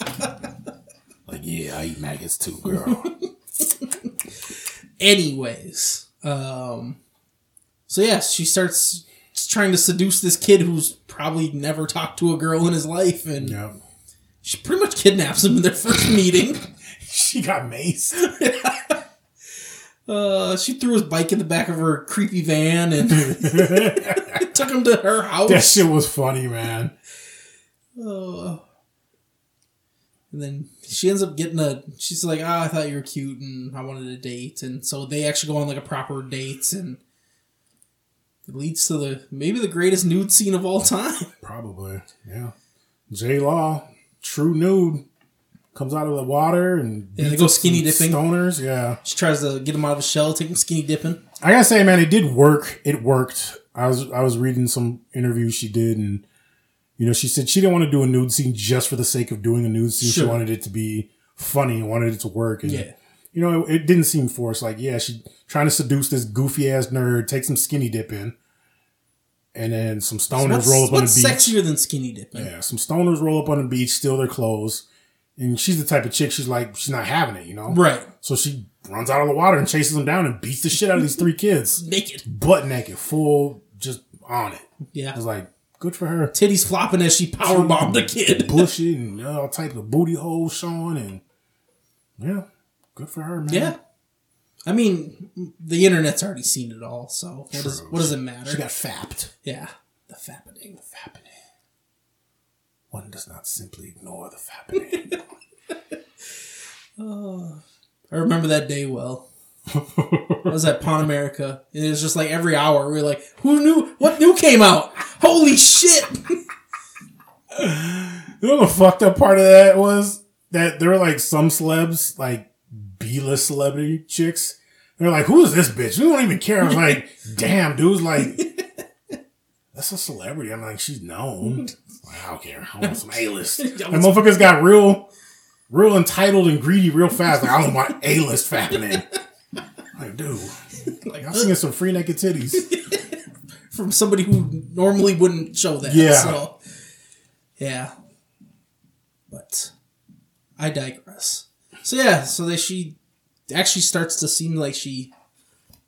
[SPEAKER 7] Like, yeah, I eat maggots too, girl.
[SPEAKER 8] Anyways, um, so yes, she starts trying to seduce this kid who's probably never talked to a girl in his life, and
[SPEAKER 7] yeah.
[SPEAKER 8] she pretty much kidnaps him in their first meeting.
[SPEAKER 7] She got maced.
[SPEAKER 8] Uh, she threw his bike in the back of her creepy van and took him to her house.
[SPEAKER 7] That shit was funny, man.
[SPEAKER 8] And then she ends up getting a. She's like, "Ah, I thought you were cute, and I wanted a date." And so they actually go on like a proper date, and it leads to the maybe the greatest nude scene of all time.
[SPEAKER 7] Probably. Yeah. J Law, true nude, comes out of the water and
[SPEAKER 8] Yeah, they
[SPEAKER 7] beats
[SPEAKER 8] go
[SPEAKER 7] up some
[SPEAKER 8] skinny dipping.
[SPEAKER 7] Stoners, yeah.
[SPEAKER 8] She tries to get him out of his shell, take him skinny dipping.
[SPEAKER 7] I gotta say, man, it did work. It worked. I was I was reading some interviews she did, and you know, she said she didn't want to do a nude scene just for the sake of doing a nude scene.
[SPEAKER 8] Sure.
[SPEAKER 7] She wanted it to be funny and wanted it to work. And
[SPEAKER 8] Yeah.
[SPEAKER 7] you know, it, it didn't seem forced. Like, yeah, she trying to seduce this goofy ass nerd, take some skinny dip in, and then some stoners
[SPEAKER 8] What's,
[SPEAKER 7] roll up on the
[SPEAKER 8] what's
[SPEAKER 7] beach.
[SPEAKER 8] sexier than skinny dipping?
[SPEAKER 7] Yeah, some stoners roll up on the beach, steal their clothes, and she's the type of chick she's like she's not having it, you know.
[SPEAKER 8] Right,
[SPEAKER 7] So she runs out of the water and chases them down and beats the shit out of these three kids,
[SPEAKER 8] naked.
[SPEAKER 7] butt naked, full, just on it. I
[SPEAKER 8] Yeah,
[SPEAKER 7] was like, good for her.
[SPEAKER 8] titties flopping as she power bombed the kid.
[SPEAKER 7] Bushy and all types of booty holes showing, and yeah, good for her, man.
[SPEAKER 8] Yeah, I mean the internet's already seen it all, so what does what does it matter?
[SPEAKER 7] she got fapped.
[SPEAKER 8] yeah, the fappening, the fappening.
[SPEAKER 7] One does not simply ignore the fapping.
[SPEAKER 8] I remember that day well. I was at Pan America, and it was just like every hour we were like, "Who knew? What new came out? Holy shit!"
[SPEAKER 7] you know the fucked up part of that was that there were like some celebs, like B list celebrity chicks. They're like, who is this bitch? We don't even care. I was like, damn, dude's like, that's a celebrity. I'm like, she's known. I don't care. I want some A list. That motherfuckers got real, real entitled and greedy real fast. Like, I don't want A list fapping in. Like, dude, like, I'm seeing some free naked titties.
[SPEAKER 8] From somebody who normally wouldn't show that.
[SPEAKER 7] Yeah.
[SPEAKER 8] So, yeah. But I digress. So yeah, so that she actually starts to seem like she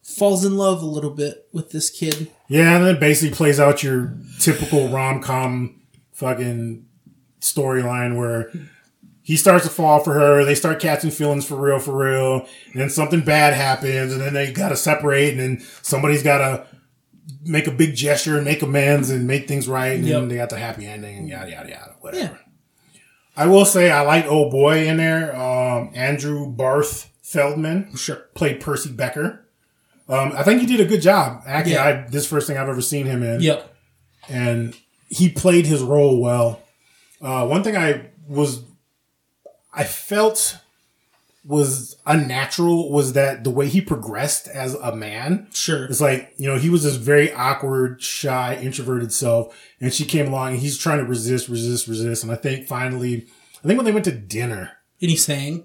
[SPEAKER 8] falls in love a little bit with this kid.
[SPEAKER 7] Yeah, and then it basically plays out your typical rom com fucking storyline where he starts to fall for her, they start catching feelings for real, for real, and then something bad happens, and then they gotta separate, and then somebody's gotta make a big gesture and make amends and make things right, and
[SPEAKER 8] Yep.
[SPEAKER 7] then they got the happy ending, and yada, yada, yada, whatever.
[SPEAKER 8] Yeah.
[SPEAKER 7] I will say I like old boy in there, um, Andrew Barth Feldman
[SPEAKER 8] Sure.
[SPEAKER 7] played Percy Becker. Um, I think he did a good job. Actually,
[SPEAKER 8] Yeah.
[SPEAKER 7] I, this is the first thing I've ever seen him in.
[SPEAKER 8] Yep.
[SPEAKER 7] And he played his role well. Uh, one thing I was, I felt was unnatural was that the way he progressed as a man.
[SPEAKER 8] Sure.
[SPEAKER 7] It's like, you know, he was this very awkward, shy, introverted self. And she came along and he's trying to resist, resist, resist. And I think finally, I think when they went to dinner,
[SPEAKER 8] And he sang.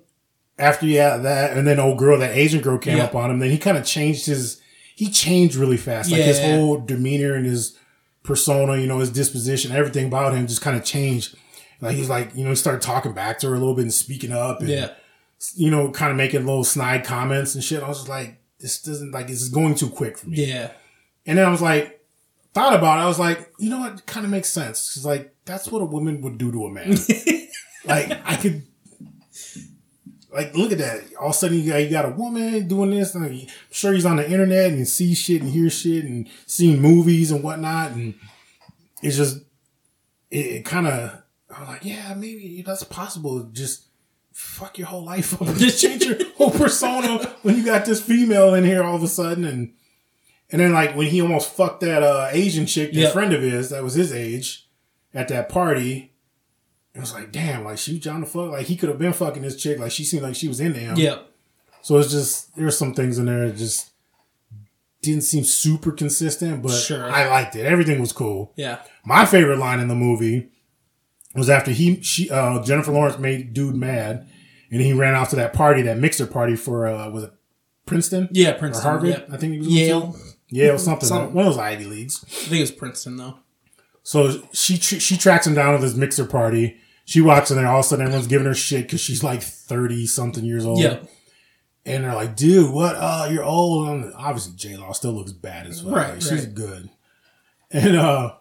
[SPEAKER 7] after yeah that and then old girl that asian girl came
[SPEAKER 8] Yeah.
[SPEAKER 7] up on him then he kind of changed his he changed really fast like his
[SPEAKER 8] Yeah.
[SPEAKER 7] whole demeanor and his persona you know his disposition everything about him just kind of changed like he's like you know he started talking back to her a little bit and speaking up and
[SPEAKER 8] Yeah.
[SPEAKER 7] you know kind of making little snide comments and shit i was just like this doesn't like this is going too quick for me
[SPEAKER 8] Yeah.
[SPEAKER 7] and then i was like thought about it i was like you know what it kind of makes sense she's like that's what a woman would do to a man like I could, like look at that. All of a sudden, you got, you got a woman doing this. And I'm sure he's on the internet and see shit and hear shit and seeing movies and whatnot. And it's just, it, it kind of. I'm like, yeah, maybe that's possible. Just fuck your whole life up. Just change your whole persona when you got this female in here all of a sudden and and then like when he almost fucked that uh, Asian chick, that
[SPEAKER 8] Yeah.
[SPEAKER 7] friend of his that was his age at that party, it was like, damn, like she was trying to fuck. Like he could have been fucking this chick. Like she seemed like she was into him.
[SPEAKER 8] Yeah.
[SPEAKER 7] So it's just there's some things in there that just didn't seem super consistent, but
[SPEAKER 8] Sure.
[SPEAKER 7] I liked it. Everything was cool.
[SPEAKER 8] Yeah.
[SPEAKER 7] My favorite line in the movie was after he she uh, Jennifer Lawrence made dude mad, and he ran off to that party, that mixer party for uh, was it Princeton?
[SPEAKER 8] Yeah, Princeton,
[SPEAKER 7] or Harvard.
[SPEAKER 8] yep.
[SPEAKER 7] I think it was
[SPEAKER 8] Yale. Mm-hmm.
[SPEAKER 7] Yale something.
[SPEAKER 8] Something.
[SPEAKER 7] One of those Ivy leagues.
[SPEAKER 8] I think it was Princeton though.
[SPEAKER 7] So she tr- she tracks him down to this mixer party. She walks in there. All of a sudden, everyone's giving her shit because she's like thirty something years old.
[SPEAKER 8] Yeah.
[SPEAKER 7] And they're like, dude, what? Oh, you're old. And obviously, J Law still looks bad as fuck.
[SPEAKER 8] Right,
[SPEAKER 7] Like, she's
[SPEAKER 8] right.
[SPEAKER 7] good. And uh,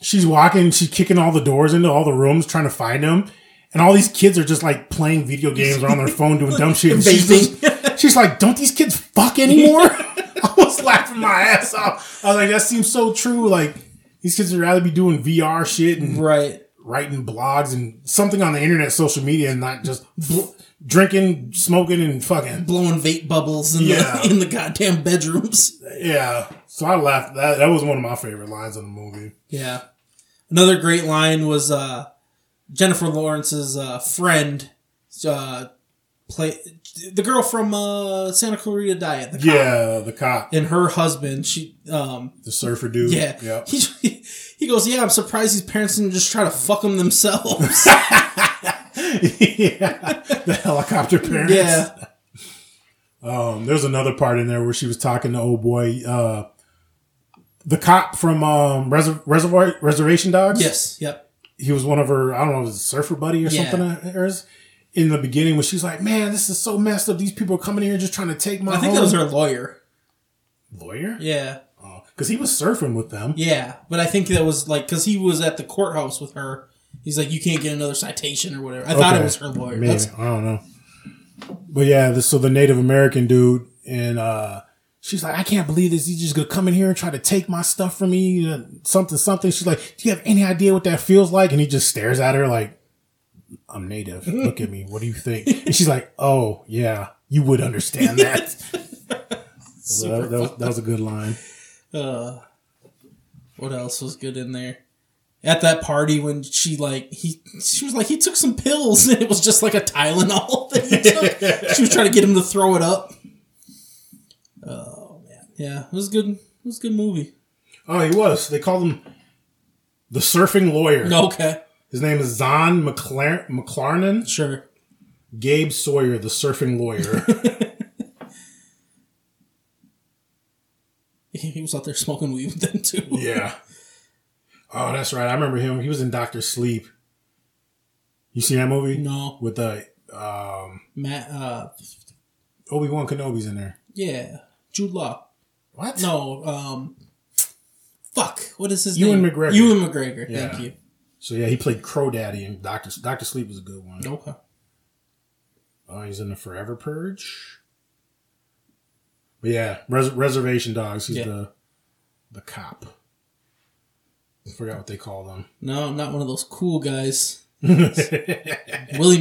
[SPEAKER 7] she's walking, she's kicking all the doors into all the rooms trying to find him. And all these kids are just like playing video games or on their phone doing dumb shit. And she's,
[SPEAKER 8] Vaping.
[SPEAKER 7] just- she's like, don't these kids fuck anymore? I was laughing my ass off. I was like, that seems so true. Like, these kids would rather be doing VR shit and
[SPEAKER 8] Right.
[SPEAKER 7] writing blogs and something on the internet, social media, and not just bl- drinking, smoking, and fucking.
[SPEAKER 8] Blowing vape bubbles in
[SPEAKER 7] Yeah.
[SPEAKER 8] the in the goddamn bedrooms.
[SPEAKER 7] Yeah. So I laughed. That, that was one of my favorite lines in the movie.
[SPEAKER 8] Yeah. Another great line was uh, Jennifer Lawrence's uh, friend, uh, play the girl from uh, Santa Clarita Diet, the cop,
[SPEAKER 7] Yeah, the cop,
[SPEAKER 8] and her husband. She, um,
[SPEAKER 7] the surfer dude.
[SPEAKER 8] yeah,
[SPEAKER 7] Yep.
[SPEAKER 8] he he goes, yeah, I'm surprised these parents didn't just try to fuck them themselves.
[SPEAKER 7] yeah. The helicopter parents.
[SPEAKER 8] yeah,
[SPEAKER 7] Um, there's another part in there where she was talking to old boy, uh, the cop from um, Reser- Reservoir Reservation Dogs.
[SPEAKER 8] yes, yep,
[SPEAKER 7] he was one of her, I don't know, was it surfer buddy or
[SPEAKER 8] Yeah.
[SPEAKER 7] something of hers. In the beginning, when she's like, "Man, this is so messed up. These people are coming here just trying to take my."
[SPEAKER 8] I think
[SPEAKER 7] home.
[SPEAKER 8] that was her lawyer.
[SPEAKER 7] lawyer.
[SPEAKER 8] Yeah,
[SPEAKER 7] because he was surfing with them.
[SPEAKER 8] yeah, but I think that was like because he was at the courthouse with her. He's like, you can't get another citation or whatever. I thought it
[SPEAKER 7] Okay.
[SPEAKER 8] was her lawyer.
[SPEAKER 7] Maybe.
[SPEAKER 8] That's-
[SPEAKER 7] I don't know. But yeah, this, so the Native American dude and uh she's like, I can't believe this. He's just gonna come in here and try to take my stuff from me, uh, something, something. She's like, Do you have any idea what that feels like? And he just stares at her like, I'm Native. Look at me. What do you think? And she's like, Oh yeah, you would understand that. So that, that was, that was a good line.
[SPEAKER 8] Uh, what else was good in there? At that party when she like he she was like he took some pills and it was just like a Tylenol that he took. she was trying to get him to throw it up. Oh man, yeah, it was good. It was a good movie.
[SPEAKER 7] Oh, he was. They called him the surfing lawyer.
[SPEAKER 8] Okay,
[SPEAKER 7] His name is Zon McLaren, McLarnon.
[SPEAKER 8] sure.
[SPEAKER 7] Gabe Sawyer, the surfing lawyer.
[SPEAKER 8] He was out there smoking weed with them too.
[SPEAKER 7] yeah. Oh, that's right. I remember him. He was in Doctor Sleep. You seen that movie?
[SPEAKER 8] No,
[SPEAKER 7] With uh, the
[SPEAKER 8] Matt. Uh,
[SPEAKER 7] Obi Wan Kenobi's in there.
[SPEAKER 8] yeah, Jude Law.
[SPEAKER 7] What?
[SPEAKER 8] No, um, fuck. What is his
[SPEAKER 7] Ewan
[SPEAKER 8] name?
[SPEAKER 7] McGregor.
[SPEAKER 8] Ewan McGregor.
[SPEAKER 7] Yeah.
[SPEAKER 8] Thank you.
[SPEAKER 7] So yeah, he played Crow Daddy in Doctor Doctor Sleep was a good one.
[SPEAKER 8] Okay.
[SPEAKER 7] Oh, he's in the Forever Purge. But yeah, Res- Reservation Dogs. He's
[SPEAKER 8] Yeah.
[SPEAKER 7] the the cop. I forgot what they call them.
[SPEAKER 8] No, I'm not one of those cool guys. William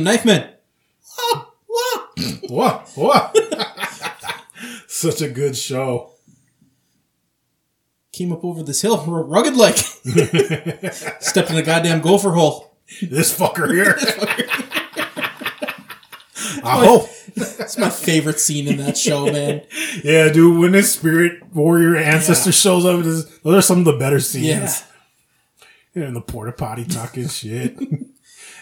[SPEAKER 8] Knifeman. Ah, ah.
[SPEAKER 7] Whoa, whoa. Such a good show.
[SPEAKER 8] Came up over this hill, r- rugged like. Stepped in a goddamn gopher hole.
[SPEAKER 7] This fucker here. I hope.
[SPEAKER 8] That's my favorite scene in that show, man.
[SPEAKER 7] Yeah, dude, when this spirit warrior ancestor shows up, it is- those are some of the better scenes.
[SPEAKER 8] Yeah.
[SPEAKER 7] They're in the porta potty talking shit.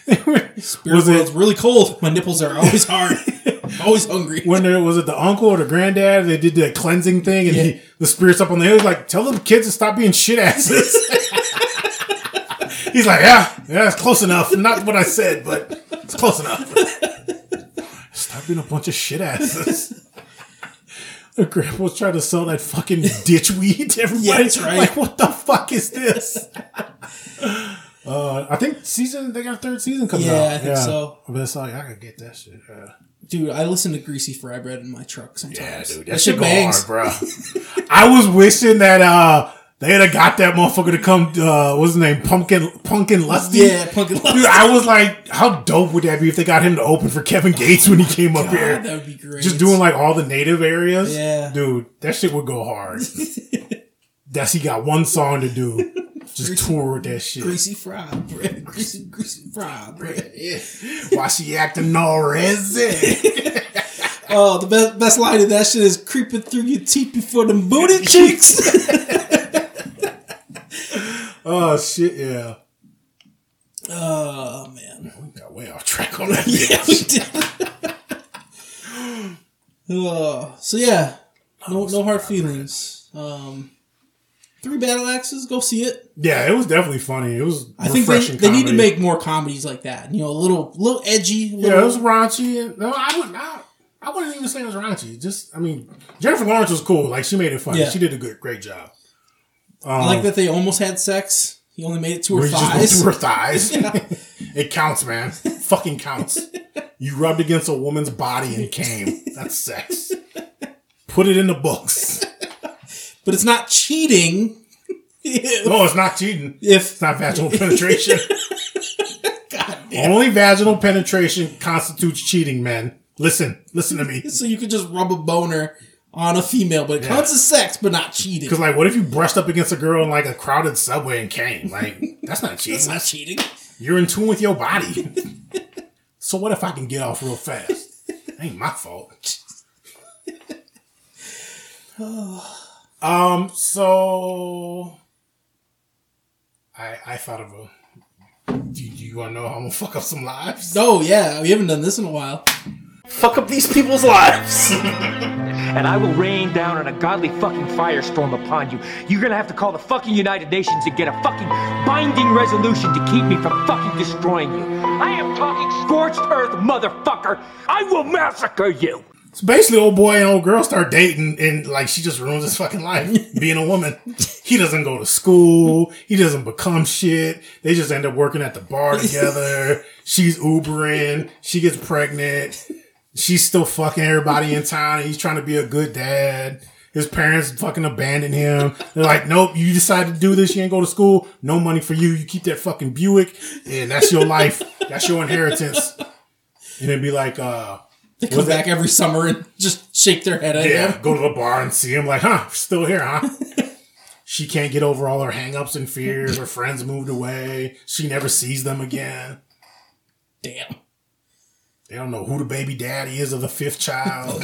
[SPEAKER 8] Spirit
[SPEAKER 7] Was it-
[SPEAKER 8] world's really cold. My nipples are always hard. I'm always hungry.
[SPEAKER 7] When there was it the uncle or the granddad, they did that cleansing thing and
[SPEAKER 8] Yeah.
[SPEAKER 7] he, the spirit's up on the hill. He's like, tell them kids to stop being shit asses. He's like, yeah, yeah, it's close enough. Not what I said, but it's close enough. Stop being a bunch of shit asses. The grandpa's trying to sell that fucking ditch weed to everybody.
[SPEAKER 8] Yeah, that's right.
[SPEAKER 7] Like, what the fuck is this? uh, I think season they got a third season coming out.
[SPEAKER 8] Yeah, I think so.
[SPEAKER 7] But it's like I gotta get that shit. Yeah.
[SPEAKER 8] Dude, I listen to Greasy Fry Bread in my truck sometimes.
[SPEAKER 7] Yeah, dude, that,
[SPEAKER 8] That
[SPEAKER 7] shit
[SPEAKER 8] shit
[SPEAKER 7] go
[SPEAKER 8] bangs.
[SPEAKER 7] hard, bro. I was wishing that uh They'd have got that motherfucker to come. Uh, what's his name? Pumpkin, Pumpkin Lusty.
[SPEAKER 8] Yeah, Ah, Pumpkin Lusty.
[SPEAKER 7] Dude, I was like, how dope would that be if they got him to open for Kevin Gates when he came up here?
[SPEAKER 8] God, that would be great.
[SPEAKER 7] Just doing like all the native areas.
[SPEAKER 8] Yeah.
[SPEAKER 7] Dude, that shit would go hard. That's he got one song to do. Just tour with that shit.
[SPEAKER 8] greasy fry bread, greasy greasy fry bread.
[SPEAKER 7] Yeah. Why she acting all resin?
[SPEAKER 8] Oh, the best best line of that shit is creeping through your teeth before them booty cheeks.
[SPEAKER 7] oh shit, yeah.
[SPEAKER 8] oh man,
[SPEAKER 7] We got way off track on that.
[SPEAKER 8] yeah, we did. oh, so yeah, no no hard feelings. Um, three battle axes. Go see it.
[SPEAKER 7] Yeah, it was definitely funny. It was.
[SPEAKER 8] I think they,
[SPEAKER 7] refreshing
[SPEAKER 8] they need to
[SPEAKER 7] comedy.
[SPEAKER 8] make more comedies like that. You know, a little little edgy. Little,
[SPEAKER 7] Yeah, it was raunchy. and- No, I wouldn't. I, I wouldn't even say it was raunchy. Just, I mean, Jennifer Lawrence was cool. Like she made it funny.
[SPEAKER 8] Yeah.
[SPEAKER 7] She did a good, great job.
[SPEAKER 8] I like that they almost had sex. He only made it to her
[SPEAKER 7] Where you just went
[SPEAKER 8] thighs.
[SPEAKER 7] through her thighs. it counts, man. Fucking counts. You rubbed against a woman's body and came. That's sex. Put it in the books.
[SPEAKER 8] but it's not cheating.
[SPEAKER 7] No, Oh, it's not cheating.
[SPEAKER 8] if
[SPEAKER 7] It's not vaginal penetration. Only vaginal penetration constitutes cheating, man. Listen, listen to me.
[SPEAKER 8] so you could just rub a boner on a female, but it
[SPEAKER 7] Yeah.
[SPEAKER 8] counts as sex, but not cheating.
[SPEAKER 7] Because like, what if you brushed up against a girl in like a crowded subway and came? Like, that's not cheating.
[SPEAKER 8] It's not cheating.
[SPEAKER 7] You're in tune with your body. so what if I can get off real fast? Ain't my fault. um. So I I thought of a. Do you, do you want to know how I'm gonna fuck up some lives?
[SPEAKER 8] Oh yeah, we haven't done this in a while.
[SPEAKER 9] Fuck up these people's lives.
[SPEAKER 10] and I will rain down an ungodly fucking firestorm upon you. You're gonna have to call the fucking United Nations and get a fucking binding resolution to keep me from fucking destroying you. I am talking scorched earth, motherfucker. I will massacre you.
[SPEAKER 7] So basically, old boy and old girl start dating, and like she just ruins his fucking life being a woman. He doesn't go to school. He doesn't become shit. They just end up working at the bar together. She's Ubering. She gets pregnant. She's still fucking everybody in town, and he's trying to be a good dad. His parents fucking abandon him. They're like, nope, you decided to do this. You ain't go to school. No money for you. You keep that fucking Buick, and that's your life. That's your inheritance. And it'd be like, uh,
[SPEAKER 8] They come
[SPEAKER 7] Was it-
[SPEAKER 8] back every summer and just shake their head at
[SPEAKER 7] yeah,
[SPEAKER 8] him.
[SPEAKER 7] go to the bar and see him like, huh, still here, huh? she can't get over all her hangups and fears. Her friends moved away. She never sees them again.
[SPEAKER 8] Damn.
[SPEAKER 7] They don't know who the baby daddy is of the fifth child.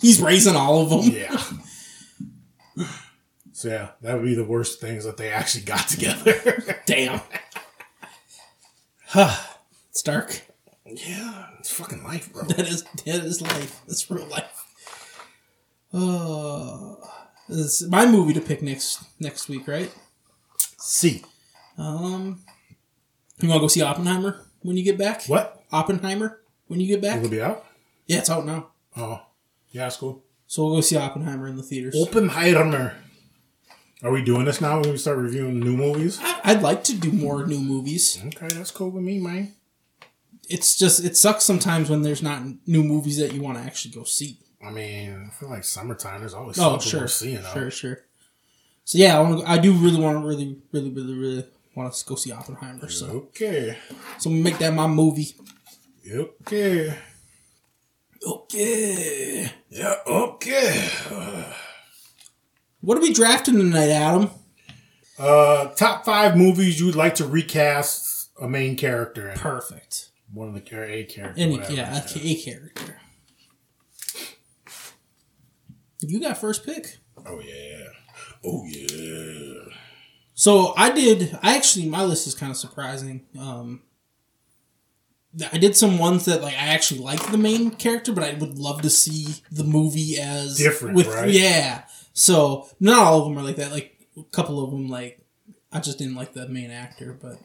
[SPEAKER 8] He's raising all of them.
[SPEAKER 7] yeah. So yeah, that would be the worst things that they actually got together.
[SPEAKER 8] Damn. Huh. It's dark.
[SPEAKER 7] yeah, it's fucking life, bro.
[SPEAKER 8] That is that is life. That's real life. Oh, it's my movie to pick next next week, right?
[SPEAKER 7] See
[SPEAKER 8] Um, you want to go see Oppenheimer when you get back?
[SPEAKER 7] what?
[SPEAKER 8] Oppenheimer when you get back?
[SPEAKER 7] It'll be out.
[SPEAKER 8] Yeah, it's out now.
[SPEAKER 7] Oh, yeah, it's cool.
[SPEAKER 8] So we'll go see Oppenheimer in the theaters.
[SPEAKER 7] Oppenheimer. Are we doing this now? When we start reviewing new movies?
[SPEAKER 8] I- I'd like to do more new movies.
[SPEAKER 7] Okay, that's cool with me, man.
[SPEAKER 8] It's just it sucks sometimes when there's not new movies that you want to actually go see.
[SPEAKER 7] I mean, I feel like summertime. There's always
[SPEAKER 8] Oh,
[SPEAKER 7] something
[SPEAKER 8] sure,
[SPEAKER 7] worth seeing. though.
[SPEAKER 8] sure, sure. So yeah, I want to. I do really want to, really, really, really, really want to go see Oppenheimer. So,
[SPEAKER 7] Okay.
[SPEAKER 8] so I'm gonna make that my movie.
[SPEAKER 7] Okay.
[SPEAKER 8] Okay.
[SPEAKER 7] Yeah. Okay.
[SPEAKER 8] What are we drafting tonight, Adam?
[SPEAKER 7] Uh, top five movies you'd like to recast a main character in.
[SPEAKER 8] Perfect.
[SPEAKER 7] One of the char- a character.
[SPEAKER 8] Any
[SPEAKER 7] whatever.
[SPEAKER 8] yeah, a, a character. You got first pick.
[SPEAKER 7] Oh yeah. Oh yeah.
[SPEAKER 8] So I did. I actually my list is kind of surprising. Um, th- I did some ones that like I actually like the main character, but I would love to see the movie as
[SPEAKER 7] Different, right?
[SPEAKER 8] Yeah. So not all of them are like that. Like a couple of them, like I just didn't like the main actor, but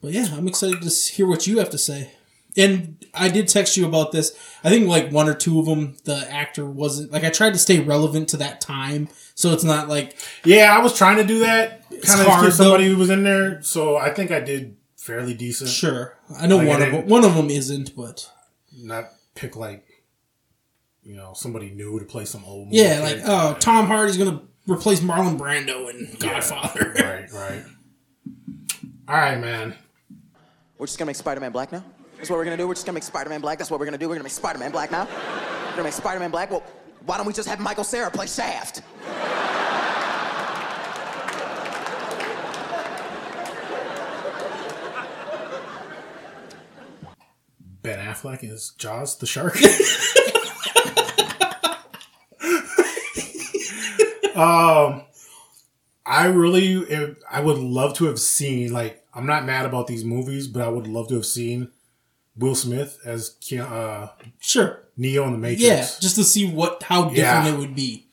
[SPEAKER 8] but yeah, I'm excited to s- hear what you have to say. And I did text you about this. I think like one or two of them, the actor wasn't like I tried to stay relevant to that time, so it's not like
[SPEAKER 7] Yeah, I was trying to do that. Kind of
[SPEAKER 8] hard,
[SPEAKER 7] get somebody
[SPEAKER 8] though.
[SPEAKER 7] who was in there. So I think I did fairly decent.
[SPEAKER 8] Sure, I know
[SPEAKER 7] Like, I
[SPEAKER 8] one of them.
[SPEAKER 7] didn't-
[SPEAKER 8] One of them isn't, but
[SPEAKER 7] Not pick like you know, somebody new to play some old. movie
[SPEAKER 8] Yeah, like
[SPEAKER 7] character.
[SPEAKER 8] oh, Tom Hardy's gonna replace Marlon Brando in Godfather.
[SPEAKER 7] right, right. All right, man.
[SPEAKER 11] We're just gonna make Spider-Man black now. That's what we're gonna do. We're just gonna make Spider-Man black. That's what we're gonna do. We're gonna make Spider-Man black now. We're gonna make Spider-Man black. Well, why don't we just have Michael Sarah play Shaft?
[SPEAKER 7] Ben Affleck is Jaws the shark. um, I really, if- I would love to have seen. Like, I'm not mad about these movies, but I would love to have seen Will Smith as Ke- uh,
[SPEAKER 8] sure,
[SPEAKER 7] Neo in the Matrix.
[SPEAKER 8] yeah, just to see what how different
[SPEAKER 7] Yeah.
[SPEAKER 8] it would be.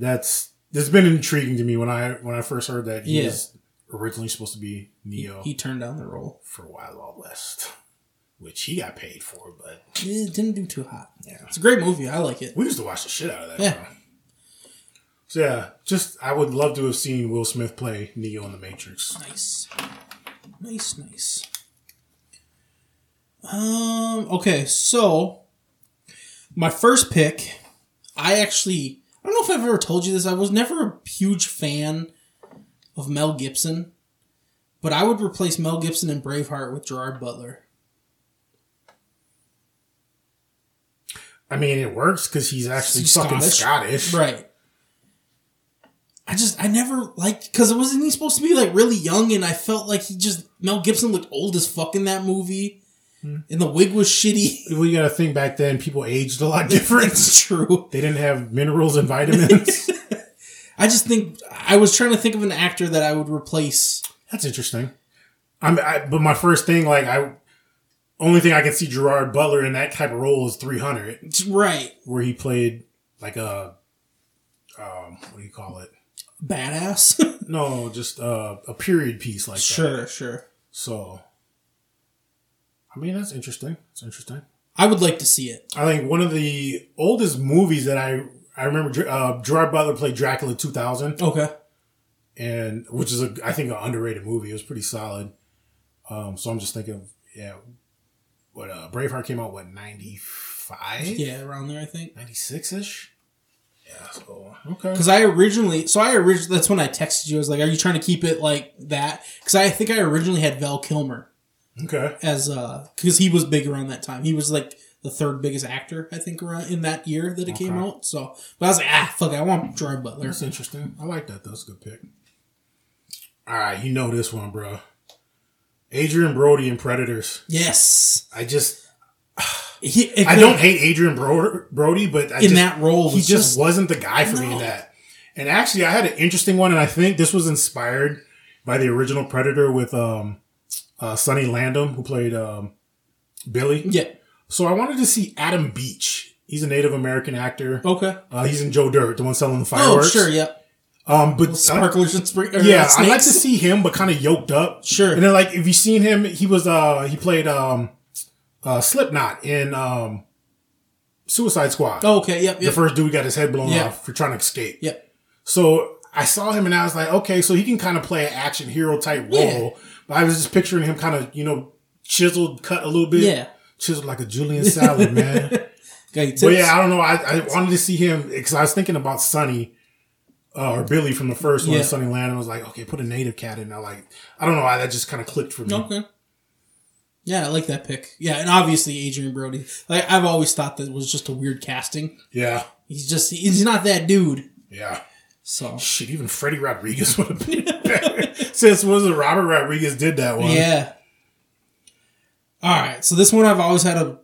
[SPEAKER 7] that's that's been intriguing to me when I when I first heard that he
[SPEAKER 8] Yeah.
[SPEAKER 7] was originally supposed to be Neo
[SPEAKER 8] He turned down the role.
[SPEAKER 7] for Wild Wild West, which he got paid for. But
[SPEAKER 8] Yeah, It didn't do too hot. Yeah, it's a great movie. I like it.
[SPEAKER 7] we used to watch the shit out of that.
[SPEAKER 8] Yeah.
[SPEAKER 7] bro. So yeah, just I would love to have seen Will Smith play Neo in the Matrix.
[SPEAKER 8] Nice, nice, nice. Um. Okay, so my first pick, I actually I don't know if I've ever told you this. I was never a huge fan of Mel Gibson, but I would replace Mel Gibson in Braveheart with Gerard Butler.
[SPEAKER 7] I mean, it works because he's actually
[SPEAKER 8] He's
[SPEAKER 7] fucking
[SPEAKER 8] Scottish.
[SPEAKER 7] Scottish.
[SPEAKER 8] Right. I just I never liked because wasn't he supposed to be like really young and I felt like he just Mel Gibson looked old as fuck in that movie, and the wig was shitty.
[SPEAKER 7] Well, you got to think back then, people aged a lot different.
[SPEAKER 8] It's true.
[SPEAKER 7] they didn't have minerals and vitamins.
[SPEAKER 8] I just think I was trying to think of an actor that I would replace.
[SPEAKER 7] That's interesting. I'm, I, but my first thing, like I, only thing I can see Gerard Butler in that type of role is 300,
[SPEAKER 8] Right,
[SPEAKER 7] where he played like a, um, what do you call it?
[SPEAKER 8] badass.
[SPEAKER 7] No, just uh, a period piece like that.
[SPEAKER 8] sure, sure.
[SPEAKER 7] So, I mean, that's interesting. That's interesting.
[SPEAKER 8] I would like to see it.
[SPEAKER 7] I think one of the oldest movies that I I remember Ger- uh, Gerard Butler played Dracula 2000.
[SPEAKER 8] Okay.
[SPEAKER 7] and which is a I think an underrated movie. It was pretty solid. Um, so I'm just thinking, of, yeah, what uh, Braveheart came out what 95,
[SPEAKER 8] Yeah, around there I think.
[SPEAKER 7] 96 ish. Yeah. So okay.
[SPEAKER 8] Because I originally, so I originally, that's when I texted you. I was like, "Are you trying to keep it like that?" Because I think I originally had Val Kilmer
[SPEAKER 7] Okay.
[SPEAKER 8] as uh, because he was big around that time. He was like the third biggest actor I think around in that year that it came
[SPEAKER 7] Okay.
[SPEAKER 8] out. So, but I was like, "Ah, fuck, I want Gerard Butler."
[SPEAKER 7] That's interesting. I like that. That's a good pick. All right, you know this one, bro. Adrian Brody and Predators.
[SPEAKER 8] Yes,
[SPEAKER 7] I just
[SPEAKER 8] he, it
[SPEAKER 7] I
[SPEAKER 8] could-
[SPEAKER 7] don't hate Adrian Bro- Brody, but I
[SPEAKER 8] In
[SPEAKER 7] just-
[SPEAKER 8] that role
[SPEAKER 7] he
[SPEAKER 8] was
[SPEAKER 7] just,
[SPEAKER 8] just-
[SPEAKER 7] wasn't the guy for me in
[SPEAKER 8] No.
[SPEAKER 7] that. And actually, I had an interesting one, and I think this was inspired by the original Predator with um, uh, Sonny Landham, who played um, Billy.
[SPEAKER 8] Yeah.
[SPEAKER 7] So I wanted to see Adam Beach. He's a Native American actor.
[SPEAKER 8] Okay.
[SPEAKER 7] Uh, he's in Joe Dirt, the one selling the fireworks.
[SPEAKER 8] Oh, sure. Yep.
[SPEAKER 7] Um, but
[SPEAKER 8] Sparklers and spring. or,
[SPEAKER 7] yeah,
[SPEAKER 8] uh,
[SPEAKER 7] I like to
[SPEAKER 8] snakes.
[SPEAKER 7] see him, but kind of yoked up.
[SPEAKER 8] Sure.
[SPEAKER 7] And then like if you seen him, he was uh he played um uh Slipknot in um Suicide Squad.
[SPEAKER 8] Oh, okay. Yep.
[SPEAKER 7] The
[SPEAKER 8] Yep.
[SPEAKER 7] first dude got his head blown
[SPEAKER 8] Yeah.
[SPEAKER 7] off for trying to escape.
[SPEAKER 8] yep.
[SPEAKER 7] So I saw him and I was like, okay, so he can kind of play an action hero type
[SPEAKER 8] Yeah.
[SPEAKER 7] role. But I was just picturing him kind of, you know, chiseled, cut a little bit.
[SPEAKER 8] Yeah.
[SPEAKER 7] Chiseled like a Julian salad, man.
[SPEAKER 8] Okay,
[SPEAKER 7] But
[SPEAKER 8] tits.
[SPEAKER 7] yeah, I don't know. I, I wanted to see him because I was thinking about Sonny uh, or Billy from the first one,
[SPEAKER 8] Yeah.
[SPEAKER 7] Sonny Land. I was like, okay, put a native cat in. I like, I don't know. I, that just kind of clicked for me.
[SPEAKER 8] Okay. Yeah, I like that pick. Yeah, and obviously Adrian Brody. Like I've always thought that was just a weird casting.
[SPEAKER 7] Yeah,
[SPEAKER 8] He's just he's not that dude.
[SPEAKER 7] yeah.
[SPEAKER 8] So
[SPEAKER 7] Shit, even Freddie Rodriguez would have been better. Since was it Robert Rodriguez did that one?
[SPEAKER 8] yeah. All right, so this one I've always had a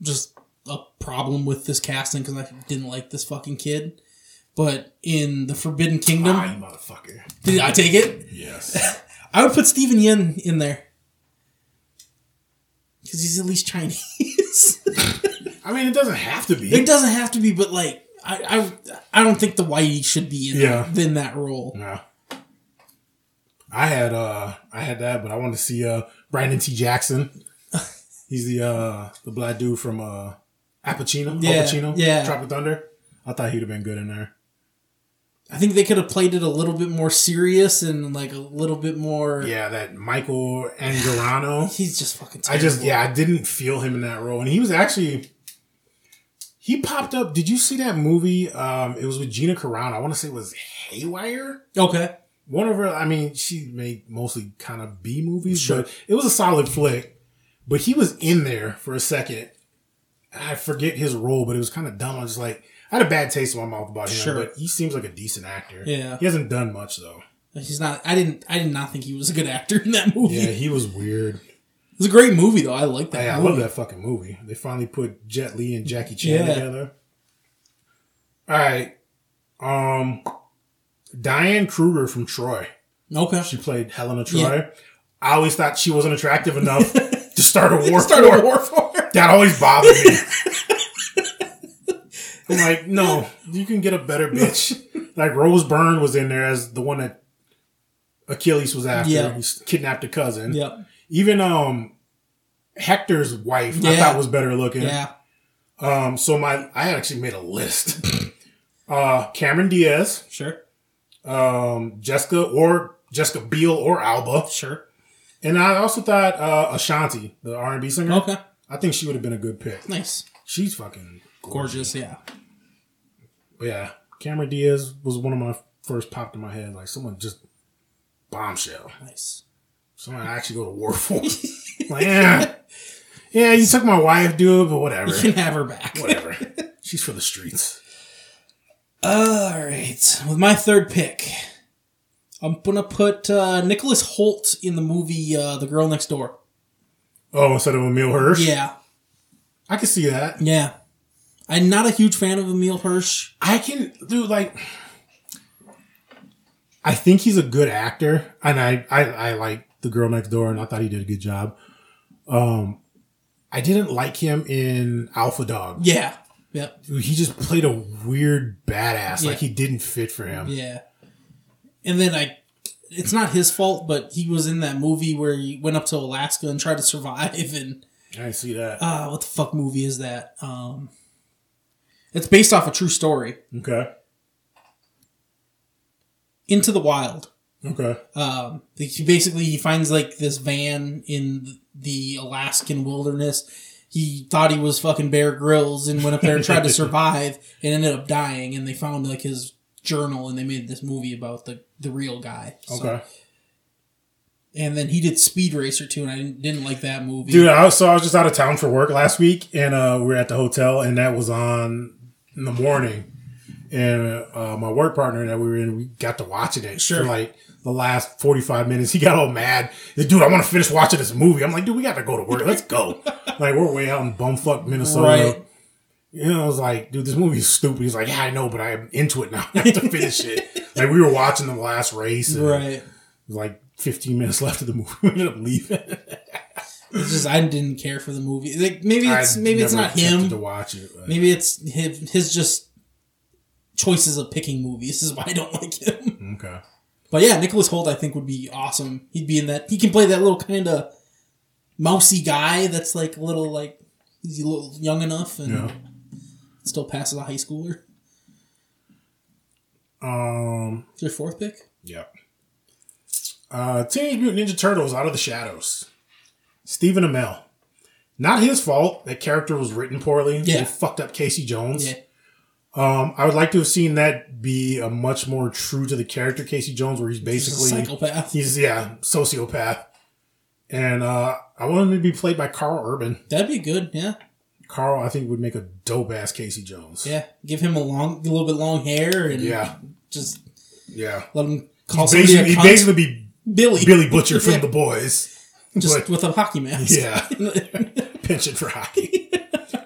[SPEAKER 8] just a problem with this casting because I didn't like this fucking kid. But in the Forbidden Kingdom,
[SPEAKER 7] Ah, you motherfucker.
[SPEAKER 8] did I take it?
[SPEAKER 7] Yes.
[SPEAKER 8] I would put Stephen Yen in there because he's at least Chinese.
[SPEAKER 7] I mean, it doesn't have to be.
[SPEAKER 8] It doesn't have to be, but like I, I, I don't think the Whitey should be in,
[SPEAKER 7] Yeah.
[SPEAKER 8] in that role.
[SPEAKER 7] No. I had uh I had that, but I wanted to see uh Brandon T. Jackson. He's the uh the black dude from uh Appuccino.
[SPEAKER 8] Yeah,
[SPEAKER 7] Appuccino,
[SPEAKER 8] yeah.
[SPEAKER 7] Tropic Thunder. I thought he'd have been good in there.
[SPEAKER 8] I think they could have played it a little bit more serious and like a little bit more.
[SPEAKER 7] Yeah, that Michael Angarano.
[SPEAKER 8] he's just fucking.
[SPEAKER 7] I
[SPEAKER 8] Terrible.
[SPEAKER 7] just yeah, I didn't feel him in that role. And he was actually He popped up. Did you see that movie? Um, it was with Gina Carano. I want to say it was Haywire.
[SPEAKER 8] Okay.
[SPEAKER 7] One of her, I mean, she made mostly kind of B movies, but it was a solid flick. But he was in there for a second. I forget his role, but it was kind of dumb. I was just like, I had a bad taste in my mouth about him,
[SPEAKER 8] Sure.
[SPEAKER 7] but he seems like a decent actor.
[SPEAKER 8] Yeah.
[SPEAKER 7] He hasn't done much, though.
[SPEAKER 8] He's not. I didn't. I did not think he was a good actor in that movie.
[SPEAKER 7] Yeah, he was weird.
[SPEAKER 8] It was a great movie though. I like that.
[SPEAKER 7] Yeah, I
[SPEAKER 8] movie.
[SPEAKER 7] love that fucking movie. They finally put Jet Li and Jackie Chan
[SPEAKER 8] Yeah.
[SPEAKER 7] together. All right. Um Diane Kruger from Troy.
[SPEAKER 8] Okay.
[SPEAKER 7] She played Helena Troy.
[SPEAKER 8] Yeah.
[SPEAKER 7] I always thought she wasn't attractive enough to start a war
[SPEAKER 8] Start
[SPEAKER 7] for.
[SPEAKER 8] a war for.
[SPEAKER 7] That always bothered me. I'm like, no, you can get a better bitch. Like Rose Byrne was in there as the one that Achilles was after.
[SPEAKER 8] Yeah.
[SPEAKER 7] He kidnapped a cousin.
[SPEAKER 8] Yep.
[SPEAKER 7] Even um Hector's wife I
[SPEAKER 8] Yeah.
[SPEAKER 7] thought was better looking.
[SPEAKER 8] Yeah.
[SPEAKER 7] Um so my I actually made a list. uh Cameron Diaz,
[SPEAKER 8] Sure.
[SPEAKER 7] um Jessica or Jessica Biel or Alba.
[SPEAKER 8] Sure.
[SPEAKER 7] And I also thought uh Ashanti, the R and B singer.
[SPEAKER 8] Okay.
[SPEAKER 7] I think she would have been a good pick.
[SPEAKER 8] Nice.
[SPEAKER 7] She's fucking
[SPEAKER 8] Gorgeous. Yeah.
[SPEAKER 7] But yeah, Cameron Diaz was one of my first popped in my head. Like someone just bombshell.
[SPEAKER 8] Nice.
[SPEAKER 7] Someone I actually go to war for. like, yeah, yeah, you took my wife, dude, but whatever,
[SPEAKER 8] You can have her back.
[SPEAKER 7] whatever. She's for the streets.
[SPEAKER 8] All right. With my third pick, I'm gonna put uh, Nicholas Holt in the movie uh, The Girl Next Door.
[SPEAKER 7] Oh, instead of Emil Hirsch.
[SPEAKER 8] Yeah.
[SPEAKER 7] I can see that.
[SPEAKER 8] Yeah. I'm not a huge fan of Emil Hirsch.
[SPEAKER 7] I can, dude. Like, I think he's a good actor, and I, I, I like the girl next door, and I thought he did a good job. Um, I didn't like him in Alpha Dog.
[SPEAKER 8] Yeah. Yep.
[SPEAKER 7] Dude, he just played a weird badass. Like he
[SPEAKER 8] Yeah.
[SPEAKER 7] didn't fit for him.
[SPEAKER 8] Yeah. And then I, it's not his fault, but he was in that movie where he went up to Alaska and tried to survive. And
[SPEAKER 7] I didn't see that.
[SPEAKER 8] uh, what the fuck movie is that? Um, it's based off a true story.
[SPEAKER 7] okay.
[SPEAKER 8] Into the Wild.
[SPEAKER 7] Okay.
[SPEAKER 8] um, he basically he finds like this van in the Alaskan wilderness. He thought he was fucking Bear Grylls and went up there and tried to survive and ended up dying. And they found like his journal and they made this movie about the the real guy. So-
[SPEAKER 7] okay.
[SPEAKER 8] And then he did Speed Racer too, and I didn't, didn't like that movie.
[SPEAKER 7] Dude, I was, so I was just out of town for work last week, and uh, we were at the hotel, and that was on in the morning. And uh, my work partner that we were in, we got to watching it
[SPEAKER 8] Sure.
[SPEAKER 7] for like the last forty five minutes. He got all mad. He's like, Dude, I want to finish watching this movie. I'm like, dude, we got to go to work. Let's go. like we're way out in bumfuck Minnesota.
[SPEAKER 8] Right.
[SPEAKER 7] You know, I was like, dude, this movie is stupid. He's like, yeah, I know, but I'm into it now. I have to finish it. Like we were watching the last race, and
[SPEAKER 8] right?
[SPEAKER 7] like 15 minutes left of the movie. We ended up leaving.
[SPEAKER 8] It's just I didn't care for the movie. Like maybe it's
[SPEAKER 7] I
[SPEAKER 8] maybe it's
[SPEAKER 7] never
[SPEAKER 8] not
[SPEAKER 7] attempted
[SPEAKER 8] him.
[SPEAKER 7] to watch it. but-
[SPEAKER 8] Maybe it's his, his just choices of picking movies. This is why I don't like him.
[SPEAKER 7] Okay.
[SPEAKER 8] But yeah, Nicholas Holt I think would be awesome. He'd be in that. He can play that little kind of mousy guy that's like a little like he's a little young enough and
[SPEAKER 7] Yeah.
[SPEAKER 8] still passes a high schooler.
[SPEAKER 7] Um.
[SPEAKER 8] It's your fourth pick.
[SPEAKER 7] Yep. Uh, Teenage Mutant Ninja Turtles: Out of the Shadows. Stephen Amell. Not his fault. That character was written poorly.
[SPEAKER 8] Yeah.
[SPEAKER 7] They fucked up Casey Jones.
[SPEAKER 8] Yeah,
[SPEAKER 7] Um, I would like to have seen that be a much more true to the character Casey Jones, where he's
[SPEAKER 8] he's a
[SPEAKER 7] basically
[SPEAKER 8] psychopath.
[SPEAKER 7] he's yeah sociopath, and uh, I want him to be played by Carl Urban.
[SPEAKER 8] That'd be good. Yeah,
[SPEAKER 7] Carl, I think would make a dope ass Casey Jones.
[SPEAKER 8] yeah. Give him a long, a little bit long hair and
[SPEAKER 7] Yeah.
[SPEAKER 8] just
[SPEAKER 7] Yeah.
[SPEAKER 8] let him call somebody
[SPEAKER 7] Basically,
[SPEAKER 8] a
[SPEAKER 7] he'd
[SPEAKER 8] cunt.
[SPEAKER 7] basically be
[SPEAKER 8] Billy,
[SPEAKER 7] Billy Butcher from
[SPEAKER 8] Yeah.
[SPEAKER 7] The Boys.
[SPEAKER 8] just
[SPEAKER 7] But-
[SPEAKER 8] with a hockey mask.
[SPEAKER 7] Yeah. penchant for hockey.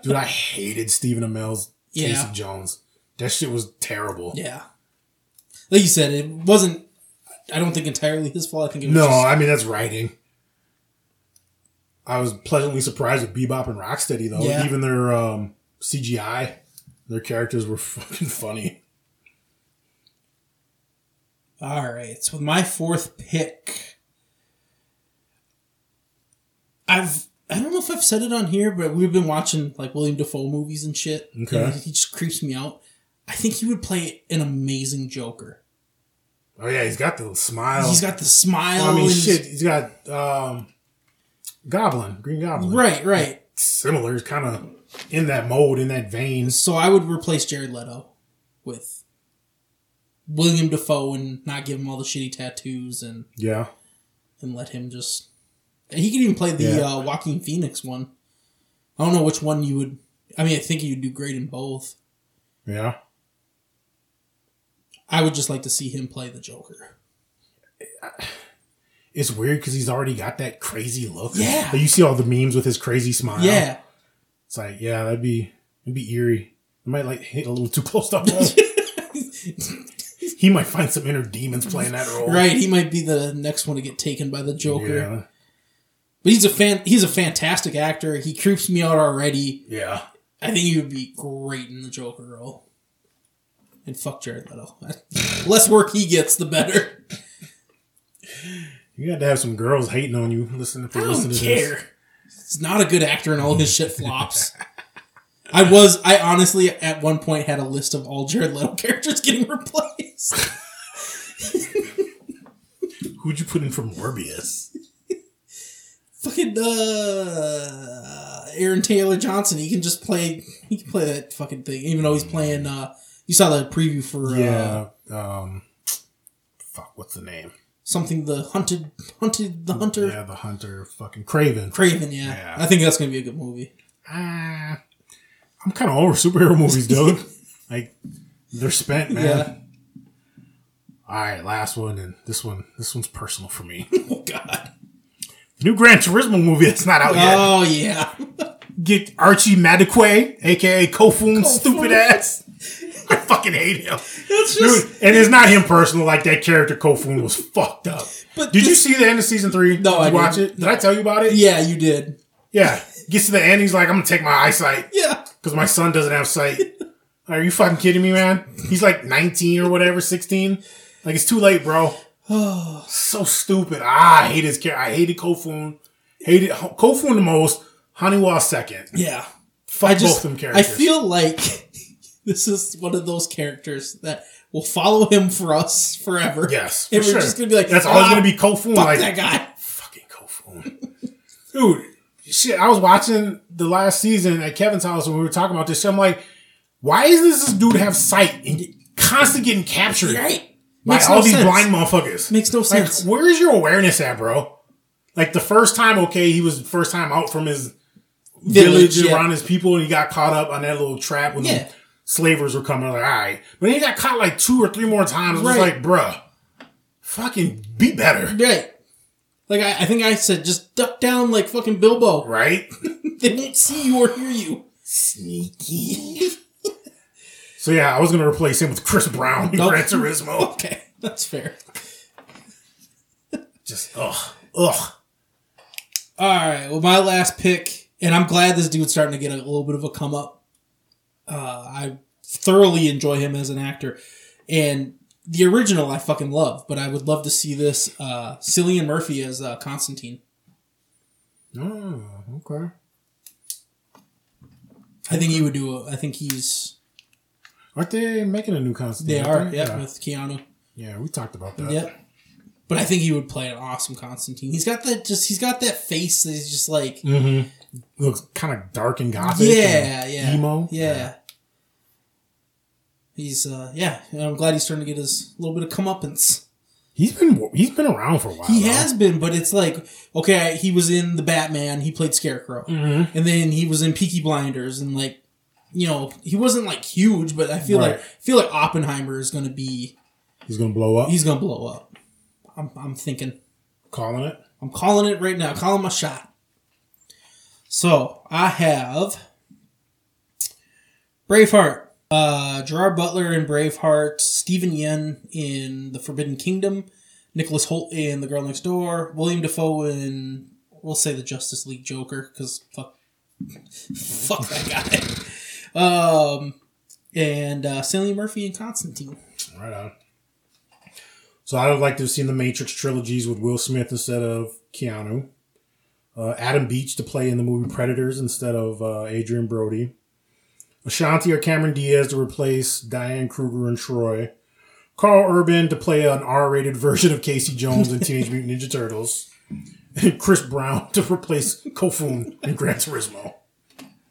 [SPEAKER 7] Dude, I hated Stephen Amell's Casey
[SPEAKER 8] Yeah.
[SPEAKER 7] Jones. That shit was terrible.
[SPEAKER 8] yeah. Like you said, it wasn't. I don't think entirely his fault. I think it was
[SPEAKER 7] No,
[SPEAKER 8] just-
[SPEAKER 7] I mean that's writing. I was pleasantly surprised with Bebop and Rocksteady though.
[SPEAKER 8] Yeah.
[SPEAKER 7] Even their um, CGI, their characters were fucking funny.
[SPEAKER 8] All right. So with my fourth pick, I've I don't know if I've said it on here, but we've been watching like William Defoe movies and shit.
[SPEAKER 7] Okay.
[SPEAKER 8] and he just creeps me out. I think he would play an amazing Joker.
[SPEAKER 7] Oh yeah, he's got the smile.
[SPEAKER 8] He's got the smile.
[SPEAKER 7] Oh. I mean
[SPEAKER 8] and-
[SPEAKER 7] shit, he's got um, Goblin, Green Goblin.
[SPEAKER 8] Right, right.
[SPEAKER 7] Similar, kind of in that mold, in that vein.
[SPEAKER 8] So I would replace Jared Leto with William Defoe and not give him all the shitty tattoos and
[SPEAKER 7] Yeah.
[SPEAKER 8] and let him just. And he could even play the
[SPEAKER 7] Yeah.
[SPEAKER 8] uh, Joaquin Phoenix one. I don't know which one you would. I mean, I think you'd do great in both.
[SPEAKER 7] Yeah.
[SPEAKER 8] I would just like to see him play the Joker.
[SPEAKER 7] It's weird because he's already got that crazy look.
[SPEAKER 8] Yeah.
[SPEAKER 7] Like, you see all the memes with his crazy smile.
[SPEAKER 8] Yeah.
[SPEAKER 7] It's like, yeah, that'd be that'd be eerie. It might like hit a little too close to home. he might find some inner demons playing that role.
[SPEAKER 8] Right, he might be the next one to get taken by the Joker.
[SPEAKER 7] Yeah.
[SPEAKER 8] But he's a fan. He's a fantastic actor. He creeps me out already.
[SPEAKER 7] Yeah.
[SPEAKER 8] I think he would be great in the Joker role. And fuck Jared Leto. Less work he gets, the better.
[SPEAKER 7] You got to have some girls hating on you. Listen if they
[SPEAKER 8] I
[SPEAKER 7] listen
[SPEAKER 8] don't
[SPEAKER 7] to
[SPEAKER 8] care.
[SPEAKER 7] this.
[SPEAKER 8] He's not a good actor, and all his shit flops. I was. I honestly, at one point, had a list of all Jared Leto characters getting replaced.
[SPEAKER 7] Who'd you put in for Morbius?
[SPEAKER 8] fucking uh, Aaron Taylor Johnson. He can just play. He can play that fucking thing, even though he's playing. uh You saw the preview for uh,
[SPEAKER 7] Yeah. Um. Fuck. What's the name?
[SPEAKER 8] something. The hunted, hunted, the hunter.
[SPEAKER 7] Yeah, the hunter. Fucking Craven.
[SPEAKER 8] Craven, yeah.
[SPEAKER 7] Yeah.
[SPEAKER 8] I think that's gonna be a good movie.
[SPEAKER 7] Ah, I'm kind of over superhero movies, dude. like they're spent, man.
[SPEAKER 8] Yeah.
[SPEAKER 7] All right, last one, and this one, this one's personal for me.
[SPEAKER 8] Oh God.
[SPEAKER 7] The new Gran Turismo movie that's not out yet.
[SPEAKER 8] Oh yeah.
[SPEAKER 7] Get Archie Madakwe, aka Kofun's stupid ass. I fucking hate him,
[SPEAKER 8] That's
[SPEAKER 7] dude.
[SPEAKER 8] just
[SPEAKER 7] And it's not him personal. Like that character Kofun was fucked up.
[SPEAKER 8] But
[SPEAKER 7] did you
[SPEAKER 8] this-
[SPEAKER 7] see the end of season three? Did
[SPEAKER 8] No,
[SPEAKER 7] you
[SPEAKER 8] I
[SPEAKER 7] watch
[SPEAKER 8] didn't.
[SPEAKER 7] it. Did I tell you about it?
[SPEAKER 8] yeah. You did.
[SPEAKER 7] Yeah. Gets to the end, he's like, "I'm gonna take my eyesight."
[SPEAKER 8] Yeah.
[SPEAKER 7] because my son doesn't have sight. Are you fucking kidding me, man? He's like 19 or whatever, 16. Like it's too late, bro. so stupid. Ah, I hate his character. I hated Kofun. Hated Kofun the most. Honeywell second.
[SPEAKER 8] Yeah.
[SPEAKER 7] Fuck
[SPEAKER 8] I just.
[SPEAKER 7] both them
[SPEAKER 8] I
[SPEAKER 7] characters.
[SPEAKER 8] feel like this is one of those characters that will follow him for us forever.
[SPEAKER 7] yes.
[SPEAKER 8] And
[SPEAKER 7] for
[SPEAKER 8] we're
[SPEAKER 7] sure.
[SPEAKER 8] just gonna be like,
[SPEAKER 7] that's always
[SPEAKER 8] "Ah,
[SPEAKER 7] gonna be Kofun.
[SPEAKER 8] Fuck
[SPEAKER 7] Like
[SPEAKER 8] that guy.
[SPEAKER 7] fucking Kofun, dude. Shit, I was watching the last season at Kevin's house when we were talking about this. Shit. I'm like, why is this, this dude have sight and get- constantly getting captured?
[SPEAKER 8] Right.
[SPEAKER 7] By
[SPEAKER 8] Makes
[SPEAKER 7] all
[SPEAKER 8] no
[SPEAKER 7] these
[SPEAKER 8] sense.
[SPEAKER 7] blind motherfuckers.
[SPEAKER 8] Makes no
[SPEAKER 7] Like,
[SPEAKER 8] sense.
[SPEAKER 7] where is your awareness at, bro? Like the first time, okay, he was first time out from his village,
[SPEAKER 8] yeah.
[SPEAKER 7] around his people, and he got caught up on that little trap when
[SPEAKER 8] Yeah.
[SPEAKER 7] the slavers were coming. Like, all right, but then he got caught like two or three more times. It was
[SPEAKER 8] Right.
[SPEAKER 7] like, bruh, fucking be better,
[SPEAKER 8] Right. Like I, I think I said, just duck down like fucking Bilbo.
[SPEAKER 7] right?
[SPEAKER 8] They won't see you or hear you.
[SPEAKER 7] Sneaky. so yeah, I was gonna replace him with Chris Brown in
[SPEAKER 8] Nope.
[SPEAKER 7] Gran Turismo.
[SPEAKER 8] Okay, that's fair.
[SPEAKER 7] Just ugh, ugh.
[SPEAKER 8] All right. Well, my last pick, and I'm glad this dude's starting to get a little bit of a come up. Uh, I thoroughly enjoy him as an actor, and the original I fucking love. But I would love to see this uh, Cillian Murphy as uh, Constantine.
[SPEAKER 7] Oh, okay.
[SPEAKER 8] I think he would do. A, I think he's.
[SPEAKER 7] Aren't they making a new concert?
[SPEAKER 8] They are. Yeah,
[SPEAKER 7] Yeah.
[SPEAKER 8] with Keanu.
[SPEAKER 7] yeah, we talked about that.
[SPEAKER 8] Yep. But I think he would play an awesome Constantine. He's got that just. He's got that face that he's just like.
[SPEAKER 7] looks kind of dark and gothic.
[SPEAKER 8] Yeah,
[SPEAKER 7] and
[SPEAKER 8] yeah.
[SPEAKER 7] Emo.
[SPEAKER 8] Yeah. He's uh yeah, and I'm glad he's starting to get his little bit of comeuppance.
[SPEAKER 7] He's been he's been around for a while.
[SPEAKER 8] He
[SPEAKER 7] though.
[SPEAKER 8] has been, but it's like okay, he was in the Batman, he played Scarecrow,
[SPEAKER 7] Mm-hmm.
[SPEAKER 8] and then he was in Peaky Blinders, and like you know he wasn't like huge, but I feel like
[SPEAKER 7] Right.
[SPEAKER 8] I feel like Oppenheimer is gonna be
[SPEAKER 7] He's gonna blow up. He's
[SPEAKER 8] he's gonna blow up. I'm I'm thinking
[SPEAKER 7] calling it.
[SPEAKER 8] I'm calling it right now, calling my shot. So I have Braveheart, uh, Gerard Butler in Braveheart, Stephen Yen in The Forbidden Kingdom, Nicholas Holt in The Girl Next Door, William Defoe in we'll say the Justice League Joker because fuck, fuck that guy, um, and uh, Cillian Murphy and Constantine.
[SPEAKER 7] Right on. So I would like to have seen the Matrix trilogies with Will Smith instead of Keanu. Uh, Adam Beach to play in the movie Predators instead of uh, Adrian Brody. Ashanti or Cameron Diaz to replace Diane Kruger and Troy. Carl Urban to play an R-rated version of Casey Jones in Teenage Mutant Ninja Turtles. And Chris Brown to replace Kofun in Gran Turismo.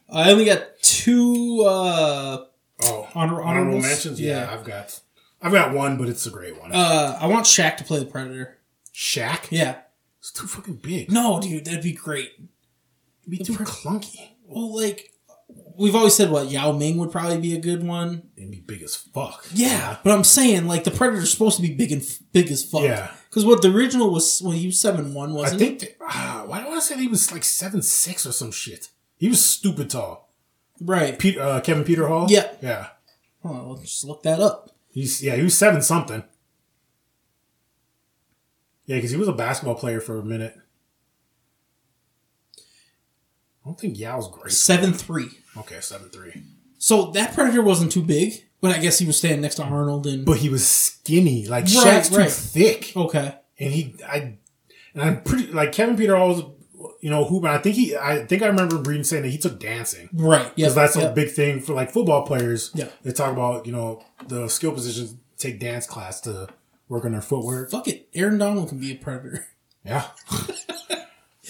[SPEAKER 8] I only got two uh,
[SPEAKER 7] Oh,
[SPEAKER 8] honor-
[SPEAKER 7] honorable
[SPEAKER 8] honorables.
[SPEAKER 7] mentions. Yeah, I've got, I've got one, but it's a great one.
[SPEAKER 8] Uh, I want Shaq to play the Predator.
[SPEAKER 7] Shaq?
[SPEAKER 8] Yeah.
[SPEAKER 7] It's too fucking big.
[SPEAKER 8] No, dude, that'd be great.
[SPEAKER 7] It'd be too clunky.
[SPEAKER 8] Well, like we've always said, what Yao Ming would probably be a good one.
[SPEAKER 7] It'd be big as fuck.
[SPEAKER 8] Yeah, but I'm saying like the Predator's supposed to be big and f- big as fuck.
[SPEAKER 7] Yeah.
[SPEAKER 8] Because what the original was, well, he was seven one,
[SPEAKER 7] I
[SPEAKER 8] wasn't
[SPEAKER 7] think. That, ah, why do I say he was like seven six or some shit? He was stupid tall.
[SPEAKER 8] he? Right.
[SPEAKER 7] Pete, uh, Kevin Peter Hall.
[SPEAKER 8] Yeah.
[SPEAKER 7] yeah.
[SPEAKER 8] Hold on, let's just look that up.
[SPEAKER 7] He's yeah, he was seven something. Yeah, because he was a basketball player for a minute. I don't think Yao's great.
[SPEAKER 8] Seven three.
[SPEAKER 7] Okay, seven three.
[SPEAKER 8] So that Predator wasn't too big, but I guess he was standing next to Arnold and.
[SPEAKER 7] But he was skinny, like
[SPEAKER 8] Right,
[SPEAKER 7] Shaq's too
[SPEAKER 8] right.
[SPEAKER 7] thick,
[SPEAKER 8] okay.
[SPEAKER 7] and he I and I'm pretty like Kevin Peter Hall's, you know who, but I think he I think I remember Breeden saying that he took dancing.
[SPEAKER 8] Right. Yeah.
[SPEAKER 7] because that's
[SPEAKER 8] yeah.
[SPEAKER 7] a big thing for like football players.
[SPEAKER 8] Yeah.
[SPEAKER 7] they talk about you know the skill positions take dance class to work on their footwork.
[SPEAKER 8] Fuck it. Aaron Donald can be a Predator.
[SPEAKER 7] Yeah.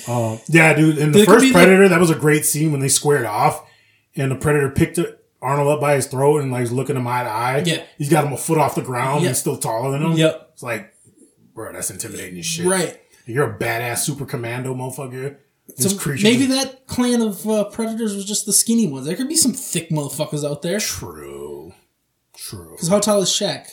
[SPEAKER 7] um, yeah, dude. In the
[SPEAKER 8] There could be,
[SPEAKER 7] first
[SPEAKER 8] like-
[SPEAKER 7] Predator, that was a great scene when they squared off, and the Predator picked Arnold up by his throat and like was looking him eye to eye.
[SPEAKER 8] Yeah.
[SPEAKER 7] he's got him a foot off the ground.
[SPEAKER 8] Yeah.
[SPEAKER 7] He's still taller than him.
[SPEAKER 8] Yep.
[SPEAKER 7] It's like, bro, that's intimidating as shit.
[SPEAKER 8] Right.
[SPEAKER 7] You're a badass super commando motherfucker. This
[SPEAKER 8] So
[SPEAKER 7] creature.
[SPEAKER 8] maybe that clan of uh, predators was just the skinny ones. There could be some thick motherfuckers out there.
[SPEAKER 7] true. True.
[SPEAKER 8] Because how tall is Shaq?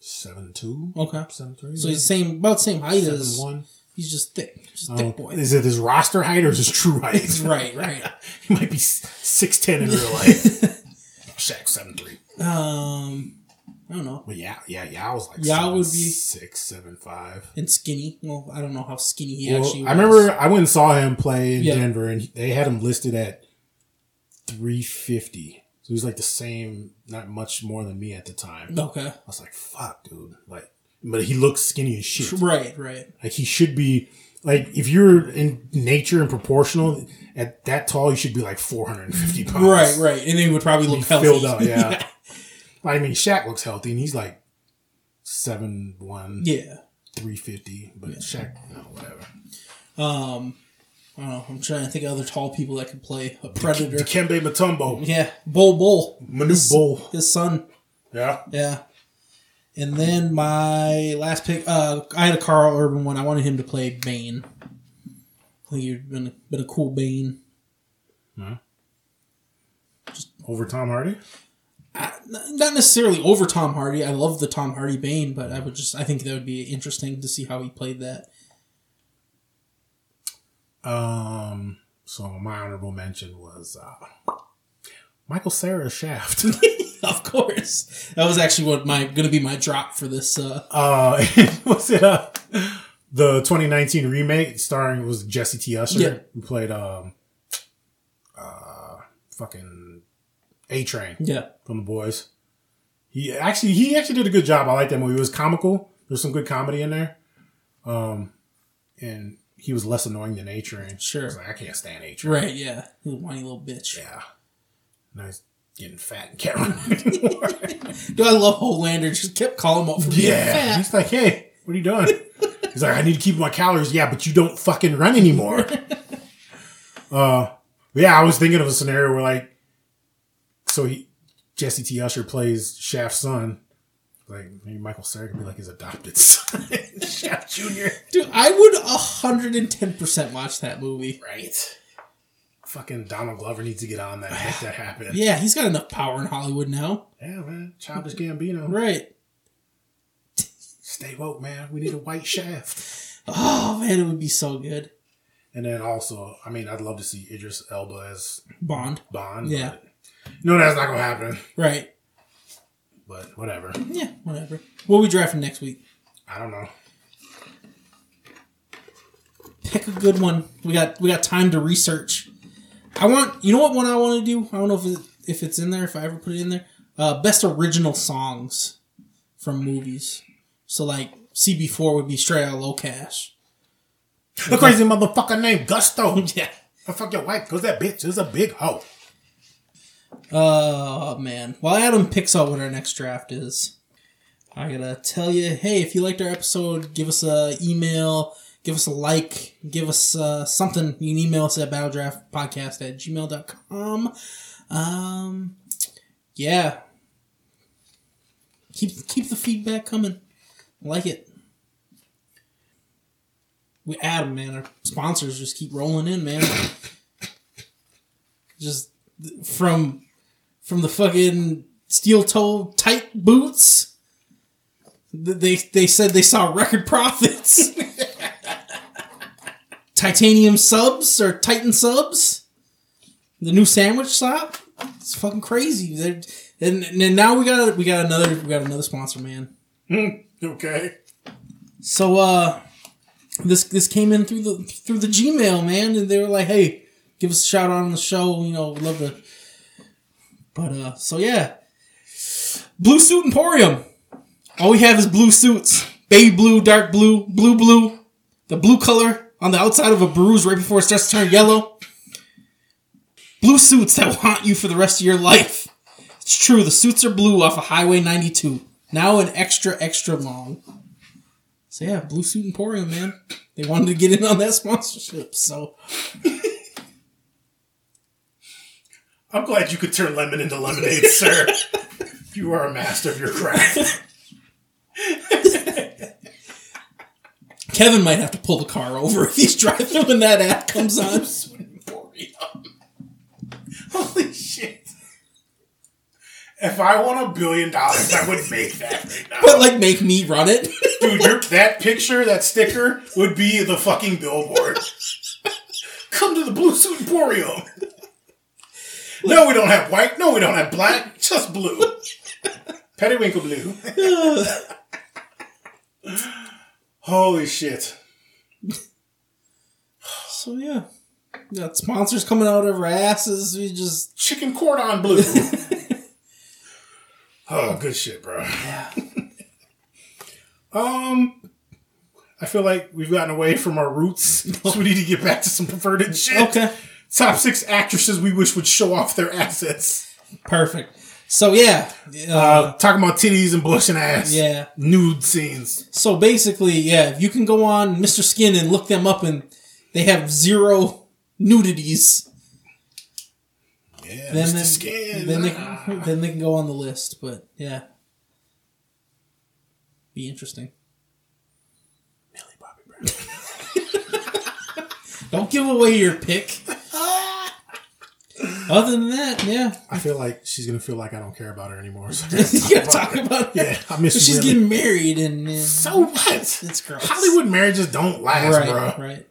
[SPEAKER 7] Seven two.
[SPEAKER 8] Okay.
[SPEAKER 7] Seven three.
[SPEAKER 8] So he's same about the same height as
[SPEAKER 7] one.
[SPEAKER 8] he's just thick, just
[SPEAKER 7] Oh,
[SPEAKER 8] thick boy.
[SPEAKER 7] Is it his roster height or is his true height?
[SPEAKER 8] That's right, right.
[SPEAKER 7] He might be six ten in real life. Shaq seven three.
[SPEAKER 8] Um, I don't know.
[SPEAKER 7] But yeah, yeah, yeah. I was like
[SPEAKER 8] Yao would be-
[SPEAKER 7] six seven five.
[SPEAKER 8] And skinny. Well, I don't know how skinny he
[SPEAKER 7] Well,
[SPEAKER 8] actually. Was.
[SPEAKER 7] I remember I went and saw him play in
[SPEAKER 8] Yeah.
[SPEAKER 7] Denver, and they had him listed at three fifty. So he was like the same, not much more than me at the time.
[SPEAKER 8] Okay.
[SPEAKER 7] I was like, "Fuck, dude!" Like, but he looks skinny as shit.
[SPEAKER 8] Right, right.
[SPEAKER 7] Like he should be like if you're in nature and proportional at that tall, you should be like 450 pounds.
[SPEAKER 8] Right, right. And he would probably look healthy.
[SPEAKER 7] Filled out, yeah. I mean, Shaq looks healthy, and he's like seven one,
[SPEAKER 8] yeah. Yeah.
[SPEAKER 7] 350. But Shaq, no, whatever.
[SPEAKER 8] I don't know. I'm trying to think of other tall people that could play a predator.
[SPEAKER 7] Dikembe Mutombo,
[SPEAKER 8] Yeah, Bull Bull,
[SPEAKER 7] Manu Bull.
[SPEAKER 8] his son.
[SPEAKER 7] Yeah,
[SPEAKER 8] Yeah. And then my last pick, uh, I had a Carl Urban one. I wanted him to play Bane. I think he'd been been a cool Bane.
[SPEAKER 7] over Tom Hardy.
[SPEAKER 8] N- Not necessarily over Tom Hardy. I love the Tom Hardy Bane, but I would just I think that would be interesting to see how he played that.
[SPEAKER 7] Um, so my honorable mention was uh, Michael Sarah Shaft.
[SPEAKER 8] of course, that was actually what my going to be my drop for this. Uh,
[SPEAKER 7] uh, was it uh, the 2019 remake starring was Jesse T. Usher
[SPEAKER 8] Yeah.
[SPEAKER 7] who played um, uh, fucking A Train
[SPEAKER 8] yeah,
[SPEAKER 7] from The Boys. He actually he actually did a good job. I like that movie. It was comical. There's some good comedy in there. Um, and he was less annoying than A Train.
[SPEAKER 8] Sure.
[SPEAKER 7] I, was like, I can't stand A Train.
[SPEAKER 8] right, yeah, he's a whiny little bitch.
[SPEAKER 7] Yeah, and I was getting fat and can't run anymore.
[SPEAKER 8] Dude, I love Holander. Just kept calling him up for being
[SPEAKER 7] Yeah.
[SPEAKER 8] fat.
[SPEAKER 7] He's like, hey, what are you doing? He's like, I need to keep my calories. Yeah, but you don't fucking run anymore. uh, yeah, I was thinking of a scenario where like, so he, Jesse T. Usher plays Shaft's son. Like maybe Michael Cera could be like his adopted son, Shaft Junior.
[SPEAKER 8] Dude, I would hundred and ten percent watch that movie.
[SPEAKER 7] Right. Fucking Donald Glover needs to get on that. Make that happen.
[SPEAKER 8] Yeah, he's got enough power in Hollywood now.
[SPEAKER 7] Yeah, man. Childish Gambino.
[SPEAKER 8] Right.
[SPEAKER 7] Stay woke, man. We need a white Shaft.
[SPEAKER 8] Oh man, it would be so good.
[SPEAKER 7] And then also, I mean, I'd love to see Idris Elba as
[SPEAKER 8] Bond.
[SPEAKER 7] Bond.
[SPEAKER 8] Yeah.
[SPEAKER 7] but- No, that's not gonna happen.
[SPEAKER 8] Right.
[SPEAKER 7] But whatever.
[SPEAKER 8] Yeah, whatever. What are we drafting next week?
[SPEAKER 7] I don't know.
[SPEAKER 8] Pick a good one. We got we got time to research. I want you know what one I want to do? I don't know if it, if it's in there, if I ever put it in there. Uh best original songs from movies. So like CB4 would be straight out of low cash.
[SPEAKER 7] The crazy motherfucker named Gusto.
[SPEAKER 8] Yeah.
[SPEAKER 7] I fuck your wife because that bitch is a big hoe.
[SPEAKER 8] Oh man. While Adam picks out what our next draft is, I gotta tell you, hey, if you liked our episode, give us a email, Give us a like. Give us uh, something. You can email us at battledraftpodcast at gmail.com. Um, yeah. Keep, keep the feedback coming. I like it. We add 'em, man. Our sponsors just keep rolling in, man. just th- from from the fucking steel toe tight boots. Th- They they said they saw record profits. Titanium subs or Titan subs. The new sandwich shop. It's fucking crazy. They're, and, and now we got we got another we got another sponsor, man.
[SPEAKER 7] okay.
[SPEAKER 8] So uh this this came in through the through the Gmail, man, and they were like, "Hey, give us a shout out on the show, you know, we'd love to." But uh so yeah. Blue Suit Emporium. All we have is blue suits. Baby blue, dark blue, blue blue. The blue color on the outside of a bruise right before it starts to turn yellow. Blue suits that will haunt you for the rest of your life. It's true, the suits are blue off of Highway 92. Now an extra, extra long. So yeah, Blue Suit Emporium, man. They wanted to get in on that sponsorship, so
[SPEAKER 7] I'm glad you could turn lemon into lemonade, sir. You are a master of your craft.
[SPEAKER 8] Kevin might have to pull the car over if he's driving when that ad comes on.
[SPEAKER 7] Holy shit. If I won a billion dollars, I would make that right now.
[SPEAKER 8] But like, make me run it.
[SPEAKER 7] Dude, your, that picture, that sticker, would be the fucking billboard. Come to the Blue Suit Emporium. No, we don't have white. No, we don't have black. Just blue. Periwinkle blue. Holy shit.
[SPEAKER 8] so yeah, we got sponsors coming out of our asses. We just
[SPEAKER 7] Chicken cordon blue. oh, good shit, bro. um, I feel like we've gotten away from our roots, so we need to get back to some perverted shit.
[SPEAKER 8] okay,
[SPEAKER 7] Top six actresses we wish would show off their assets.
[SPEAKER 8] perfect. So yeah, uh,
[SPEAKER 7] Uh, talking about titties and bush and ass.
[SPEAKER 8] yeah.
[SPEAKER 7] Nude scenes.
[SPEAKER 8] So basically, yeah, if you can go on Mr. Skin and look them up, and they have zero nudities,
[SPEAKER 7] Yeah.
[SPEAKER 8] then
[SPEAKER 7] Mr.
[SPEAKER 8] they,
[SPEAKER 7] Skin.
[SPEAKER 8] then they then they can go on the list. But yeah, be interesting.
[SPEAKER 7] Millie Bobby Brown.
[SPEAKER 8] Don't give away your pick. Other than that, yeah,
[SPEAKER 7] I feel like she's gonna feel like I don't care about her anymore. So
[SPEAKER 8] you gotta talk about it.
[SPEAKER 7] yeah, I miss
[SPEAKER 8] But she's
[SPEAKER 7] Millie.
[SPEAKER 8] getting married, and uh,
[SPEAKER 7] so what?
[SPEAKER 8] it's gross.
[SPEAKER 7] Hollywood marriages don't last,
[SPEAKER 8] right?
[SPEAKER 7] bro.
[SPEAKER 8] Right.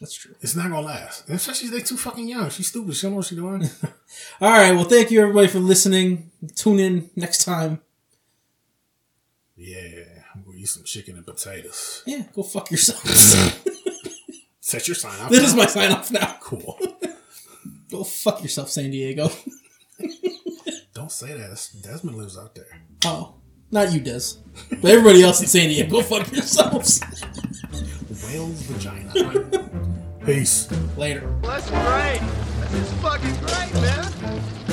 [SPEAKER 8] That's true.
[SPEAKER 7] It's not gonna last. And Especially they too fucking young. She's stupid. She don't know what she's doing.
[SPEAKER 8] All right. Well, thank you everybody for listening. Tune in next time.
[SPEAKER 7] yeah, I'm gonna eat some chicken and potatoes.
[SPEAKER 8] Yeah, go fuck yourselves.
[SPEAKER 7] Set your sign off.
[SPEAKER 8] that is my sign off now.
[SPEAKER 7] cool.
[SPEAKER 8] Go fuck yourself, San Diego.
[SPEAKER 7] don't say that. That's- Desmond lives out there.
[SPEAKER 8] Oh, not you, Des, but everybody else in San Diego. Go fuck yourselves.
[SPEAKER 7] Whale's vagina. Peace.
[SPEAKER 8] Later.
[SPEAKER 6] Well, that's great. This is fucking great, man.